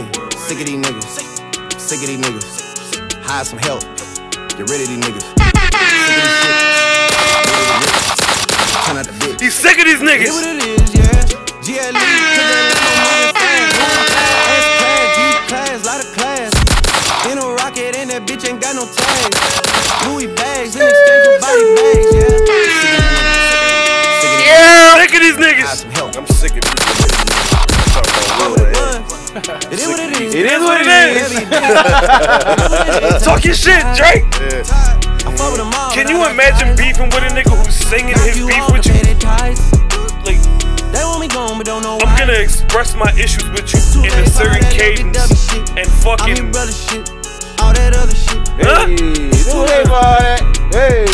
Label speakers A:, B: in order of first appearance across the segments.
A: Sick of these niggas. Sick of these niggas. Hide some help. Get rid of these niggas. Sick of this shit. Get rid of this. Turn out the bitch.
B: He's sick of
A: It
B: these niggas.
A: what it is, yeah. E, GLE, cause they let my money stand. S class, G class, lot of class. In a rocket, and that bitch ain't got no tags. Louis bags in exchange for body bags, yeah. Sick of these niggas. Sick of these niggas. Hide
B: Sick of these niggas.
A: some help.
C: I'm sick of these niggas.
A: It is what it is.
B: It is what it is. Talk your shit, Drake. Can you imagine beefing with a nigga who's singing his beef with you? Like,
A: They want me gone, but don't know
B: I'm
A: why.
B: gonna express my issues with you in a certain cadence and
A: I
B: fucking.
A: mean, brother shit. All that other shit.
B: Huh?
C: It's too late for all that. Hey.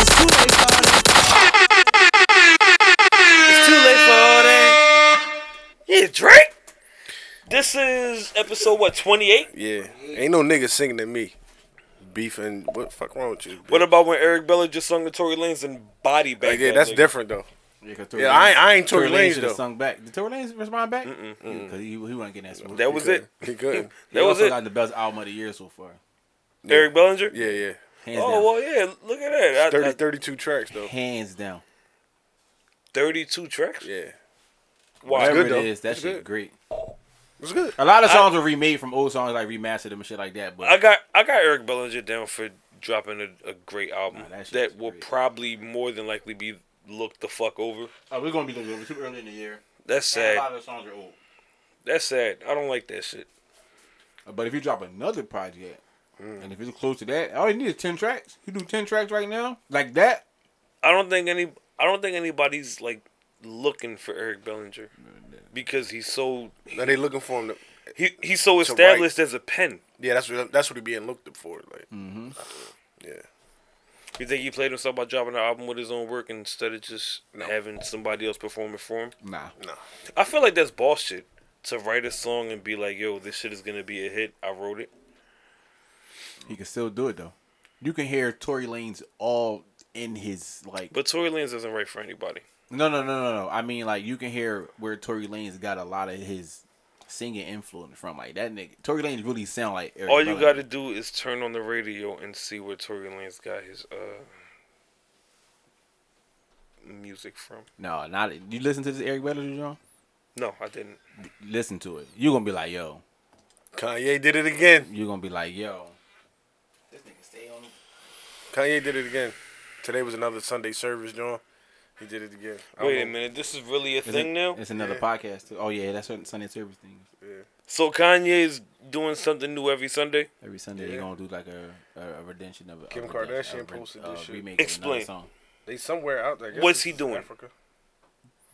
A: It's too late for all that.
B: It's too late for all that. Yeah, Drake. This is episode what 28.
C: Yeah. Ain't no nigga singing to me. Beef and what the fuck wrong with you?
B: What about when Eric Bella just sung to Tory Lanez and body back?
C: Like, yeah,
B: that
C: that's
B: nigga?
C: different though.
D: Yeah, 'cause
C: Yeah, I ain't- I ain't Tory Lanez,
D: shoulda
C: though.
D: Sung back. Did Tory Lanez respond back? Because he, he wasn't getting that smoke.
B: That was it.
C: He couldn't.
D: He
B: That was
D: also
B: it.
D: got the best album of the year so far.
B: Eric Bellinger.
C: Yeah, yeah.
D: Hands down.
B: Oh well, yeah. Look at that. I- I-
C: 30, 32 tracks though.
D: Hands down.
B: 32 tracks. Wow.
C: Yeah. It's
D: Whatever
C: good,
D: it
C: though.
D: is, that
C: It's
D: shit
C: good.
D: great.
C: It's good.
D: A lot of songs were remade from old songs, like remastered them and shit like that. But
B: I got I got Eric Bellinger down for dropping a, a great album
D: Nah, that shit's
B: that, will
D: great.
B: probably more than likely be looked the fuck over.
D: Oh, we're gonna be looking over too early in the year.
B: That's
D: A lot
B: sad.
D: of the songs are old.
B: That's sad. I don't like that shit.
D: But if you drop another project,
C: Mm.
D: and if it's close to that, all you need is ten tracks. You do ten tracks right now, like that.
B: I don't think any I don't think anybody's like looking for Eric Bellinger because he's so
C: Now they looking for him. To,
B: he he's so
C: To write.
B: established as a pen.
C: yeah, that's what that's what he being looked for. Like,
B: Mm-hmm.
C: yeah.
B: You think he played himself by dropping an album with his own work instead of just having somebody else perform it for him?
D: Nah,
B: I feel like that's bullshit to write a song and be like, "Yo, this shit is gonna be a hit. I wrote it."
D: he can still do it though. You can hear Tory Lanez all in his like.
B: But Tory Lanez doesn't write for anybody.
D: no, no, no, no, no. I mean, like you can hear where Tory Lanez got a lot of his singing influence from. Like that nigga, Tory Lanez really sound like. Eric
B: All you
D: Bellinger.
B: gotta do is turn on the radio and see where Tory Lanez got his uh music from.
D: No, not you listen to this Eric Bellinger, John.
B: No, I didn't.
D: Listen to it. You are gonna be like, yo,
C: Kanye did it again.
D: you're gonna be like, yo. This nigga stay on.
C: Kanye did it again. Today was another Sunday service, John. He did it again. I
B: Wait a
C: don't know.
B: minute, this is really a
D: Is
B: thing
D: it-
B: now.
D: It's another
C: Yeah.
D: podcast. Too. Oh yeah, that's what Sunday service thing. is.
B: So Kanye is doing something new every Sunday.
D: Every Sunday
C: Yeah.
D: they're gonna do like a a, a redemption of a
C: Kim
D: a
C: Kardashian
D: redemption- a re-
C: posted
D: a
C: this shit.
D: remake of another
B: Explain.
D: song.
C: They somewhere out there. I guess
B: What's
C: it's
B: he doing?
C: Africa.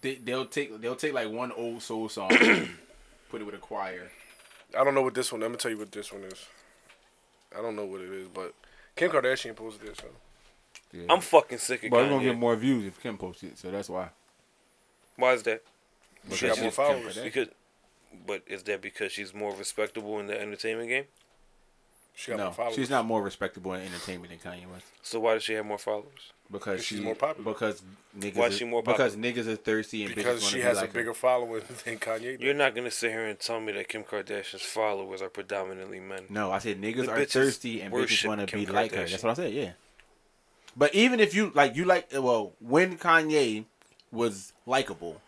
D: They, they'll take they'll take like one old soul song, and put it with a choir.
C: I don't know what this one. I'm gonna tell you what this one is. I don't know what it is, but Kim Kardashian posted this. So.
B: I'm fucking sick of
D: but we're gonna
B: Kanye.
D: get more views if Kim posts it, so that's why.
B: Why is that?
C: She got
D: she's
C: more
D: Kim
C: followers.
D: Kardashian.
B: Because, but is that because she's more respectable in the entertainment game?
C: She got more
D: no,
C: followers.
D: she's not more respectable in entertainment than Kanye West
B: So why does she have more followers?
D: because
C: She's
D: she-
C: more popular.
D: Because niggas
B: Why
D: is-
B: she more
D: because niggas are thirsty and
C: because
D: bitches wanna
C: she
D: be
C: has
D: like
C: a
D: her.
C: bigger following than Kanye.
B: You're not gonna sit here and tell me that Kim Kardashian's followers are predominantly men.
D: No, I said niggas
B: The
D: are
B: bitches
D: thirsty and bitches
B: worship
D: want to
B: Kim
D: be like her.
B: Kardashian.
D: That's what I said. Yeah. But even if you like, you like well, when Kanye was likable,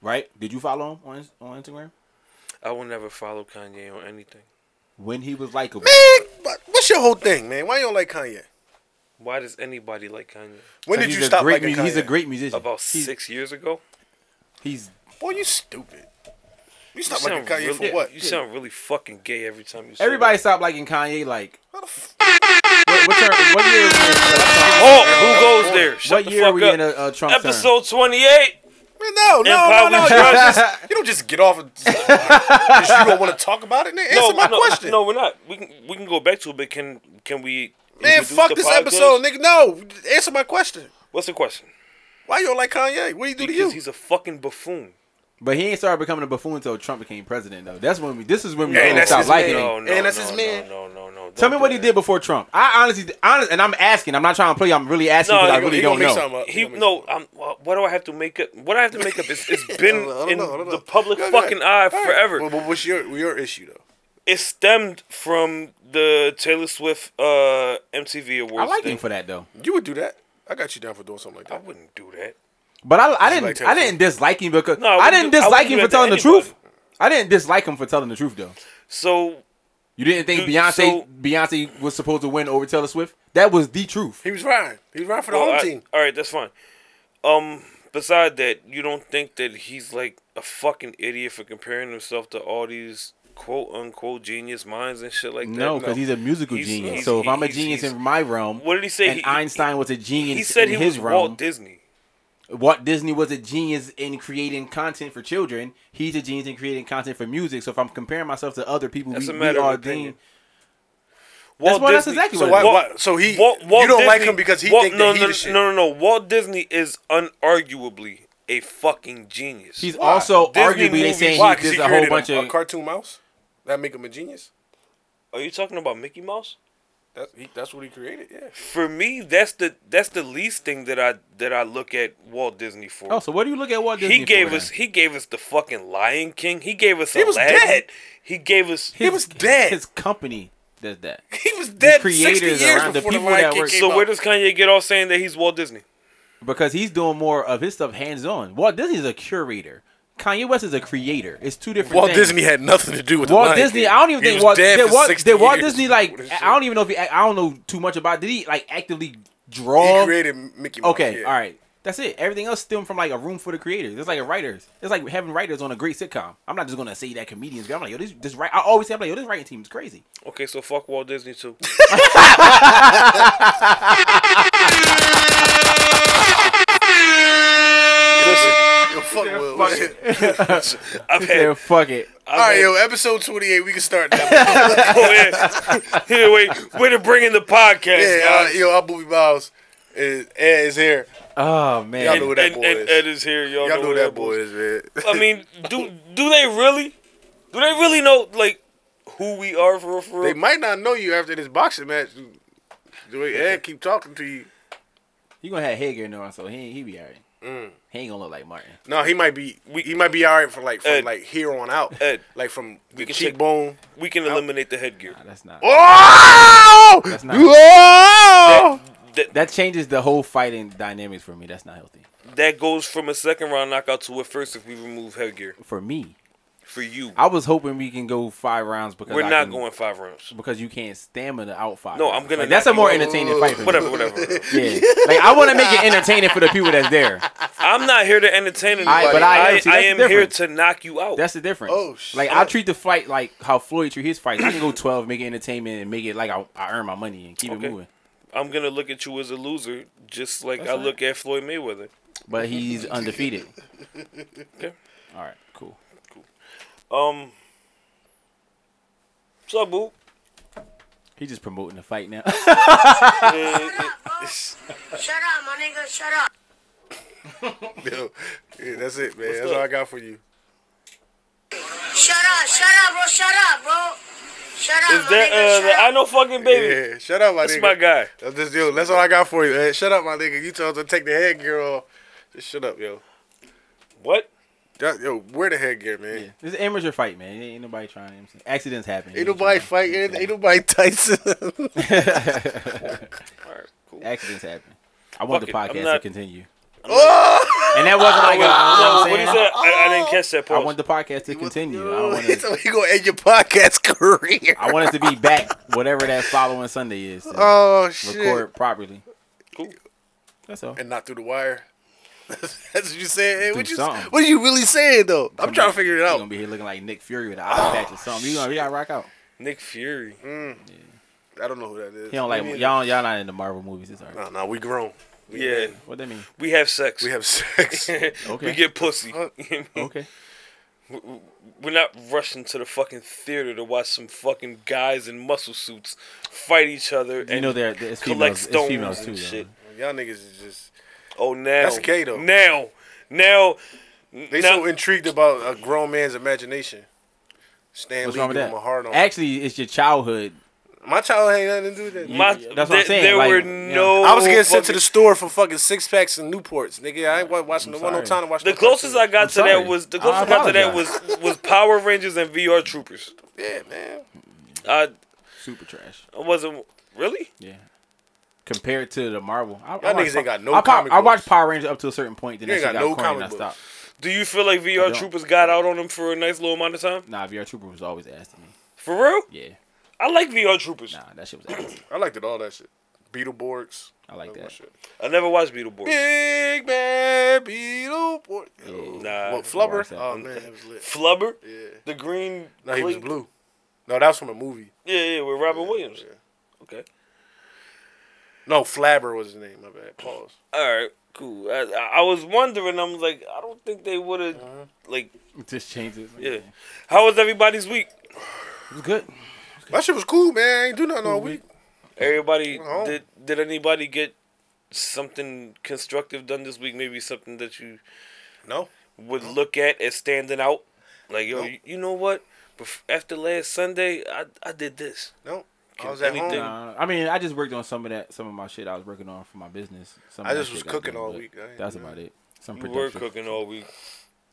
D: right? Did you follow him on on Instagram?
B: I will never follow Kanye on anything.
D: When he was likable,
C: Man, but what's your whole thing, man? Why you don't like Kanye?
B: Why does anybody like Kanye?
C: When did
D: Like, he's
C: you
D: a
C: stop
D: great
C: liking
D: mu-
C: Kanye?
D: He's a great musician.
B: About
D: he's,
B: six years ago.
D: He's
C: Boy, you stupid. You
B: You
C: stopped liking
B: sound
C: Kanye
B: really-
C: for what?
B: You sound really fucking gay every time you. Say
D: everybody
B: that.
D: stopped liking Kanye. Like
C: How the f-
D: what, what, term, what year?
B: Oh, who goes there? Shut
D: what
B: the
D: year are
B: fuck
D: we in a,
B: up.
D: a Trump term?
B: Episode twenty-eight.
C: Man, no, no, no,
B: Power
C: no. You don't,
B: Rangers.
C: just, you don't just get off. And, you don't want to talk about it. Nigga, answer
B: No,
C: my
B: no,
C: question.
B: No, we're not. We can we can go back to it, but can can we?
C: man,
B: introduce
C: fuck
B: the
C: this
B: podcast?
C: episode, nigga. No, answer my question.
B: What's the question?
C: Why you don't like Kanye? What do you do to you?
B: Because he's a fucking buffoon.
D: But he ain't started becoming a buffoon until Trump became president, though. That's when we. This is when we
C: Hey,
D: really
C: that's
D: stopped
C: his
D: liking
C: man.
D: him.
B: Oh, No, no,
C: And that's
B: no,
C: his
B: no,
C: man.
B: No, no, no.
C: up.
D: Tell me what he did before Trump. I honestly, honest, and I'm asking. I'm not trying to play. I'm really asking
B: No,
D: because I
B: he gonna-
D: really
B: he
D: don't
C: gonna make
D: know.
C: something up.
B: He
C: That makes
B: no. I'm, wha- what do I have to make up? What I have to make up is it's been
C: I don't
B: in
C: know, I don't know.
B: the public
C: Go ahead.
B: fucking eye
C: All right.
B: forever.
C: But, but what's your your issue though?
B: It stemmed from the Taylor Swift uh, MTV Awards.
D: I like
B: thing.
D: him for that though.
C: You would do that. I got you down for doing something like
B: I
C: that.
B: wouldn't do that.
D: But I, I
C: like
D: didn't,
C: Taylor
D: I didn't dislike him because
B: No, I
D: I
B: wouldn't
D: didn't
B: do- I wouldn't
D: dislike
B: do
D: him
B: that
D: for
B: to
D: telling the
B: anybody.
D: truth. I didn't dislike him for telling the truth though.
B: So
D: You didn't think
B: Dude,
D: Beyonce
B: so-
D: Beyonce was supposed to win over Taylor Swift? That was the truth.
C: He was riding. He was riding for the
B: well,
C: home
B: I-
C: team.
B: all right, that's fine. Um, beside that, you don't think that he's like a fucking idiot for comparing himself to all these quote unquote genius minds and shit like that.
D: No, because he's a musical
B: He's-
D: genius.
B: he's-
D: so if I'm a
B: he's-
D: genius
B: he's-
D: in my realm,
B: What did he say?
D: and
B: He-
D: Einstein was a genius
B: He said
D: in
B: he
D: his
B: was
D: realm,
B: Walt Disney.
D: Walt Disney was a genius in creating content for children. He's a genius in creating content for music. So if I'm comparing myself to other people,
B: That's
D: we,
B: a
D: we
B: matter of
D: are
B: opinion.
D: deemed. That's why- that's exactly
C: So why,
D: what Walt-
C: why? So he.
B: Walt, Walt
C: you don't
B: Disney,
C: like him because he
B: Walt,
C: think
B: no,
C: that he
B: no,
C: the shit.
B: no, no, no. Walt Disney is unarguably a fucking genius.
D: He's also
B: Disney
D: arguably they
B: movies-
D: saying
B: why?
D: he
C: 'Cause
D: did
C: he
D: a whole
C: created
D: bunch
C: a,
D: of.
C: a cartoon mouse. That make him a genius.
B: Are you talking about Mickey Mouse?
C: That's he, that's what he created. Yeah.
B: For me, that's the that's the least thing that I that I look at Walt Disney for.
D: oh, so what do you look at Walt Disney?
B: he gave
D: for
B: us
D: then?
B: he gave us the fucking Lion King. He gave us
C: He was
B: Aladdin.
C: dead.
B: He gave us
C: He was dead.
D: His company does that.
C: He was dead
D: creators
C: 60 years
D: around the
C: before the
D: people
C: Lion
D: that
C: King
D: work-
C: came
B: so
C: out.
B: where does Kanye get off saying that he's Walt Disney?
D: because he's doing more of his stuff hands on. Walt Disney's a curator. Kanye West is a creator. It's two different.
C: Walt
D: things.
C: Disney had nothing to do with the
D: Walt
C: Lion
D: Disney.
C: King.
D: I don't even
C: He
D: think
C: was
D: Walt.
C: dead
D: Did
C: for
D: Walt,
C: 60
D: did Walt
C: years
D: Disney like?
C: before this
D: I don't even know if he. act- I don't know too much about. Did he like actively
C: shit.
D: draw?
C: He created Mickey Mouse.
D: Okay,
C: yeah.
D: all right. That's it. Everything else stemmed from like a room for the creators. It's like a writers. It's like having writers on a great sitcom. I'm not just gonna say that comedians. I'm like, yo, this this right. I always say, I'm like, yo, this writing team is crazy.
B: Okay, so fuck Walt Disney too.
C: Listen, yo, fuck Will. Listen.
B: I've had
D: fuck it.
C: All right, yo, episode 28, we can start now.
B: oh, yeah. Wait, way to bring in the podcast.
C: Yeah,
B: guys.
C: uh, yo, I'm Booby Miles. Is, Ed is here.
D: Oh
C: Y'all
D: man.
C: know who
B: and,
C: that
B: and-
C: boy
B: and
C: is.
B: Ed is here. Y'all,
C: Y'all know who that
B: boy
C: boy is, man.
B: I mean, do do they really? Do they really know like who we are for real? For
C: they
B: real?
C: might not know you after this boxing match. The way Ed keep talking to you.
D: You gonna have Hager in there, so he he be alright.
C: Mm.
D: He ain't gonna look like Martin.
C: No, he might be. He might be all right for like from
B: Ed.
C: like here on out.
B: Ed.
C: Like from the
B: can take-
C: cheekbone.
B: we can eliminate the headgear.
D: Nah, that's not.
C: Oh!
D: not-
C: Whoa!
B: That,
D: That changes the whole fighting dynamics for me. That's not healthy
B: that goes from a second round knockout to a first if we remove headgear.
D: for me.
B: For you,
D: I was hoping we can go five rounds because
B: we're
D: I
B: not
D: can-
B: going five rounds.
D: because you can't stamina out five.
B: No,
D: rounds.
B: I'm gonna
D: Like, that's a
B: knock
D: more
B: you out.
D: entertaining fight. For me.
B: Whatever, whatever. whatever.
D: Yeah. Like I want to make it entertaining for the people that's there.
B: I'm not here to entertain anybody.
D: I-
B: I,
D: but I am, see,
B: I
D: that's the
B: am here
D: difference.
B: to knock you out.
D: That's the difference.
C: Oh, shit.
D: Like I treat the fight like how Floyd treat his fights. I can go twelve, make it entertainment, and make it like I, I earn my money and keep
B: Okay.
D: it moving.
B: I'm gonna look at you as a loser, just like
D: That's
B: I
D: right.
B: look at Floyd Mayweather.
D: But he's undefeated.
B: Okay.
D: All right. Cool.
B: Um. What's up, boo?
D: He's just promoting the fight now.
E: Shut up, my
D: uh,
E: nigga, shut up.
C: Yo, yeah, that's it, man. that's all I got for you.
E: Shut up, shut up, bro, shut up, bro. Shut up,
B: Is
E: my
B: that
E: nigga,
B: uh?
E: shut
B: The
E: up.
B: I know fucking baby.
C: Yeah, shut up, my
B: That's
C: nigga.
B: my guy.
C: That's just, yo, that's all I got for you, man. Shut up, my nigga. You told us to take the headgear off. Just shut up, yo.
B: What?
C: That- yo, wear the headgear, man.
D: Yeah. It's an amateur fight, man. Ain't nobody trying. you know what I'm saying? Accidents happen.
C: Ain't nobody fighting. Ain't nobody Tyson.
B: All right, cool.
D: Accidents happen. I want
B: Fuck
D: the
B: it, I'm
D: podcast to
B: not-
D: continue.
C: oh!
D: And that wasn't like a, you know
B: No,
D: what I'm
B: what he
D: saying?
B: said? I, I didn't catch that
D: I
B: part.
D: want the podcast to continue. I want
C: He
D: to.
C: told me he gonna end your podcast career.
D: I want us to be back whatever that following Sunday is. to
C: oh shit!
D: record properly.
B: Cool.
D: That's all.
C: And not through the wire. that's what you saying. Hey, what
D: Do
C: you?
D: something.
C: What are you really saying though? I'm trying to figure it
D: You're
C: out.
D: gonna be here looking like Nick Fury with an eye patch or something. You gonna you gotta rock out.
B: Nick Fury.
C: I don't know who that is.
D: He don't like y'all. Y'all not into Marvel movies. It's alright.
C: No, no, we grown.
B: Yeah,
D: What that mean?
B: we have sex.
C: We have sex.
D: Okay.
B: we get pussy.
D: Oh, Okay.
B: We're not rushing to the fucking theater to watch some fucking guys in muscle suits fight each other and
D: You know there there- it's
B: collect
D: females. It's
B: stones
D: females
B: and
D: too.
B: shit.
D: Shit.
C: y'all niggas is just.
B: Oh, now
C: That's gay, though.
B: Now, now,
C: They
B: now
C: so intrigued about a grown man's imagination. Stan
D: What's
C: Lee
D: wrong with
C: giving him
D: that?
C: a hard on.
D: Actually, it's your childhood
C: My childhood ain't nothing to do with that.
B: My,
D: Yeah, that's what I'm
B: there-
D: saying,
B: There
D: like,
B: were
D: yeah.
B: no.
C: I was
D: Oh,
C: getting sent to
B: fucking-
C: the store for fucking six packs and Newports, nigga. I ain't wa- watching no one no
D: sorry.
C: time to watch.
B: The
C: that
B: closest I
C: cartoon.
B: got to
D: sorry.
B: that was the closest I got to that was was Power Rangers and VR Troopers.
C: yeah, man.
B: I,
D: Super trash.
B: I wasn't really.
D: Yeah. Compared to the Marvel, I,
C: Y'all
D: I watched
C: niggas ain't
D: Pa-
C: got no
D: I, pop-
C: comic
D: I watched
C: books.
D: Power Rangers up to a certain point, then
C: You
D: that
C: ain't
D: shit
C: got
D: got
C: no
D: corny and I
C: comic
D: stopped.
B: Do you feel like
D: I
B: VR
D: don't.
B: Troopers got out on them for a nice little amount of time?
D: Nah, VR Trooper was always asking me.
B: For real?
D: Yeah,
B: I like VR Troopers.
D: nah, that shit was ass.
C: I liked it all that shit. Beetleborgs.
D: I like
C: Love my
D: that.
C: shit.
B: I never watched Beetleborgs.
C: Big man Beetleborg.
B: Nah,
C: what
D: I
C: Flubber?
D: watched that.
C: Oh man, that was lit.
B: Flubber,
C: Yeah.
B: the green.
C: No, he was
B: clay-
C: blue. No, that was from a movie.
B: Yeah, yeah, with Robin Williams.
C: yeah.
B: Okay.
C: No, Flabber was his name. My bad. Pause.
B: All right. Cool. I, I- I was wondering. I'm like, I don't think they would have.
C: Uh-huh.
B: Like,
D: Just changes.
B: yeah. How was everybody's week?
D: it was good.
C: That shit was cool, man. I ain't do nothing all week.
B: Everybody
C: home.
B: did. Did anybody get something constructive done this week? Maybe something that you
C: No.
B: would look at as standing out. Like, yo,
C: Nope.
B: you, you know what? Bef- after last Sunday, I I did this.
C: No. I
B: Can
C: was at
B: anything-
C: home.
D: Nah, I mean, I just worked on some of that, some of my shit I was working on for my business. Some of
C: I
D: that
C: just was
D: shit got
C: cooking
D: done,
C: all
D: but
C: week. I ain't
D: That's
C: do
D: about it. Some
B: We were
D: production.
B: cooking all week.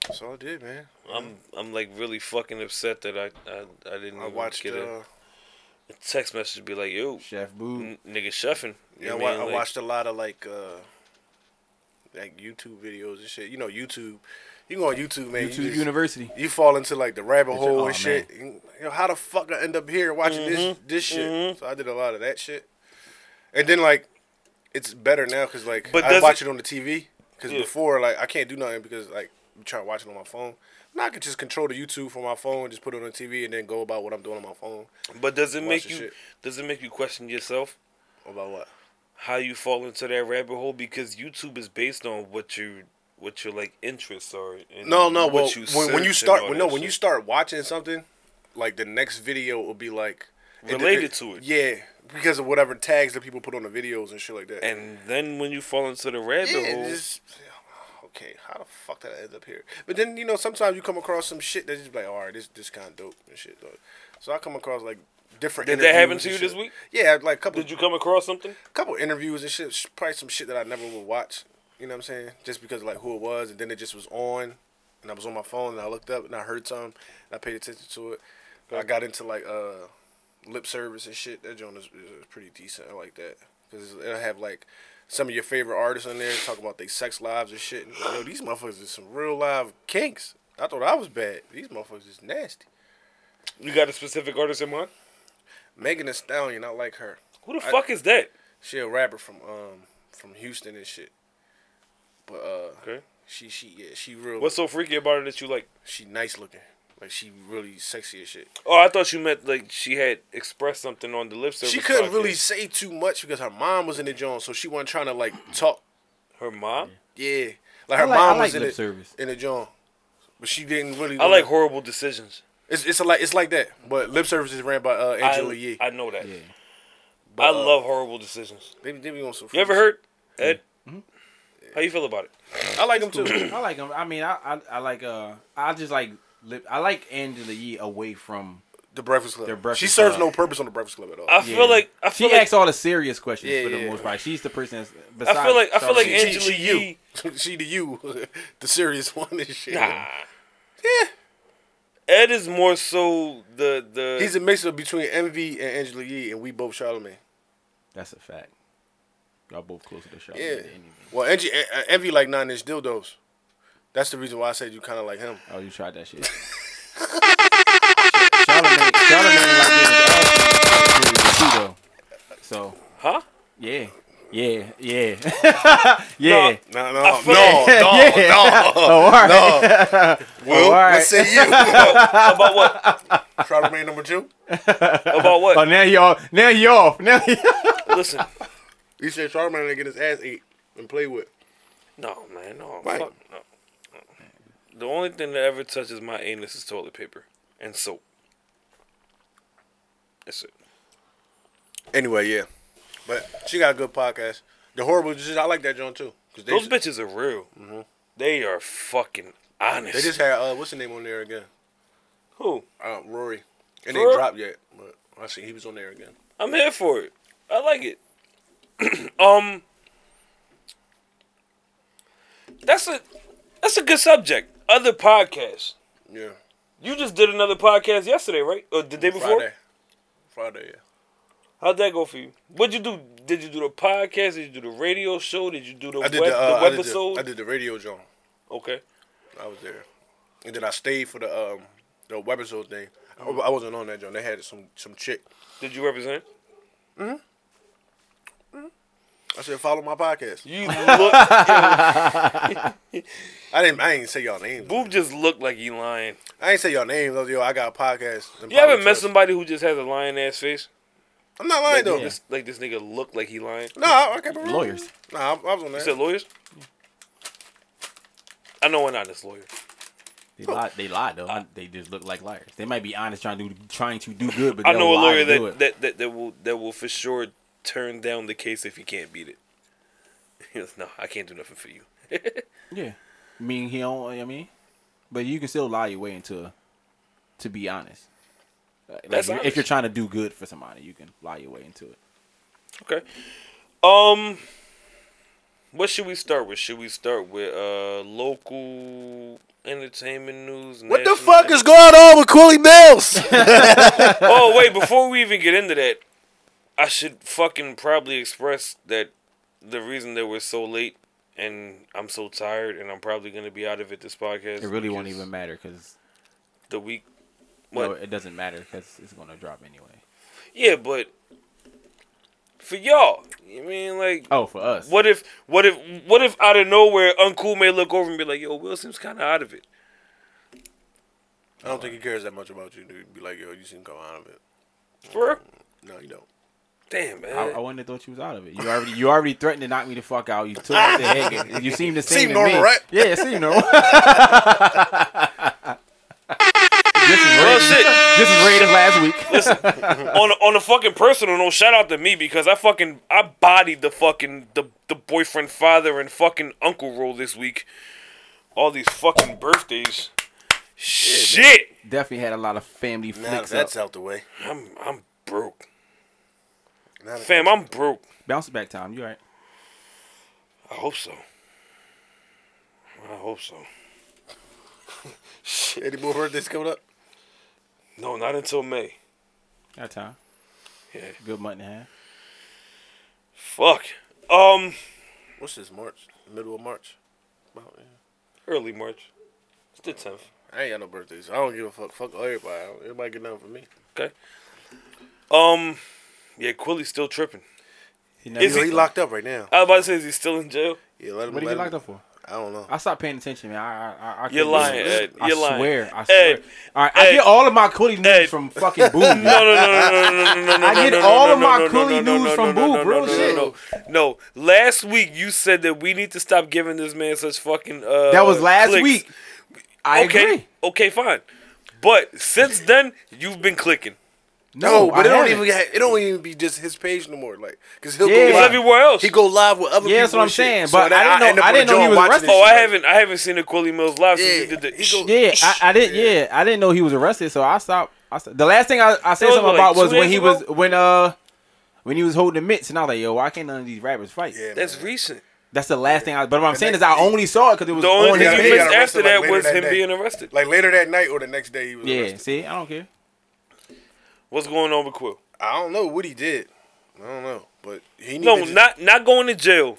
C: That's all I did, man.
B: I'm I'm like really fucking upset that I I, I didn't
C: I
B: even
C: watched.
B: get a,
C: Uh,
B: a text message to be like, yo,
D: Chef Boo.
B: n- nigga chefing. You
C: yeah, I,
B: know
C: wa-
B: what mean?
C: I
B: Like,
C: watched a lot of like, uh, like YouTube videos and shit. You know, YouTube. You go on YouTube, man.
D: YouTube
C: you
B: Mm-hmm.
C: just-
D: University.
C: you fall into like the rabbit
D: It's your-
C: hole
B: oh,
D: aw,
C: and shit. You know, how the fuck I end up here watching this
B: Mm-hmm.
C: this shit? So I did a lot of that shit, and then like it's better now because like
B: But
C: I
B: does
C: watch
B: it-
C: it, on the TV. Because
B: Yeah.
C: before like I can't do nothing because like I'm trying to watch it on my phone. Now I could just control the YouTube from my phone, just put it on the TV, and then go about what I'm doing on my phone.
B: but does it
C: watched
B: make
C: the
B: you
C: shit.
B: does it make you question yourself
C: About what?
B: how you fall into that rabbit hole? Because YouTube is based on what you what your like interests are. And
C: No, no.
B: what
C: Well,
B: you
C: when, when
B: search
C: you
B: and
C: start,
B: all
C: when,
B: that
C: no, when
B: shit.
C: you start watching something, like the next video will be like and the-
B: Related to it.
C: Yeah, because of whatever tags that people put on the videos and shit like that.
B: and then when you fall into the rabbit
C: yeah,
B: hole,
C: and just okay. How the fuck did I end up here? But then you know, sometimes you come across some shit that's just like, all right, this this kind of dope and shit. though. So I come across like different.
B: Did that happen
C: interviews
B: to
C: and
B: you this
C: shit.
B: week?
C: Yeah, like a couple
B: did you come across something?
C: couple interviews and shit, sh- probably some shit that I never would watch. You know what I'm saying? Just because of, like who it was, and then it just was on, and I was on my phone, and I looked up, and I heard something, and I paid attention to it. I got into like uh, lip service and shit. That joint is, is pretty decent. I like that because it'll have like some of your favorite artists on there talking about their sex lives and shit. And, yo, these motherfuckers is some real live kinks. I thought I was bad. These motherfuckers is nasty.
B: You got a specific artist in mind?
C: Megan Thee Stallion, I like her.
B: Who the
C: I-
B: fuck is that?
C: She a rapper from um from Houston and shit. But uh
B: Okay.
C: she she yeah, she real
B: What's so freaky about her that you like?
C: she nice looking. Like she really sexy as shit.
B: Oh, I thought you meant like she had expressed something on the lip service.
C: she couldn't
B: podcast.
C: really say too much because her mom was in the joint, so she wasn't trying to like talk.
B: Her mom.
C: Yeah. Like her
D: like- I
C: mom
D: like
C: was in
D: lip
C: it,
D: service.
C: in the joint. But she didn't really
B: I like horrible decisions.
C: it's it's a, like it's like that. But lip service is ran by uh Angela Yee.
B: I, I know that.
D: Yeah.
B: I
C: uh,
B: love horrible decisions.
C: They, they be on some
B: You ever
C: freaky
B: heard Ed? How you feel about it?
C: shit. I like them too.
D: I like him. I mean, I, I, I like. Uh, I just like. Lip, I like Angela Yee away from.
C: The Breakfast Club.
D: The Breakfast
C: she serves
D: Club.
C: no purpose on the Breakfast Club at all.
B: I
D: Yeah.
B: feel like I
D: She
B: feel like
D: asks all the serious questions
C: Yeah,
D: for the
C: yeah.
D: most part. She's the person. That's, besides,
B: I feel like I feel like
D: Charli-
C: She-
B: Angela
C: she
B: Yee.
C: she to you, the serious one and shit.
B: Nah. Yeah. Ed is more so the the
C: He's a mixer between Envy and Angela Yee, and we both Charlemagne.
D: that's a fact. Y'all both closer to Charlotte
C: Yeah.
D: than anything.
C: Well, Envy, Envy like nine inch dildos. That's the reason why I said you kind of like him.
D: Oh, you tried that shit. Charlamagne, Charlamagne like getting his ass beat in the series too, though. So
B: huh?
D: yeah, yeah, yeah, yeah.
C: No, Oh, no,
B: feel like-
C: no, no.
D: Oh, all right.
C: Will,
D: all right.
C: let's say you.
B: About what?
C: Charlemagne number two.
B: About
D: Oh,
B: what?
D: now y'all, now y'all, now y'all.
B: Listen.
C: He said Charlemagne to get his ass ate and play with.
B: No, man, no.
C: Right.
B: Fuck, no. The only thing that ever touches my anus is toilet paper and soap. That's it.
C: Anyway, yeah, but she got a good podcast. The horrible, Decisions, I like that joint too. 'cause they
B: Those
C: just,
B: bitches are real. They are fucking honest.
C: they just had uh, what's the name on there again?
B: Who?
C: Uh, Rory. It
B: Rory?
C: ain't dropped yet, but I see he was on there again.
B: I'm here for it. I like it. um, that's a that's a good subject. Other podcasts.
C: Yeah.
B: You just did another podcast yesterday, right? Or the day before?
C: Friday. Friday, yeah.
B: How'd that go for you? What'd you do? Did you do the podcast? Did you do the radio show? Did you do the
C: I
B: web
C: did the, uh,
B: the
C: I, did the,
B: webisode?
C: I did the radio joint.
B: Okay.
C: I was there, and then I stayed for the um the webisode thing. I,
B: Mm.
C: I wasn't on that joint. They had some some chick.
B: Did you represent?
C: I said follow my podcast.
B: You look.
C: I didn't. I ain't say y'all names.
B: Boob just looked like he lying.
C: I ain't say y'all names. though, Yo, I got a podcast. and
B: You ever met
C: podcast.
B: somebody who just has a lying ass face?
C: I'm not lying though.
B: Like this, like this nigga looked like he lying.
C: No, I, I can't be real.
D: Lawyers.
C: No, I, I was on
B: You
C: that.
B: said lawyers? I know we're not this lawyer.
D: They lied. They lied though. they just look like liars. They might be honest, trying to do, trying to do good, but
B: I know a lawyer
D: that, do
B: that,
D: it.
B: that, that, that will that will for sure turn down the case if he can't beat it. He goes, no, I can't do nothing for you.
D: yeah. I mean, he don't. I mean, but you can still lie your way into, to be honest. Like,
B: That's
D: if-
B: honest.
D: if you're trying to do good for somebody, you can lie your way into it.
B: Okay. Um what should we start with? Should we start with uh local entertainment news?
C: What the
B: national-
C: fuck is going on with Cooley Mills?
B: Oh wait, before we even get into that, I should fucking probably express that the reason that we're so late and I'm so tired and I'm probably gonna be out of it this podcast.
D: It really won't
B: because
D: even matter because
B: the week what
D: no, it doesn't matter because it's gonna drop anyway.
B: Yeah, but for y'all, you mean like
D: Oh, for us.
B: what if what if what if out of nowhere Uncool may look over and be like, "Yo, Will seems kind of out of it."
C: I don't think he cares that much about you. Dude. Be like, yo, you seem come out of it.
B: For real?
C: No, you don't.
B: damn man,
D: I, I wouldn't have thought you was out of it. You already, you already threatened to knock me the fuck out. You took out the head. You seem the same.
C: Seem
D: to
C: normal,
D: me.
C: right?
D: Yeah, it seemed normal.
B: real shit.
D: Just as rated last week.
B: on a, on a fucking personal note, shout out to me because I fucking I bodied the fucking the the boyfriend, father, and fucking uncle role this week. All these fucking birthdays. Shit,
D: Definitely had a lot of family
C: Now that
D: flicks.
C: that's
D: Up.
C: out the way.
B: I'm I'm broke,
C: Now that-
B: fam. I'm broke.
D: Bounce back time. You all right?
B: I hope so. I hope so.
C: Any more birthdays coming up?
B: No, not until May.
D: Got time.
B: Yeah.
D: Good month and a half.
B: Fuck. Um,
C: What's this March? Middle of March. About, yeah.
B: early March. It's the tenth.
C: I ain't got no birthdays. I don't give a fuck. Fuck everybody. I don't- Everybody get nothing for me.
B: Okay. Um, yeah, Quilly's still tripping.
D: He
B: Is
C: Is
B: he-
C: he locked up right now?
B: I was about to say, is he still in jail?
C: Yeah, let him.
D: What are
C: let
D: you
C: him-
D: locked up for?
C: I don't know.
D: I stopped paying attention, man. I, I, I, I
B: You're
D: couldn't
B: lying,
D: listen.
B: Ed.
D: I
B: You're lying.
D: swear. I swear.
B: Ed.
D: All right. I
B: Ed.
D: get all of my coolie news
B: Ed.
D: from fucking Boo.
B: No, no, no, no, no, no, no, no, no.
D: I get
B: no, no,
D: all
B: no,
D: of my
B: no, no,
D: Cooley
B: no, no,
D: news
B: no,
D: from
B: no, no,
D: Boo,
B: no,
D: bro.
B: no, no, No,
D: Shit.
B: no, last week you said that we need to stop giving this man such fucking. Uh,
D: That was last
B: clicks.
D: week. I
B: okay,
D: agree.
B: okay, fine. But since then, you've been clicking.
C: No, but
D: I
C: it don't
D: haven't.
C: even ha- it don't even be just his page no more. Like, cause he'll
D: Yeah.
C: go
D: It's
C: live.
B: everywhere else.
C: He go live with other.
D: Yeah, that's
C: people and
D: what I'm
C: shit.
D: saying,
C: So
D: but I
C: then
D: didn't know-
C: end up
D: I
C: on the
D: didn't know he
C: joint
D: was
C: watching
D: arrested.
C: this
B: Oh, I
C: shit.
B: haven't, I haven't seen a Quilly Mills live since
C: Yeah.
B: you did the.
C: He go-
D: Yeah, I, I didn't. Yeah, I didn't know he was arrested, so I stopped. I stopped. The last thing I, I said
B: That was,
D: something
B: what,
D: about
B: like,
D: was
B: two
D: when
B: days
D: he
B: ago?
D: was when uh when he was holding the mitts, and I was like, "Yo, why can't none of these rappers fight?"
C: Yeah,
B: That's
C: man.
B: recent.
D: That's the last thing I. But what I'm saying
C: that-
D: is, I only saw it because it was
B: The only
D: on
B: thing
D: his
B: you
C: he
D: page.
C: got
B: missed after
C: arrested, like,
B: that
C: later
B: was
C: that
B: him
C: day.
B: being arrested.
C: Like later that night or the next day, he was.
D: Yeah,
C: arrested.
D: see, I don't care.
B: What's going on with Quill?
C: I don't know what he did. I don't know, but he need
B: No,
C: to just-
B: not not going to jail.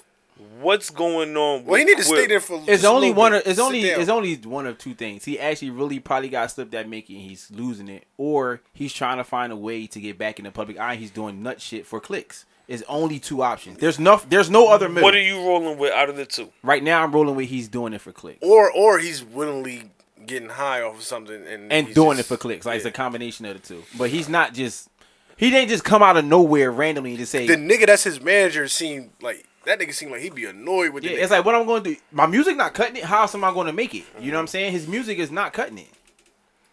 B: What's going on? With
C: Well, he need to
B: Quill?
C: stay there for.
D: It's
C: just a
D: only
C: little
D: one. Of,
C: bit.
D: it's
C: Sit
D: only.
C: down.
D: It's only one of two things. He actually really probably got slipped that Mickey, and he's losing it, or he's trying to find a way to get back in the public eye. He's doing nut shit for clicks. It's only two options. There's no. There's no other middle.
B: What are you rolling with out of the two?
D: right now, I'm rolling with he's doing it for clicks.
C: Or or he's willingly getting high off of something and
D: and
C: he's
D: doing
C: just-
D: it for clicks. Like it's
C: yeah.
D: a combination of the two. But he's not just he didn't just come out of nowhere randomly and just say
C: The nigga that's his manager seemed like that nigga seemed like he'd be annoyed with
D: yeah,
C: the nigga.
D: it's like what I'm going to do. My music not cutting it. How else am I going to make it? You know what I'm saying? His music is not cutting it.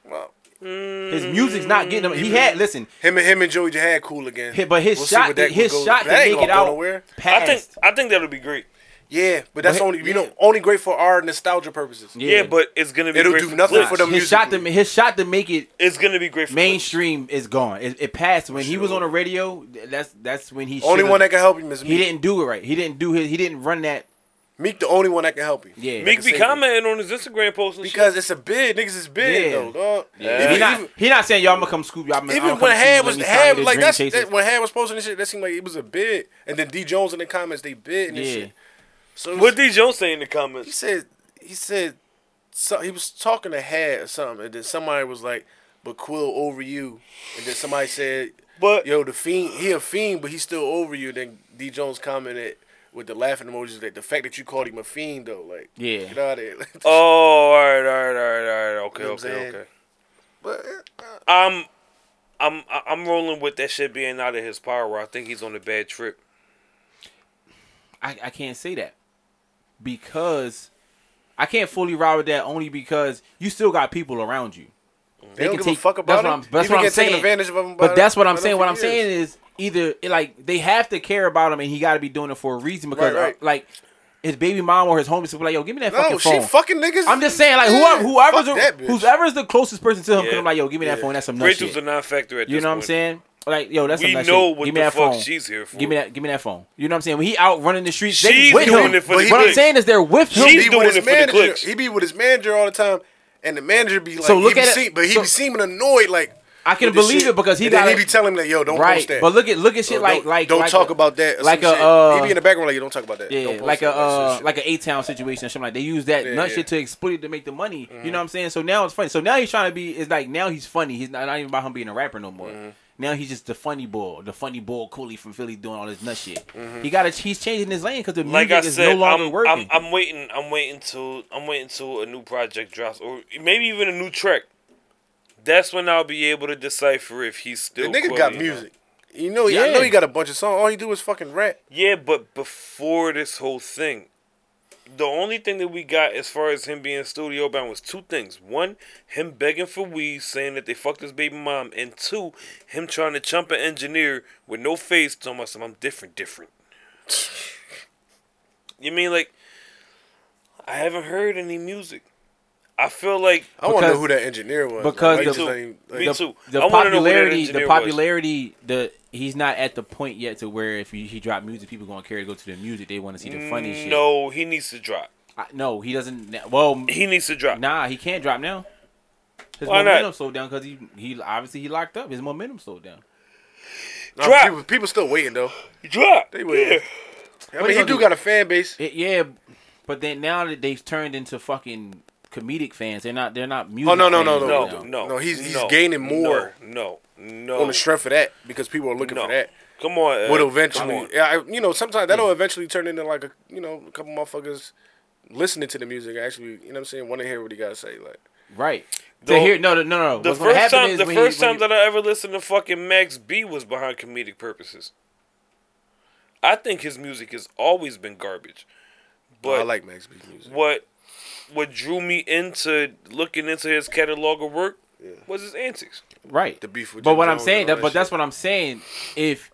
C: well,
D: His music's not getting him.
C: Mm-hmm.
D: He had listen,
C: him and him and Joey had cool again.
D: hi- but his
C: We'll see
D: shot,
C: what that
D: his
C: goes-
D: shot to
C: that ain't
D: make
C: gonna
D: it
C: go
D: out
C: nowhere.
D: past.
B: I think I think that'll be great.
C: Yeah, but that's
D: But-
C: only you know only great for our nostalgia purposes.
B: Yeah,
D: Yeah.
B: but it's gonna be
C: It'll
B: great
C: do nothing
B: clicks.
C: for them.
D: his shot to
C: musically.
D: his shot to make it
B: It's gonna be great for clicks.
D: mainstream is gone. It, it passed when he was on the radio. th- That's that's when he
C: Only
D: should've-
C: one that can help him is Meek.
D: he didn't do it right. He didn't do his. He didn't run that.
C: Meek the only one that can help you.
D: Yeah,
B: Meek be
C: save it.
B: commenting on his Instagram post and
C: Because it's a bid, niggas is bid
D: Yeah.
C: though, dog.
D: He
C: Even,
D: not, he not saying y'all gonna come scoop y'all.
C: even- even when Had was Had like that's that, when Had was posting this shit, that seemed like it was a bid. And then D Jones in the comments they bid and this
D: yeah.
C: shit. So it was-
B: shit. What did Jones say in the
C: he
B: comments?
C: said he said so, he was talking to Had or something, and then somebody was like, "But Quill over you," and then somebody said,
B: But
C: Yo, the fiend, he a fiend, but he's still over you. Then D Jones commented with the laughing emojis that the fact that you called him a fiend though, like
D: Yeah.
C: get out of here.
B: oh,
D: Uh,
B: all right, all right, all right, all right. Okay,
C: You know what I'm
B: okay,
C: saying?
B: okay.
C: but
B: I'm, I'm, I- I'm rolling with that shit being out of his power. Where I think he's on a bad trip.
D: I, I can't say that because I can't fully ride with that only because you still got people around you.
C: they don't
D: can
C: give
D: take-
C: a fuck
D: that's
C: about
D: what
C: him.
D: I'm-
C: He
D: that's
C: been
D: what I'm
C: getting taken
D: saying.
C: advantage of him. by
D: But that's what I'm
C: by them
D: saying.
C: for
D: What I'm
C: years.
D: saying is either like they have to care about him and he got to be doing it for a reason because
C: Right, right.
D: uh, like his baby mom or his homies will be like, yo, give me that
C: no,
D: fucking
C: she
D: phone.
C: fucking niggas.
D: I'm just saying, like
C: Yeah,
D: whoever, whoever's
C: fuck that bitch.
D: whoever's the closest person to him, 'cause
B: Yeah.
D: I'm like, yo, give me that
C: Yeah.
D: phone. That's some nut
B: Rachel's a
D: shit.
B: non-factor at
D: You
B: this
D: know what I'm
B: point.
D: saying? Like, yo, that's
B: We
D: some nut
B: know
D: shit.
B: what
D: give me
B: the
D: that
B: fuck
D: phone.
B: she's here for.
D: Give me that. Give me that phone. You know what I'm saying? When he out running the streets,
B: She's
D: they with
B: doing
D: him.
B: it for
D: But
B: the
D: what I'm
B: clicks.
D: saying is they're with him.
B: She's
C: he be
B: doing
C: with
B: it
C: his
B: for the
C: manager.
B: clicks.
C: He be with his manager all the time, and the manager be like,
D: So look
C: he be
D: at it-
C: seem- but he
D: so-
C: be seeming annoyed. Like
D: I can
C: with this
D: believe
C: shit.
D: it because he
C: and then
D: got
C: he
D: a-
C: be telling me like, yo, don't
D: right.
C: post that.
D: But look at look at shit
C: Or
D: like
C: don't,
D: like
C: don't
D: like
C: talk
D: a-
C: about that. or
D: Like
C: some
D: a
C: shit.
D: uh,
C: he be in the background like, yo, don't talk about that. Don't
D: Yeah,
C: post
D: like a
C: that. That's
D: uh,
C: just-
D: like an A Town situation or something like they use that
C: Yeah,
D: nut
C: yeah.
D: shit to exploit it to make the money.
B: Mm-hmm.
D: You know what I'm saying? So now it's funny. So now he's trying to be. It's like now he's funny. He's not, not even about him being a rapper no more.
B: Mm-hmm.
D: Now he's just the funny boy, the funny boy Cooley from Philly doing all this nut shit. He got to he's changing his lane because the
B: Mm-hmm. Like
D: music
B: I
D: is
B: said,
D: no longer
B: I'm,
D: working.
B: I'm, I'm waiting. I'm waiting till I'm waiting till a new project drops, or maybe even a new track. That's when I'll be able to decipher if he's
C: the
B: still.
C: nigga
B: Quilly
C: got
B: or not.
C: music. You know, I know
D: Yeah.
C: he got a bunch of songs. All he do is fucking rap.
B: Yeah, but before this whole thing, the only thing that we got as far as him being studio bound was two things. One, him begging for weed, saying that they fucked his baby mom, and two, him trying to chump an engineer with no face, telling myself I'm different, different. you mean like I haven't heard any music. I feel like
C: I want to know
D: Because-
C: who that engineer was.
D: because
C: Like,
D: the-
C: why you just ain't- like,
B: Me
D: the,
B: too.
D: the
B: I wanna know where that
D: popularity,
B: engineer
D: the
B: was.
D: popularity, the he's not at the point yet to where if he, he drop music, people gonna care to go to the music. They want to see the funny shit.
B: no, he needs to drop.
D: I, no, he doesn't. Well,
B: He needs to drop.
D: Nah, he can't drop now. His
B: Why not?
D: momentum slowed down because he he obviously he locked up. His momentum slowed down.
C: nah,
B: Drop.
C: People, people still waiting though.
B: Drop.
C: They
B: yeah.
C: waiting. I mean,
D: you
C: he
D: gonna
C: do
D: do?
C: got a fan base.
D: It- yeah, but then now that they've turned into fucking comedic fans, they're not they're not music.
C: Oh, no, no, no,
D: fans
C: no,
B: No,
D: now.
B: no,
C: No, he's- he's
B: no,
C: gaining more
B: No, no, no.
C: on the strength of that because people are looking
B: No.
C: for that.
B: Come on, Ed.
C: Would
B: Come
C: eventually,
B: on. Hmm.
C: yeah, I, you know, sometimes that'll eventually turn into like a, you know, a couple motherfuckers listening to the music actually, you know what I'm saying, want to hear what he got to say. Like,
D: right.
B: The-
D: to hear no, no, no, no.
B: The
D: What's gonna
B: first
D: happen
B: time,
D: is
B: the
D: when he-
B: first
D: when
B: time
D: he-
B: that I ever listened to fucking Max B was behind comedic purposes. I think his music has always been garbage,
C: oh, I
B: but
C: like Max B's music.
B: what what drew me into looking into his catalog of work was his antics.
D: right.
C: The beef with
D: but
C: Jim
D: what I'm
C: Jones
D: saying,
C: and all that
D: that, but that's
C: shit.
D: what I'm saying. If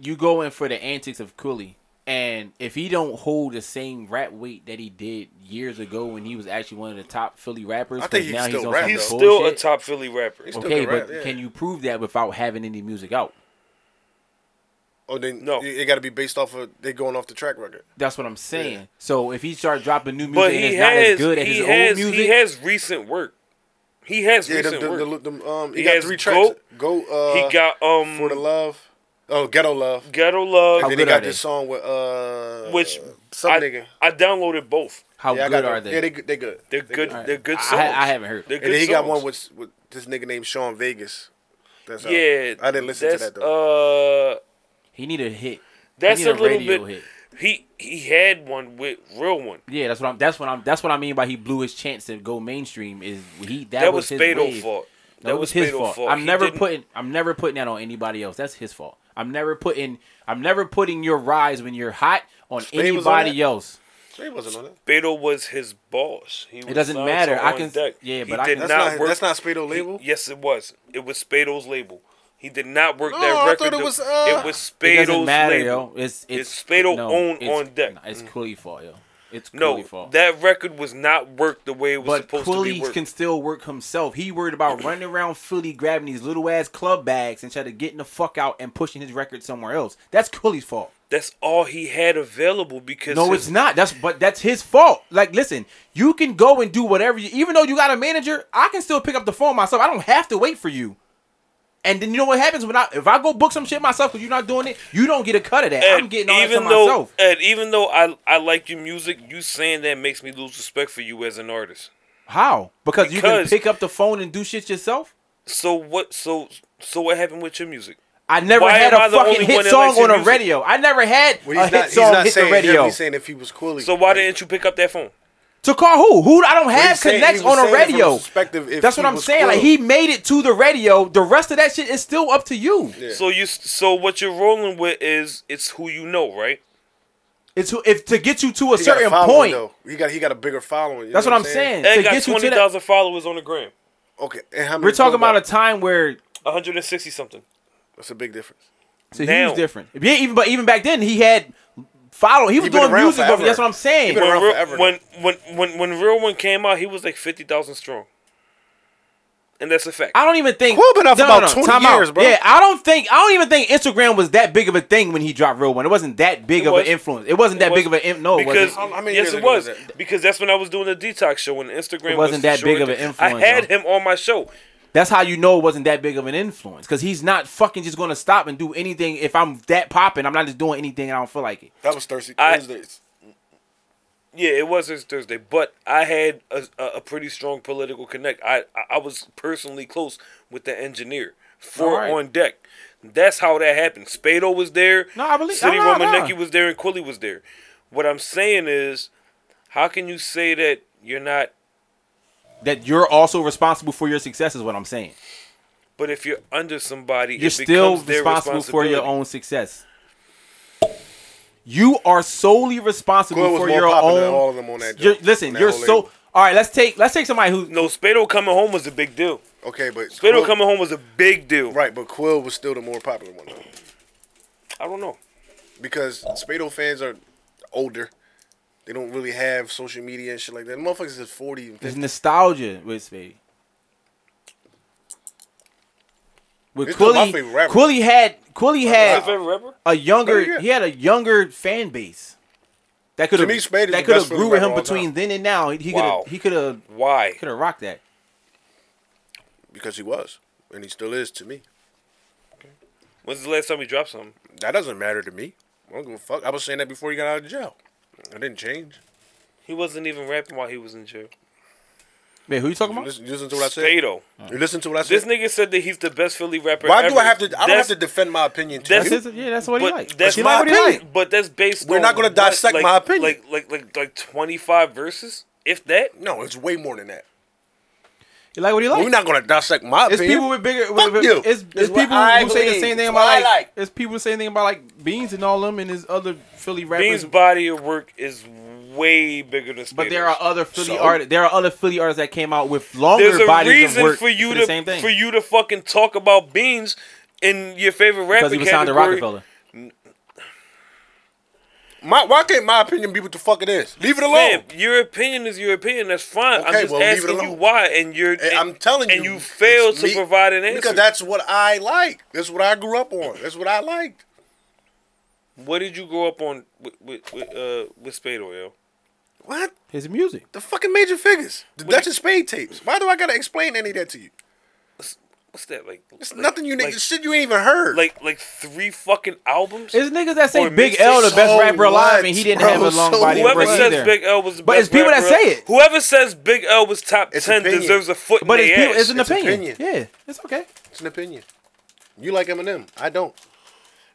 D: you go in for the antics of Cooley, and if he don't hold the same rap weight that he did years ago when he was actually one of the top Philly rappers,
C: I think
D: 'cause
C: he
D: now
C: still
D: he's on
C: rap,
D: some
B: He's
C: though.
B: still a
D: bullshit.
B: top Philly rapper.
C: He's still
D: Okay,
C: can rap,
D: but
C: yeah.
D: can you prove that without having any music out?
C: Oh, then
B: No.
C: no, it got to be based off of they going off the track record.
D: That's what I'm saying.
C: Yeah.
D: So if he start dropping new music
B: But
D: and
B: he
D: it's not as
B: has,
D: good as
B: he
D: his
B: has,
D: old music,
B: he has recent work. He has
C: Yeah, them,
B: recent
C: them,
B: work.
C: them, them, um, he,
B: He
C: got
B: has
C: three tracks. Go, uh,
B: he got um
C: for the love. Oh, ghetto love.
B: ghetto love.
D: How
C: And then he
D: good are
C: got
D: they?
C: this song with uh,
B: Which
C: some
B: I,
C: nigga.
B: I downloaded both.
D: how
C: yeah, I
D: good
C: got
D: are
C: them.
D: they?
C: Yeah, they good. They good.
B: They're good.
D: Alright.
B: They're good
D: I-
B: songs.
D: I haven't heard.
B: They're good
D: And
C: And then he got one
B: songs.
C: with with this nigga named Sean Vegas. That's all.
B: yeah.
C: I didn't listen to
B: that's,
C: that though.
B: Uh,
D: He need a hit.
B: that's
D: he
B: a,
D: need a,
B: little
D: radio
B: bit.
D: hit.
B: He he had one with real one.
D: Yeah, that's what I'm. That's what I'm. That's what I mean by he blew his chance to go mainstream. Is he? That,
B: That, was,
D: his
B: Spado
D: wave.
B: fault.
D: That, was, his
B: Spado
D: fault. I'm
B: He
D: never
B: didn't-
D: putting. I'm never putting that on anybody else. That's his fault. I'm never putting. I'm never putting your rise when you're hot on
C: Spade was on
D: anybody
C: that?
D: else.
C: He wasn't on that.
B: Spado was his boss. He was
D: doesn't
B: signed
D: matter.
B: to
D: I
B: On
D: can-
B: Deck. He
D: yeah, but I
B: did
D: can-
C: That's
B: not
C: not.
B: work.
C: That's not Spado label.
B: Yes, it was. It was Spado's label. He did not work
C: No, I
B: that
C: thought
B: record.
C: it
B: The-
C: was, uh,
B: it was
D: It
B: Spado's
D: doesn't matter,
B: label.
D: yo. It's it's,
B: It's Spado own
D: it's-
B: on deck. Mm.
D: nah, it's Quilly fault, yo. It's
B: No,
D: Quilly fault.
B: that record was not worked the way it was
D: but
B: supposed to be
D: Quilly
B: worked.
D: can still work himself. He worried about running around Philly grabbing these little ass club bags instead of getting the fuck out and pushing his record somewhere else. That's Quilly's fault.
B: That's all he had available because
D: No,
B: his-
D: it's not. That's but that's his fault. Like, listen, you can go and do whatever you even though you got a manager, I can still pick up the phone myself. I don't have to wait for you. And then you know what happens when I if I go book some shit myself because you're not doing it, you don't get a cut of that.
B: Ed,
D: I'm getting all that to
B: though,
D: myself.
B: Ed, even though I I like your music, you saying that makes me lose respect for you as an artist.
D: How? Because, you can
B: Because-
D: pick up the phone and do shit yourself?
B: So what? So so what happened with your music?
D: I never
B: Why
D: had
B: am I
D: a
B: the
D: fucking
B: only one
D: hit
B: that
D: song
B: likes your
D: on a
B: music?
D: radio. I never had
C: Well,
D: a
C: he's
D: hit
C: not, he's
D: song
C: not
D: hit the
C: saying him,
D: radio.
C: He's saying if he was coolly.
B: So why didn't you pick up that phone?
D: To call who? Who I don't have
C: he's saying-
D: connects
C: he was
D: on a
C: saying from
D: radio.
C: his perspective if
D: That's
C: he
D: what I'm
C: was
D: saying. Like
C: Quilly.
D: he made it to the radio. The rest of that shit is still up to you.
C: Yeah.
B: So you so what you're rolling with is it's who you know, right?
D: It's who, if to get you to a
C: He got a
D: certain
C: following,
D: point.
C: Though. He got he got a bigger following. you
D: That's
C: know
D: what I'm saying.
B: Ed
D: To
B: got
D: get you to
B: twenty
D: that,
B: thousand followers on the gram,
C: Okay, and how many
D: we're talking
C: people
D: about a time where
B: one hundred and sixty something.
C: That's a big difference.
D: it's a
B: Now.
D: huge difference. Yeah, even but even back then he had follow. He was
C: been
D: doing
C: around
D: music, but
C: forever.
D: that's what I'm saying.
C: He been
B: When
C: around
B: real,
C: forever,
B: when, when when when real one came out, he was like fifty thousand strong, and that's a fact.
D: I don't even think
C: Quil been out for about 20
D: time out.
C: years, bro.
D: Yeah, I don't think I don't even think Instagram was that big of a thing when he dropped Real One. It wasn't that big
B: It
D: of
B: was.
D: an influence. It wasn't that
B: It
D: big of
B: was.
D: an im- no.
B: because
D: it wasn't.
C: How- how many
B: yes,
C: years
B: it
C: ago was
B: was
C: that?
B: because that's when I was doing the detox show and Instagram
D: It wasn't
B: was
D: that big
B: showing
D: of an
B: the-
D: influence,
B: I had
D: though.
B: him on my show.
D: that's how you know it wasn't that big of an influence because he's not fucking just gonna stop and do anything if I'm that popping. I'm not just doing anything and I don't feel like it.
C: That was thirsty
B: I-
C: Thursdays.
B: Yeah, it was this Thursday, but I had a, a, a pretty strong political connect. I I- I was personally close with the engineer for
D: Alright.
B: on deck. That's how that happened. Spado was there.
D: No, I believe-
B: City
D: no, no,
B: Romanecki
D: no.
B: was there, and Quilly was there. What I'm saying is, how can you say that you're not?
D: That you're also responsible for your success is what I'm saying.
B: But if you're under somebody,
D: You're
B: it
D: still
B: becomes their
D: responsible for your
B: responsibility.
D: own success. You are solely responsible
C: Quill was
D: for
C: more
D: your
C: popping than
D: own.
C: all of them on that.
D: You're-
C: joint,
D: listen,
C: that
D: you're
C: whole
D: so.
C: label.
D: All right, let's take let's take somebody who
B: No, Spado coming home was a big deal.
C: okay, but
B: Spado
C: Quill-
B: coming home was a big deal.
C: right, but Quill was still the more popular one though,
B: I don't know.
C: because Spado fans are older. They don't really have social media and shit like that. Motherfuckers is forty. and
D: is
C: 50.
D: nostalgia with Spade. With
C: This is my
D: Quilly,
C: favorite rapper.
D: Quilly had Quilly
B: Your
D: had
B: favorite rapper?
D: a younger
C: Yeah, yeah.
D: he had a younger fan base that could have
C: me, Spade is
D: that
C: the
D: could have
C: best
D: grew
C: Philly
D: with him
C: rapper of all
D: between
C: time.
D: then and now. He could have
B: Wow.
D: he could have
B: Why?
D: could have rocked that.
C: because he was and he still is to me.
B: When's the last time he dropped something?
C: That doesn't matter to me. I don't give a fuck. I was saying that before he got out of jail. I didn't change.
B: He wasn't even rapping while he was in jail.
D: Man, who you talking
C: You
D: about?
C: listen, you listen to what I said.
B: Spado.
C: You listen to what I said.
B: This nigga said that he's the best Philly rapper.
C: Why
B: ever.
C: do I have to? I don't
B: That's-
C: have to defend my opinion to
B: that's
C: you.
D: That's his- yeah, that's what he
B: But
D: liked.
B: that's
D: He
B: my
D: liked what he liked.
B: opinion. But that's based.
C: We're
B: on
C: not gonna
B: what,
C: dissect
B: like-
C: my opinion.
B: Like like like like twenty five verses, if that.
C: No, it's way more than that.
D: He liked what he liked.
C: We're not gonna dissect my
D: It's
C: opinion.
D: people with bigger.
C: Fuck
D: with-
C: you.
D: It's,
C: This
D: it's
C: is what
D: people
C: I
D: who say the
C: believe.
D: same thing
C: This is
D: about
C: what I
D: like,
C: like.
D: It's people who say the same thing about like Beans and all them and his other Philly rappers.
B: Bean's body of work is way bigger than. Spado's.
D: but there are other Philly
C: So?
D: artists. There are other Philly artists that came out with longer
B: There's a
D: bodies of
B: reason
D: work
B: for you
D: for
B: to
D: the same thing
B: for you to fucking talk about Beans in your favorite rapper
D: because he was signed to
B: category.
D: Rockefeller.
C: My, why can't my opinion be what the fuck it is? Leave it alone.
B: Man, your opinion is your opinion. That's fine. I'm
C: Okay,
B: just
C: well, leave it
B: asking you
C: alone.
B: why, and you're.
C: And I'm telling you,
B: and you failed
C: it's
B: to
C: me-
B: provide an answer.
C: because that's what I like. That's what I grew up on. That's what I liked.
B: what did you grow up on with with, with uh with Spado, yo?
C: What
D: His music.
C: the fucking major figures? The Dutch and Spade tapes. Why do I gotta explain any of that to you?
B: What's that like?
C: It's
B: like-
C: nothing you niggas
B: like,
C: shit you ain't even heard.
B: like like three fucking albums.
D: It's niggas that say
B: Or
D: Big
B: mixtape.
D: L the best
C: So
D: rapper alive
C: what,
D: and he didn't
C: bro?
D: have a long
C: So
D: body of
B: Whoever
D: work
C: Right
B: says
D: either.
B: Big L was the
D: But
B: best
D: it's people that
B: rapper-
D: say it.
B: Whoever says Big L was top
C: It's
B: ten
C: opinion.
B: deserves a foot
D: But
B: in the
D: it's people.
B: ass.
D: It's an
C: It's
D: opinion.
C: opinion.
D: Yeah, it's okay.
C: it's an opinion. You like Eminem. I don't.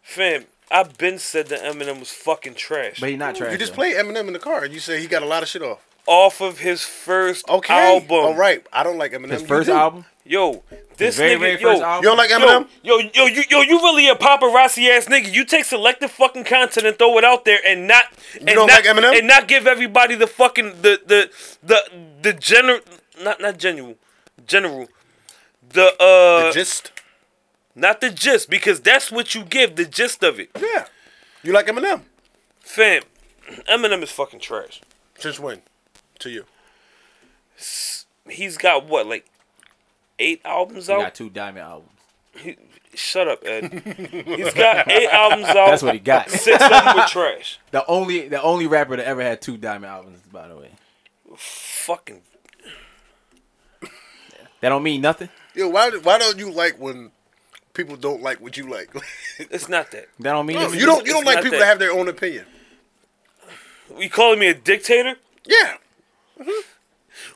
B: Fam, I've been said that Eminem was fucking trash.
D: But he not trash.
C: You just
D: though.
C: play Eminem in the car and you say he got a lot of shit off.
B: Off of his first
C: Okay.
B: album,
C: All right. I don't like Eminem.
D: his
C: You
D: first
C: do.
D: album.
B: Yo, this
D: very,
B: nigga,
D: very
B: yo,
D: first album.
C: You don't like Eminem?
B: Yo, yo, yo, you, yo, you really a paparazzi ass nigga. You take selective fucking content and throw it out there, and not, and
C: don't
B: not,
C: like Eminem?
B: and not give everybody the fucking the the the the general, not not general, general, the uh
C: the gist.
B: Not the gist, because that's what you give, the gist of it.
C: Yeah. You like Eminem?
B: Fam, Eminem is fucking trash.
C: Since when? To you.
B: He's got what, like eight albums
D: He
B: out?
D: got two diamond albums.
B: Shut up, Ed. He's got eight albums out.
D: That's what he got.
B: Six of them were trash.
D: The only the only rapper that ever had two diamond albums, by the way.
B: Fucking
D: That don't mean nothing.
C: Yo, why why don't you like when people don't like what you like?
B: it's not that.
D: That don't mean
C: No,
D: nothing.
C: you don't you don't
B: it's
C: like
B: not
C: people
B: that.
C: that have their own opinion.
B: You calling me a dictator?
C: Yeah.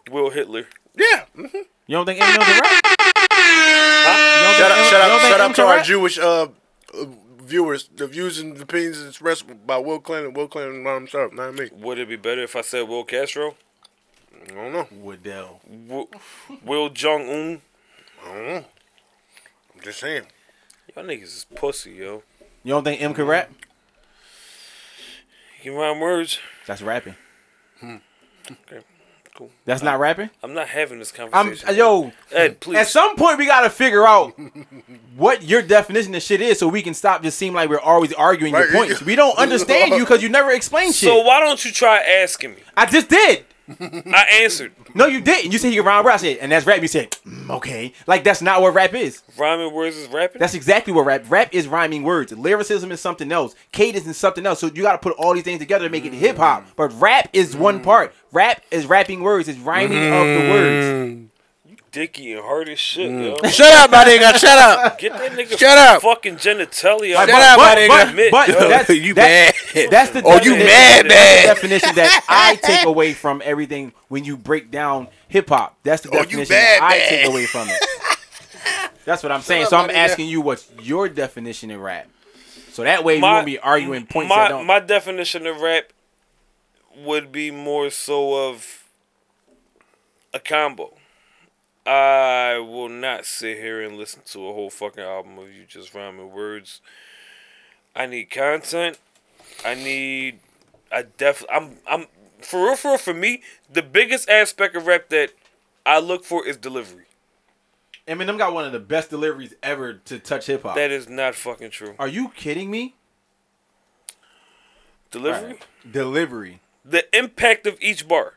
B: Will Hitler.
C: Yeah. Mhm.
D: You don't think Eminem can rap?
C: Shout out, shout
D: you don't
C: out,
D: think
C: shout
D: Eminem
C: out to
D: can
C: our
D: rap?
C: Jewish uh, uh, viewers. The views and opinions expressed by Will Clinton, Will Clinton, Ron Sharp, not me.
B: Would it be better if I said Will Castro?
C: I don't know.
D: Waddell.
B: Will, Will Jong Un?
C: I'm just saying.
B: Y'all niggas is pussy, yo.
D: You don't think M can rap?
B: You can rhyme words.
D: That's rapping.
B: Okay, cool.
D: That's not rapping.
B: I'm not having this
D: I'm uh,
B: conversation.
D: yo.
B: Ed, please.
D: At some point, we gotta figure out what your definition of shit is, so we can stop. Just seem like we're always arguing your
C: Right.
D: points. We don't understand you because you never explain shit.
B: so why don't you try asking me?
D: I just did.
B: I answered.
D: No, you didn't. You said you can rhyme rap. I said, and that's rap. You said, "Mm, okay, like that's not what rap is.
B: Rhyming words is rapping.
D: That's exactly what rap. Rap is rhyming words. Lyricism is something else. Cadence is something else. So you got to put all these things together to make it hip hop.
C: Mm.
D: But rap is one part. Rap is rapping words. It's rhyming of
C: Mm.
D: the words.
B: Dicky and hard as shit, yo.
C: Shut up, my nigga. Shut up.
B: Get that nigga
C: Shut up.
B: fucking genitalia. out
D: Like,
C: Shut up,
B: my
C: my
B: fucking
C: nigga.
B: mitt,
D: But
B: yo.
D: that's,
C: You
D: that-
C: mad.
D: That's the
C: Oh, you
D: definition-
C: mad,
D: that's the
C: mad.
D: definition that I take away from everything when you break down hip hop. That's the
C: Oh, you
D: definition
C: mad,
D: that I
C: mad.
D: take away from it. That's what I'm saying. So
C: up,
D: I'm
C: my nigga.
D: asking you, what's your definition of rap? So that way we
B: My-
D: won't be arguing points that
B: my
D: don't.
B: my definition of rap would be more so of a combo. I will not sit here and listen to a whole fucking album of you just rhyming words. I need content. I need. I def. I'm. I'm. For real, for real, for me, the biggest aspect of rap that I look for is delivery.
D: Eminem got one of the best deliveries ever to touch hip hop.
B: That is not fucking true.
D: Are you kidding me?
B: Delivery.
D: Delivery.
B: The impact of each bar.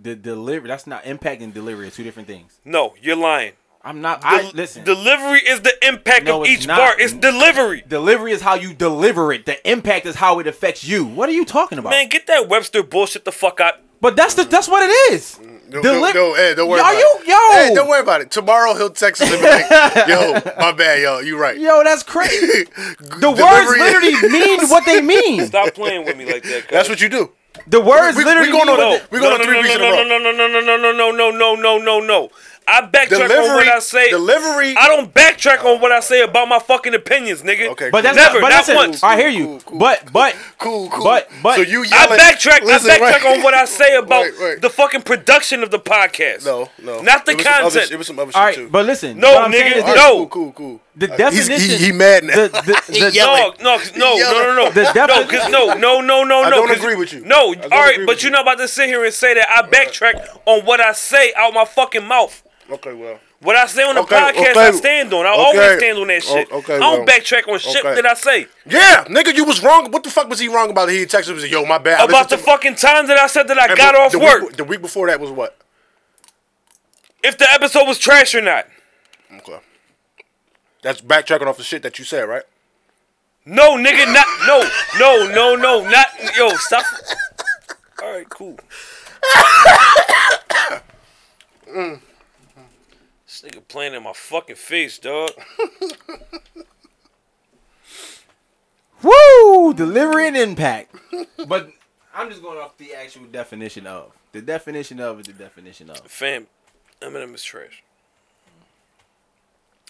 D: The delivery. That's not impact and delivery. Are two different things.
B: No, you're lying.
D: I'm not. I
B: Del-
D: listen.
B: Delivery is the impact
D: No,
B: of
D: it's
B: each
D: not.
B: bar. It's delivery.
D: delivery is how you deliver it. The impact is how it affects you. What are you talking about?
B: Man, get that Webster bullshit the fuck out.
D: But that's the that's what it is.
C: No,
D: Deli-
C: no, no, hey, Mm, don't worry
D: Are
C: about
D: you
C: it.
D: yo?
C: Hey, don't worry about it. Tomorrow he'll text us and be like, yo, my bad, yo. You right.
D: Yo, that's crazy. The
C: Delivery-
D: words literally mean what they mean.
B: Stop playing with me like that.
C: That's what you do.
D: The words
C: We- we
D: literally.
C: going
D: mean
C: on
D: what
B: No,
D: they-
C: We
B: no,
C: going to
B: no,
C: three
B: no,
C: weeks
B: no,
C: in a row.
B: no, no, no, no, no, no, no, no, no, no, no, no. I backtrack on
C: Delivery-
B: what I say.
C: delivery-
B: I don't backtrack on what I say about my fucking opinions, nigga.
C: Okay,
D: But that's
B: Never,
D: but
B: not
D: listen,
B: once.
D: I hear you.
C: Cool, cool,
D: but but
C: Cool, cool.
D: But- but-
C: so you
B: I
C: yelling,
B: backtrack.
C: Listen,
B: I backtrack
C: right-
B: on what I say about
C: Right, right.
B: the fucking production of the podcast.
C: No, no.
B: not the
C: It was some other
B: content.
C: shit- It was some other shit
D: all right.
C: too.
D: But listen.
B: No,
D: what I'm saying
B: nigga,
D: is
C: All
D: this.
C: right,
B: no.
C: cool, cool, cool.
D: The
C: All right, he's-
D: definition-
C: He, he mad now.
D: The, the, the,
B: No, no, 'cause- no, no, no, no,
D: The
B: no,
D: definition-
B: 'cause no, no, no, no,
C: I
B: no.
C: don't
B: 'cause-
C: agree with you.
B: No,
C: I don't
B: all right,
C: agree
B: but
C: with
B: you're
C: you.
B: not about to sit here and say that I backtrack on what I say out my fucking mouth.
C: Okay, well.
B: What I say on the
C: Okay,
B: podcast,
C: okay.
B: I stand on. I
C: Okay.
B: always stand on that
C: O-
B: shit.
C: okay,
B: I don't
C: well.
B: backtrack on shit
C: Okay.
B: that I say
C: Yeah, nigga, you was wrong. What the fuck was he wrong about? He texted me, and said, "Yo, my bad." I
B: about
C: listened
B: the
C: to-
B: fucking time that I said that I
C: Hey,
B: got
C: but
B: off
C: the
B: work.
C: Week, the week before that was what?
B: If the episode was trash or not.
C: Okay. That's backtracking off the shit that you said, right?
B: No, nigga, not no, no, no, no, not yo. Stop. All right, cool. This nigga playing in my fucking face, dog.
D: Woo! Delivery and impact. But I'm just going off the actual definition of. The definition of is the definition of.
B: Fam, Eminem is trash.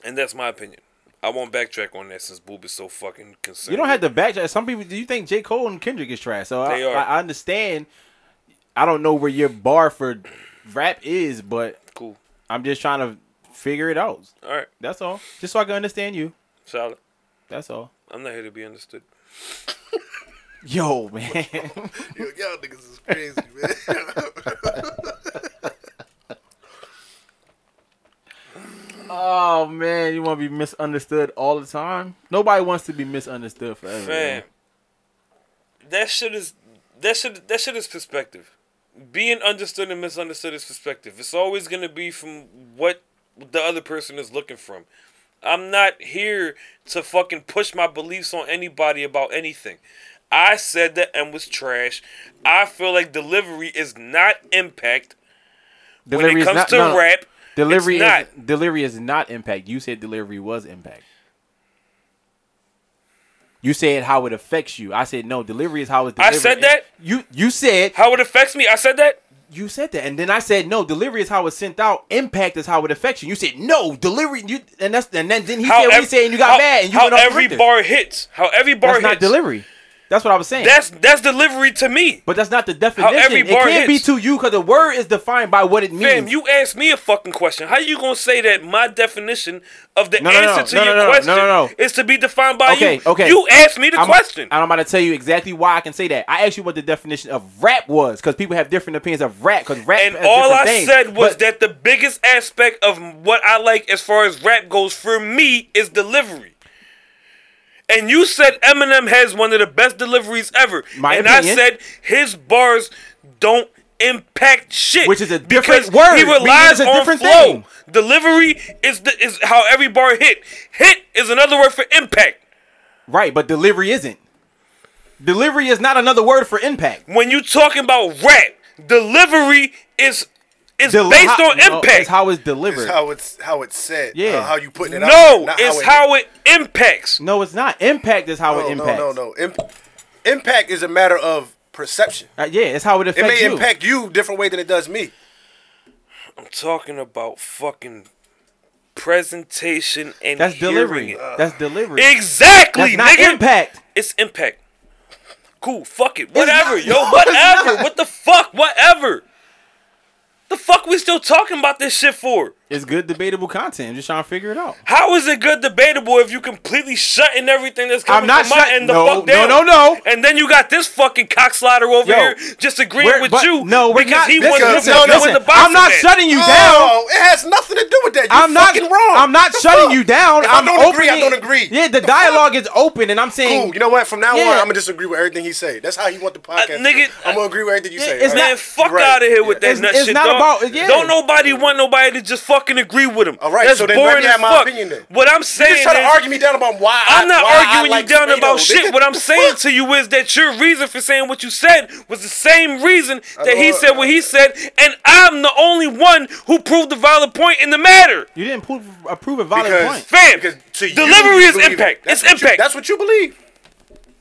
B: And that's my opinion. I won't backtrack on that since Boob is so fucking concerned.
D: You don't have to backtrack. Some people, do you think J. Cole and Kendrick is trash? So I,
B: They are.
D: I understand. I don't know where your bar for rap is, but
B: Cool.
D: I'm just trying to figure it out.
B: All right,
D: That's all. Just so I can understand you.
B: solid.
D: That's all.
B: I'm not here to be understood.
D: Yo, man.
C: Yo, y'all niggas is crazy, man.
D: Oh man, you want to be misunderstood all the time? Nobody wants to be misunderstood forever.
B: Man,
D: man.
B: that shit is that shit that shit is perspective. Being understood and misunderstood is perspective. It's always gonna be from what the other person is looking from. I'm not here to fucking push my beliefs on anybody about anything. I said that and was trash. I feel like delivery is not impact when it
D: Delivery is
B: comes
D: not-
B: to
D: no, no.
B: rap.
D: Delivery
B: it's
D: is
B: not.
D: delivery is not impact. You said delivery was impact. You said how it affects you. I said no. Delivery is how it's
B: I
D: delivered.
B: said
D: And
B: that?
D: You you said
B: How it affects me? I said that.
D: you said that, and then I said no. Delivery is how it's sent out. Impact is how it affects you. You said no. Delivery. You and that's and then then he said what he
B: ev-
D: said, and you got
B: how-
D: mad, and you
B: how
D: went off the
B: every
D: Richter.
B: bar hits. How every bar
D: That's not
B: hits.
D: delivery. That's what I was saying.
B: That's that's delivery to me.
D: but that's not the definition.
B: every
D: it
B: bar
D: can't
B: hits.
D: be to you because the word is defined by what it means.
B: Fam, you asked me a fucking question. How you gonna say that my definition of the
D: No, no, no,
B: answer to
D: no,
B: your
D: no, no,
B: question
D: no, no, no.
B: is to be defined by
D: Okay,
B: you?
D: okay.
B: You asked me the
D: I'm,
B: question.
D: and I'm about to tell you exactly why I can say that. I asked you what the definition of rap was because people have different opinions of rap because rap.
B: and
D: has
B: all
D: different
B: I
D: things.
B: said was
D: But-
B: that the biggest aspect of what I like as far as rap goes for me is delivery. And you said Eminem has one of the best deliveries ever.
D: My
B: and
D: opinion.
B: I said his bars don't impact shit.
D: Which is a
B: because
D: different word.
B: He
D: Meaning
B: relies
D: is a
B: on
D: different
B: flow.
D: thing.
B: Delivery is the, is how every bar hit. Hit is another word for impact.
D: right, but delivery isn't. Delivery is not another word for impact.
B: When you talking about rap, delivery is is
D: Deli-
B: based
D: how-
B: on
D: no,
B: impact.
D: it's how it's delivered.
C: It's how it's how it's said.
D: Yeah.
C: uh, how you putting it out.
B: No,
C: there, not
B: it's
C: it-
B: how it, impacts.
D: no, it's not. Impact is how
C: no,
D: it impacts.
C: No, no, no. Imp- impact is a matter of perception.
D: Uh, yeah, it's how it
C: It
D: affects
C: may
D: you.
C: impact you different way than it does me.
B: I'm talking about fucking presentation and
D: That's
B: hearing
D: delivery.
B: it.
D: That's delivery.
B: Exactly,
D: That's not
B: nigga.
D: impact.
B: It's impact. Cool. Fuck it. Whatever,
D: not-
B: yo.
D: no, it's
B: whatever.
D: not.
B: What the fuck? Whatever. The fuck we still talking about this shit for?
D: It's good debatable content. I'm just trying to figure it out.
B: How is it good debatable if you completely shutting everything that's coming
D: I'm not
B: from my
D: shutting.
B: end the
D: No,
B: fuck
D: no,
B: down?
D: no, no.
B: And then you got this fucking cockslider over
D: Yo,
B: here just agreeing
D: We're-
B: with
D: but-
B: you
D: No, we're
B: because
D: not.
B: he
D: listen,
B: wasn't
D: listen,
B: no, no, in
D: listen.
B: the boxing
D: I'm not
B: match.
D: shutting you down.
C: Oh, it has nothing to do with that. You're
D: I'm not
C: fucking wrong.
D: I'm not
C: The
D: shutting
C: fuck?
D: you down.
C: If I
D: I'm
C: don't agree, I
D: opening-
C: don't agree.
D: Yeah, the, dialogue is open, and I'm saying
C: Cool. You know what? From now
D: Yeah.
C: on,
D: Uh,
C: I'm gonna disagree with everything he say. That's how he want the podcast.
B: nigga,
C: I'm gonna agree with everything you
D: Yeah,
C: say.
D: it's
C: all right?
B: Man, fuck
C: Right.
B: out of here with that
D: It's-
B: nut
D: it's
B: shit.
D: not
B: dog.
D: about- yeah.
B: Don't nobody want nobody to just fucking agree with him.
C: All right,
B: that's
C: so then let
B: boring
C: me have
B: as
C: my
B: fuck.
C: opinion then.
B: What I'm
C: You
B: saying
C: just trying to
B: is,
C: argue me down about why I-
B: I'm not
C: why I
B: arguing
C: like
B: you down
C: tomato,
B: about
C: nigga.
B: shit. What I'm saying to you is that your reason for saying what you said was the same reason that he
C: know-
B: said what he said, and I'm the only one who proved the valid point in the matter.
D: you didn't prove, approve a valid
C: Because-
D: point.
B: Fam,
C: Because to you,
B: delivery
C: you
B: is
C: believe it.
B: impact.
C: That's
B: it's
C: what you-
B: impact.
C: that's what you believe.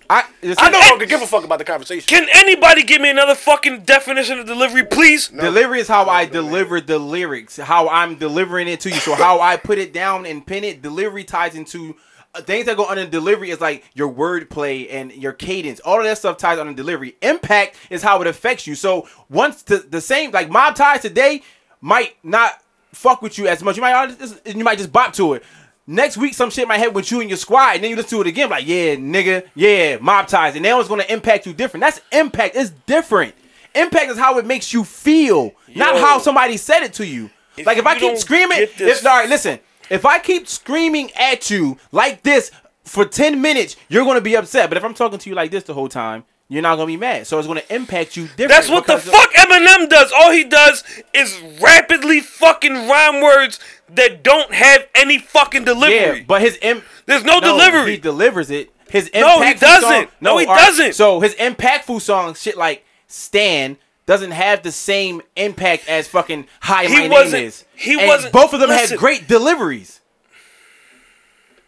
D: I, listen,
C: I don't
B: Hey.
C: fucking give a fuck about the conversation.
B: Can anybody give me another fucking definition of delivery, please?
D: Delivery is how I deliver the lyrics, how I'm delivering it to you. So how I put it down and pin it. Delivery ties into uh, things that go under delivery is like your wordplay and your cadence. All of that stuff ties under delivery. Impact is how it affects you. So once the, the same like mob ties today might not fuck with you as much. You might oh, this, is- you might just bop to it. Next week, some shit might happen with you and your squad, and then you listen to it again, like, yeah, nigga, yeah, mob ties, and now it's gonna impact you different. That's impact. It's different. Impact is how it makes you feel, not
B: Yo.
D: how somebody said it to you. like if I
B: you
D: keep
B: don't
D: screaming,
B: get this-
D: if all right, listen, if I keep screaming at you like this for ten minutes, you're gonna be upset. But if I'm talking to you like this the whole time, you're not gonna be mad. So it's gonna impact you different.
B: That's what the
D: because of-
B: fuck Eminem does. All he does is rapidly fucking rhyme words that don't have any fucking delivery.
D: Yeah, but his imp.
B: There's no delivery.
D: He delivers it. His impactful
B: No, he
D: Song,
B: doesn't. No, he
D: all right.
B: doesn't.
D: So his impactful song, shit like "Stan," doesn't have the same impact as fucking "Hi,
B: He
D: my
B: wasn't-
D: name is."
B: he
D: And
B: wasn't-
D: Both of them
B: listen.
D: had great deliveries.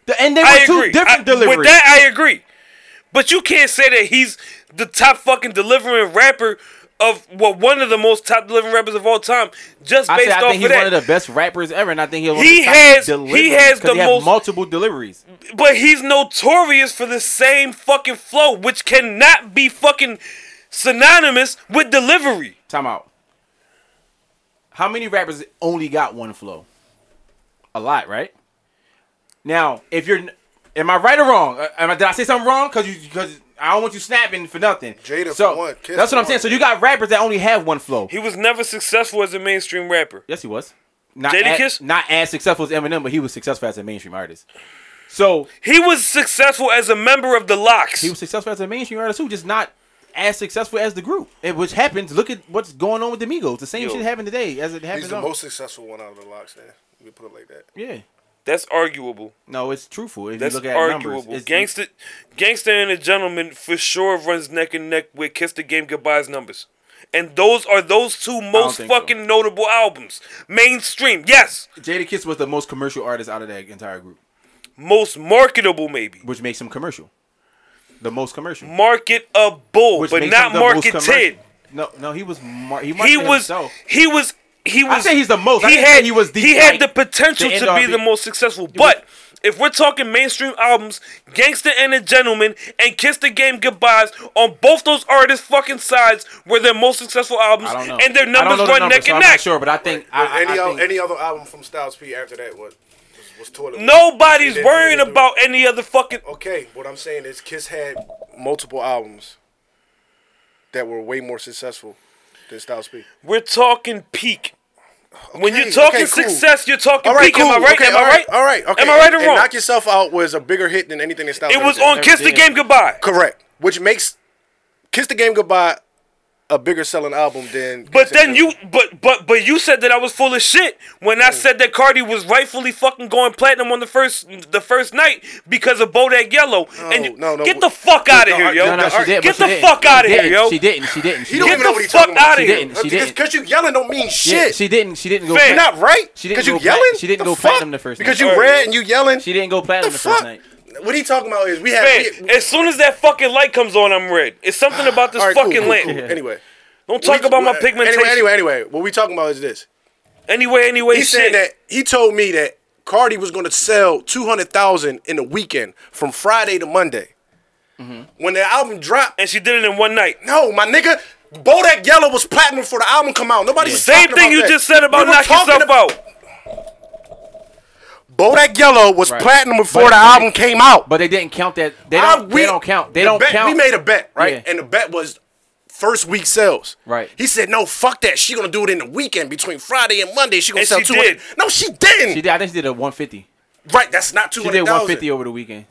D: The- and they were
B: I
D: two
B: agree.
D: different
B: I-
D: deliveries.
B: With that, I agree. But you can't say that he's the top fucking delivering rapper of well, one of the most top delivering rappers of all time, just
D: I
B: based
D: said I
B: off
D: think
B: of
D: he's
B: that.
D: one of the best rappers ever, and I think he's one
B: He
D: of the top
B: has- he
D: deliveries
B: has
D: 'cause
B: the
D: he has
B: most-
D: multiple deliveries.
B: but he's notorious for the same fucking flow, which cannot be fucking synonymous with delivery.
D: Time out. How many rappers only got one flow? A lot, right? Now, if you're, am I right or wrong? Uh, Am I, did I say something wrong? Because you, because I don't want you snapping for nothing.
C: Jada
D: so,
C: for one, Kiss
D: that's
C: for
D: what I'm saying.
C: one.
D: So you got rappers that only have one flow.
B: He was never successful as a mainstream rapper.
D: yes, he was. not
B: Jadakiss?
D: as, not as successful as Eminem, but he was successful as a mainstream artist. So
B: He was successful as a member of the Locks.
D: he was successful as a mainstream artist too, just not as successful as the group. And which happens. Look at what's going on with the Migos. The same
B: Yo.
D: shit happened today as it happens.
C: He's the
D: on-
C: most successful one out of the locks. Then we put it like that.
D: yeah.
B: That's arguable.
D: No, it's truthful. If
B: That's
D: you look at
B: arguable.
D: numbers, it's,
B: Gangsta, Gangsta and the Gentleman for sure runs neck and neck with Kiss the Game Goodbye's numbers. And those are those two most
D: think so.
B: fucking notable albums. Mainstream, yes.
D: Jadakiss was the most commercial artist out of that entire group,
B: Most marketable, maybe.
D: which makes him commercial. The most commercial,
B: Marketable,
D: which
B: but
D: makes
B: not
D: him the most
B: marketed.
D: commercial- No, no, he was mar- he,
B: He
D: marketed
B: was,
D: himself.
B: he was, he was.
D: say he's the most. I
B: He
D: didn't say
B: had,
D: he was the-
B: he had
D: like,
B: the potential
D: the
B: to be
D: NRB.
B: the most successful. But if we're talking mainstream albums, Gangsta and the Gentleman and Kiss the Game Goodbyes on both those artists' fucking sides were their most successful albums,
D: I don't know.
B: and their
D: I don't
B: numbers
D: know the
B: run
D: numbers,
B: neck
D: so
B: and
D: I'm
B: neck.
D: not sure, but I think I,
C: But
D: I,
C: any
D: I
C: al-
D: think
C: any other album from Styles P after that was was, was toilet.
B: Nobody's
C: They didn't
B: worrying
C: really do it.
B: about any other fucking.
C: Okay, what I'm saying is Kiss had multiple albums that were way more successful than Styles P.
B: We're talking peak. when
C: Okay,
B: you're talking
C: okay, cool.
B: success, you're talking
C: All right,
B: peak.
C: cool.
B: Am I right?
C: Okay,
B: Am
C: all
B: I right?
C: All right. Okay.
B: Am I right or
C: And
B: wrong?
C: Knock yourself out was a bigger hit than anything that Styles.
B: It
C: ever
B: was
C: did.
B: on Kiss the
D: did.
B: Game Goodbye.
C: Correct. Which makes Kiss the Game Goodbye a bigger selling album than.
B: But
C: Kiss
B: then
C: the-
B: you, but but but you said that I was full of shit when I said that Cardi was rightfully fucking going platinum on the first the first night because of Bodak Yellow. and you,
C: no, no,
B: get
C: wh-
B: the fuck out of
C: no,
B: here,
C: I-
B: yo.
D: no, no, she
C: Alright,
D: did, but
B: get
D: she
B: the
D: didn't.
B: fuck
D: She
B: outta here,
D: didn't.
B: yo.
D: She didn't. She didn't. She
B: get
C: don't even
D: didn't.
C: know
B: the
C: what he
B: fuck
C: talking about.
B: out of
D: She
B: here.
D: didn't.
C: Uh, Because-
D: She didn't.
C: Because you yelling don't mean
D: Yeah,
C: shit.
D: she didn't. She didn't go.
B: Fair.
C: You're not right.
D: She didn't
C: Because you
D: go plat-
C: yelling.
D: she didn't
C: The
D: go
C: fuck?
D: platinum the first
C: Because
B: night.
C: you red and you yelling.
D: She didn't go
C: the
D: platinum the
C: fuck?
D: first night.
C: What he talking about is we have.
B: Man,
C: we-
B: as soon as that fucking light comes on, I'm red. It's something about this
C: All right, cool,
B: fucking
C: cool,
B: lamp.
C: cool. Anyway.
B: Don't talk
C: We-
B: about my
C: uh,
B: pigmentation.
C: Anyway, anyway, anyway. What we talking about is this.
B: anyway, anyway,
C: He
B: shit.
C: said that he told me that Cardi was going to sell two hundred thousand in the weekend from Friday to Monday.
D: Mm-hmm.
C: When the album dropped,
B: and she did it in one night.
C: no, my nigga, Bodak Yellow was platinum for the album come out. Nobody was
B: Same
C: talking
B: thing
C: about
B: you
C: that.
B: just said about
C: We were
B: knock
C: talking
B: yourself
C: about-
B: out.
C: Bodak Yellow was
D: Right.
C: platinum before
D: But-
C: the album came out.
D: But they didn't count that. They
C: I-
D: don't.
C: we-
D: they don't count. They
C: the
D: don't
C: bet-
D: count.
C: We made a bet, right?
D: Yeah.
C: And the bet was first week sales.
D: Right.
C: He said, "No, fuck that. She gonna do it in the weekend between Friday and Monday. She gonna
B: And
C: sell
B: she
C: two hundred.
B: did.
C: No, she didn't.
D: She did. I think she did a 150.
C: Right. That's not two
D: She did
C: hundred
D: 150
C: thousand.
D: over the weekend.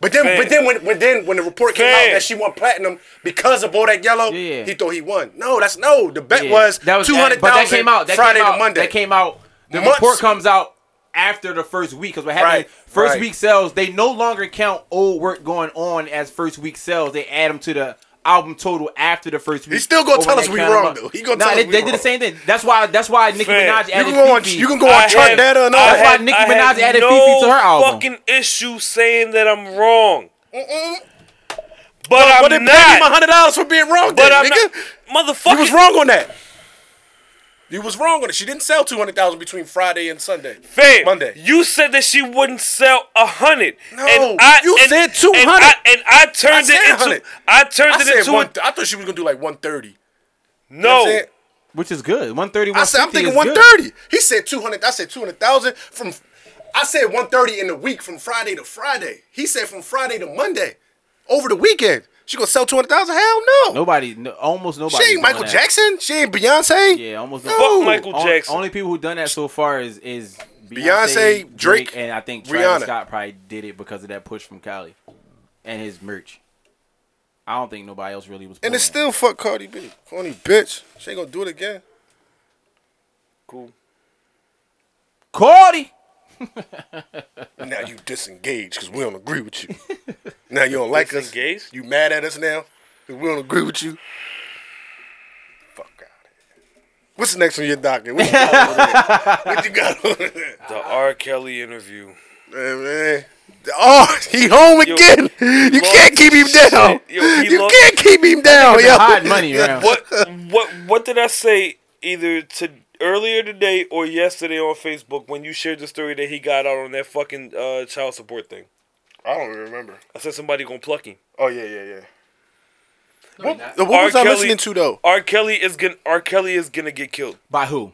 C: But then,
B: Fam.
C: but then when, when then when the report came
B: Fam.
C: out that she won platinum because of Bodak Yellow,
D: Yeah.
C: he thought he won. No, that's no. The bet
D: Yeah.
C: was,
D: that was
C: two hundred
D: But that
C: thousand
D: came out. That
C: Friday
D: came out,
C: to Monday.
D: That came out. The
C: Months.
D: report comes out after the first week because what happened?
C: Right,
D: First
C: right.
D: week sales. They no longer count old work going on as first week sales. They add them to the album total after the first week.
C: still gonna
D: Or
C: tell
D: when
C: us
D: they
C: we
D: count 'em
C: wrong,
D: up.
C: though. He gonna
D: Nah,
C: tell us
D: they,
C: we
D: they did the
C: wrong.
D: same thing. That's why. That's why Nicki
B: Fair.
D: Minaj
B: You
C: you
D: added.
C: can go on.
D: Fifi.
C: You can go on chart
B: had-
C: data and all
B: I
D: That's why
C: that.
B: had-
D: Nicki
B: I had
D: Minaj added
B: no
D: Fifi to her album.
B: fucking issue saying that I'm wrong. But I'm
C: But they paid him
B: not.
C: hundred dollars for being wrong.
B: But
C: then,
B: I'm
C: nigga.
B: not.
C: You was
B: Motherfucker.
C: wrong on that. You was wrong on it. She didn't sell two hundred thousand between Friday and Sunday.
B: Fam,
C: Monday.
B: You said that she wouldn't sell a hundred.
C: No, you said
B: and
C: 200.
B: I- And I
C: I
B: turned
C: said
B: it into.
C: 100.
B: I turned
C: I
B: it
C: said
B: into.
C: one. I thought she was gonna do like one thirty.
B: no.
D: which is good. 130.
C: I said I'm
D: 150
C: thinking
D: is
C: one
D: good.
C: thirty. He said two hundred. I said two hundred thousand from. I said one thirty in the week from Friday to Friday. He said from Friday to Monday, over the weekend. She gonna sell two hundred thousand? Hell no.
D: Nobody, no, almost nobody.
C: She ain't Michael
D: that.
C: Jackson. She ain't Beyonce.
D: Yeah, almost.
C: No.
B: Fuck Michael
D: On-
B: Jackson.
D: Only people who done that so far is is
C: Beyonce, Drake,
D: and I think Travis
C: Rihanna.
D: Scott probably did it because of that push from Kylie and his merch. I don't think nobody else really was.
C: And it's
D: pulling
C: still fuck Cardi B. Corny bitch. She ain't gonna do it again.
B: Cool.
D: it. Cardi.
C: Now you disengage because we don't agree with you. now you don't like
B: Disengage?
C: us. You mad at us now because we don't agree with you. Fuck out here. What's next on your docket? What you got over there? What you got over there?
B: The R. Kelly interview.
C: Man, man. Oh, he home again. you
B: lost
C: can't keep him
B: shit.
C: down.
B: Yo, he
C: you
B: lost-
C: can't keep him down, yo.
D: Hide money around.
B: What? What? What did I say? Either to earlier today or yesterday on Facebook when you shared the story that he got out on that fucking uh, child support thing.
C: I don't even remember.
B: I said somebody gonna pluck him.
C: Oh yeah, yeah, yeah. What,
D: not.
C: what
B: R.
C: was I
B: Kelly-
C: listening to though?
B: R. Kelly is gonna. R. Kelly is gonna get killed.
D: By who?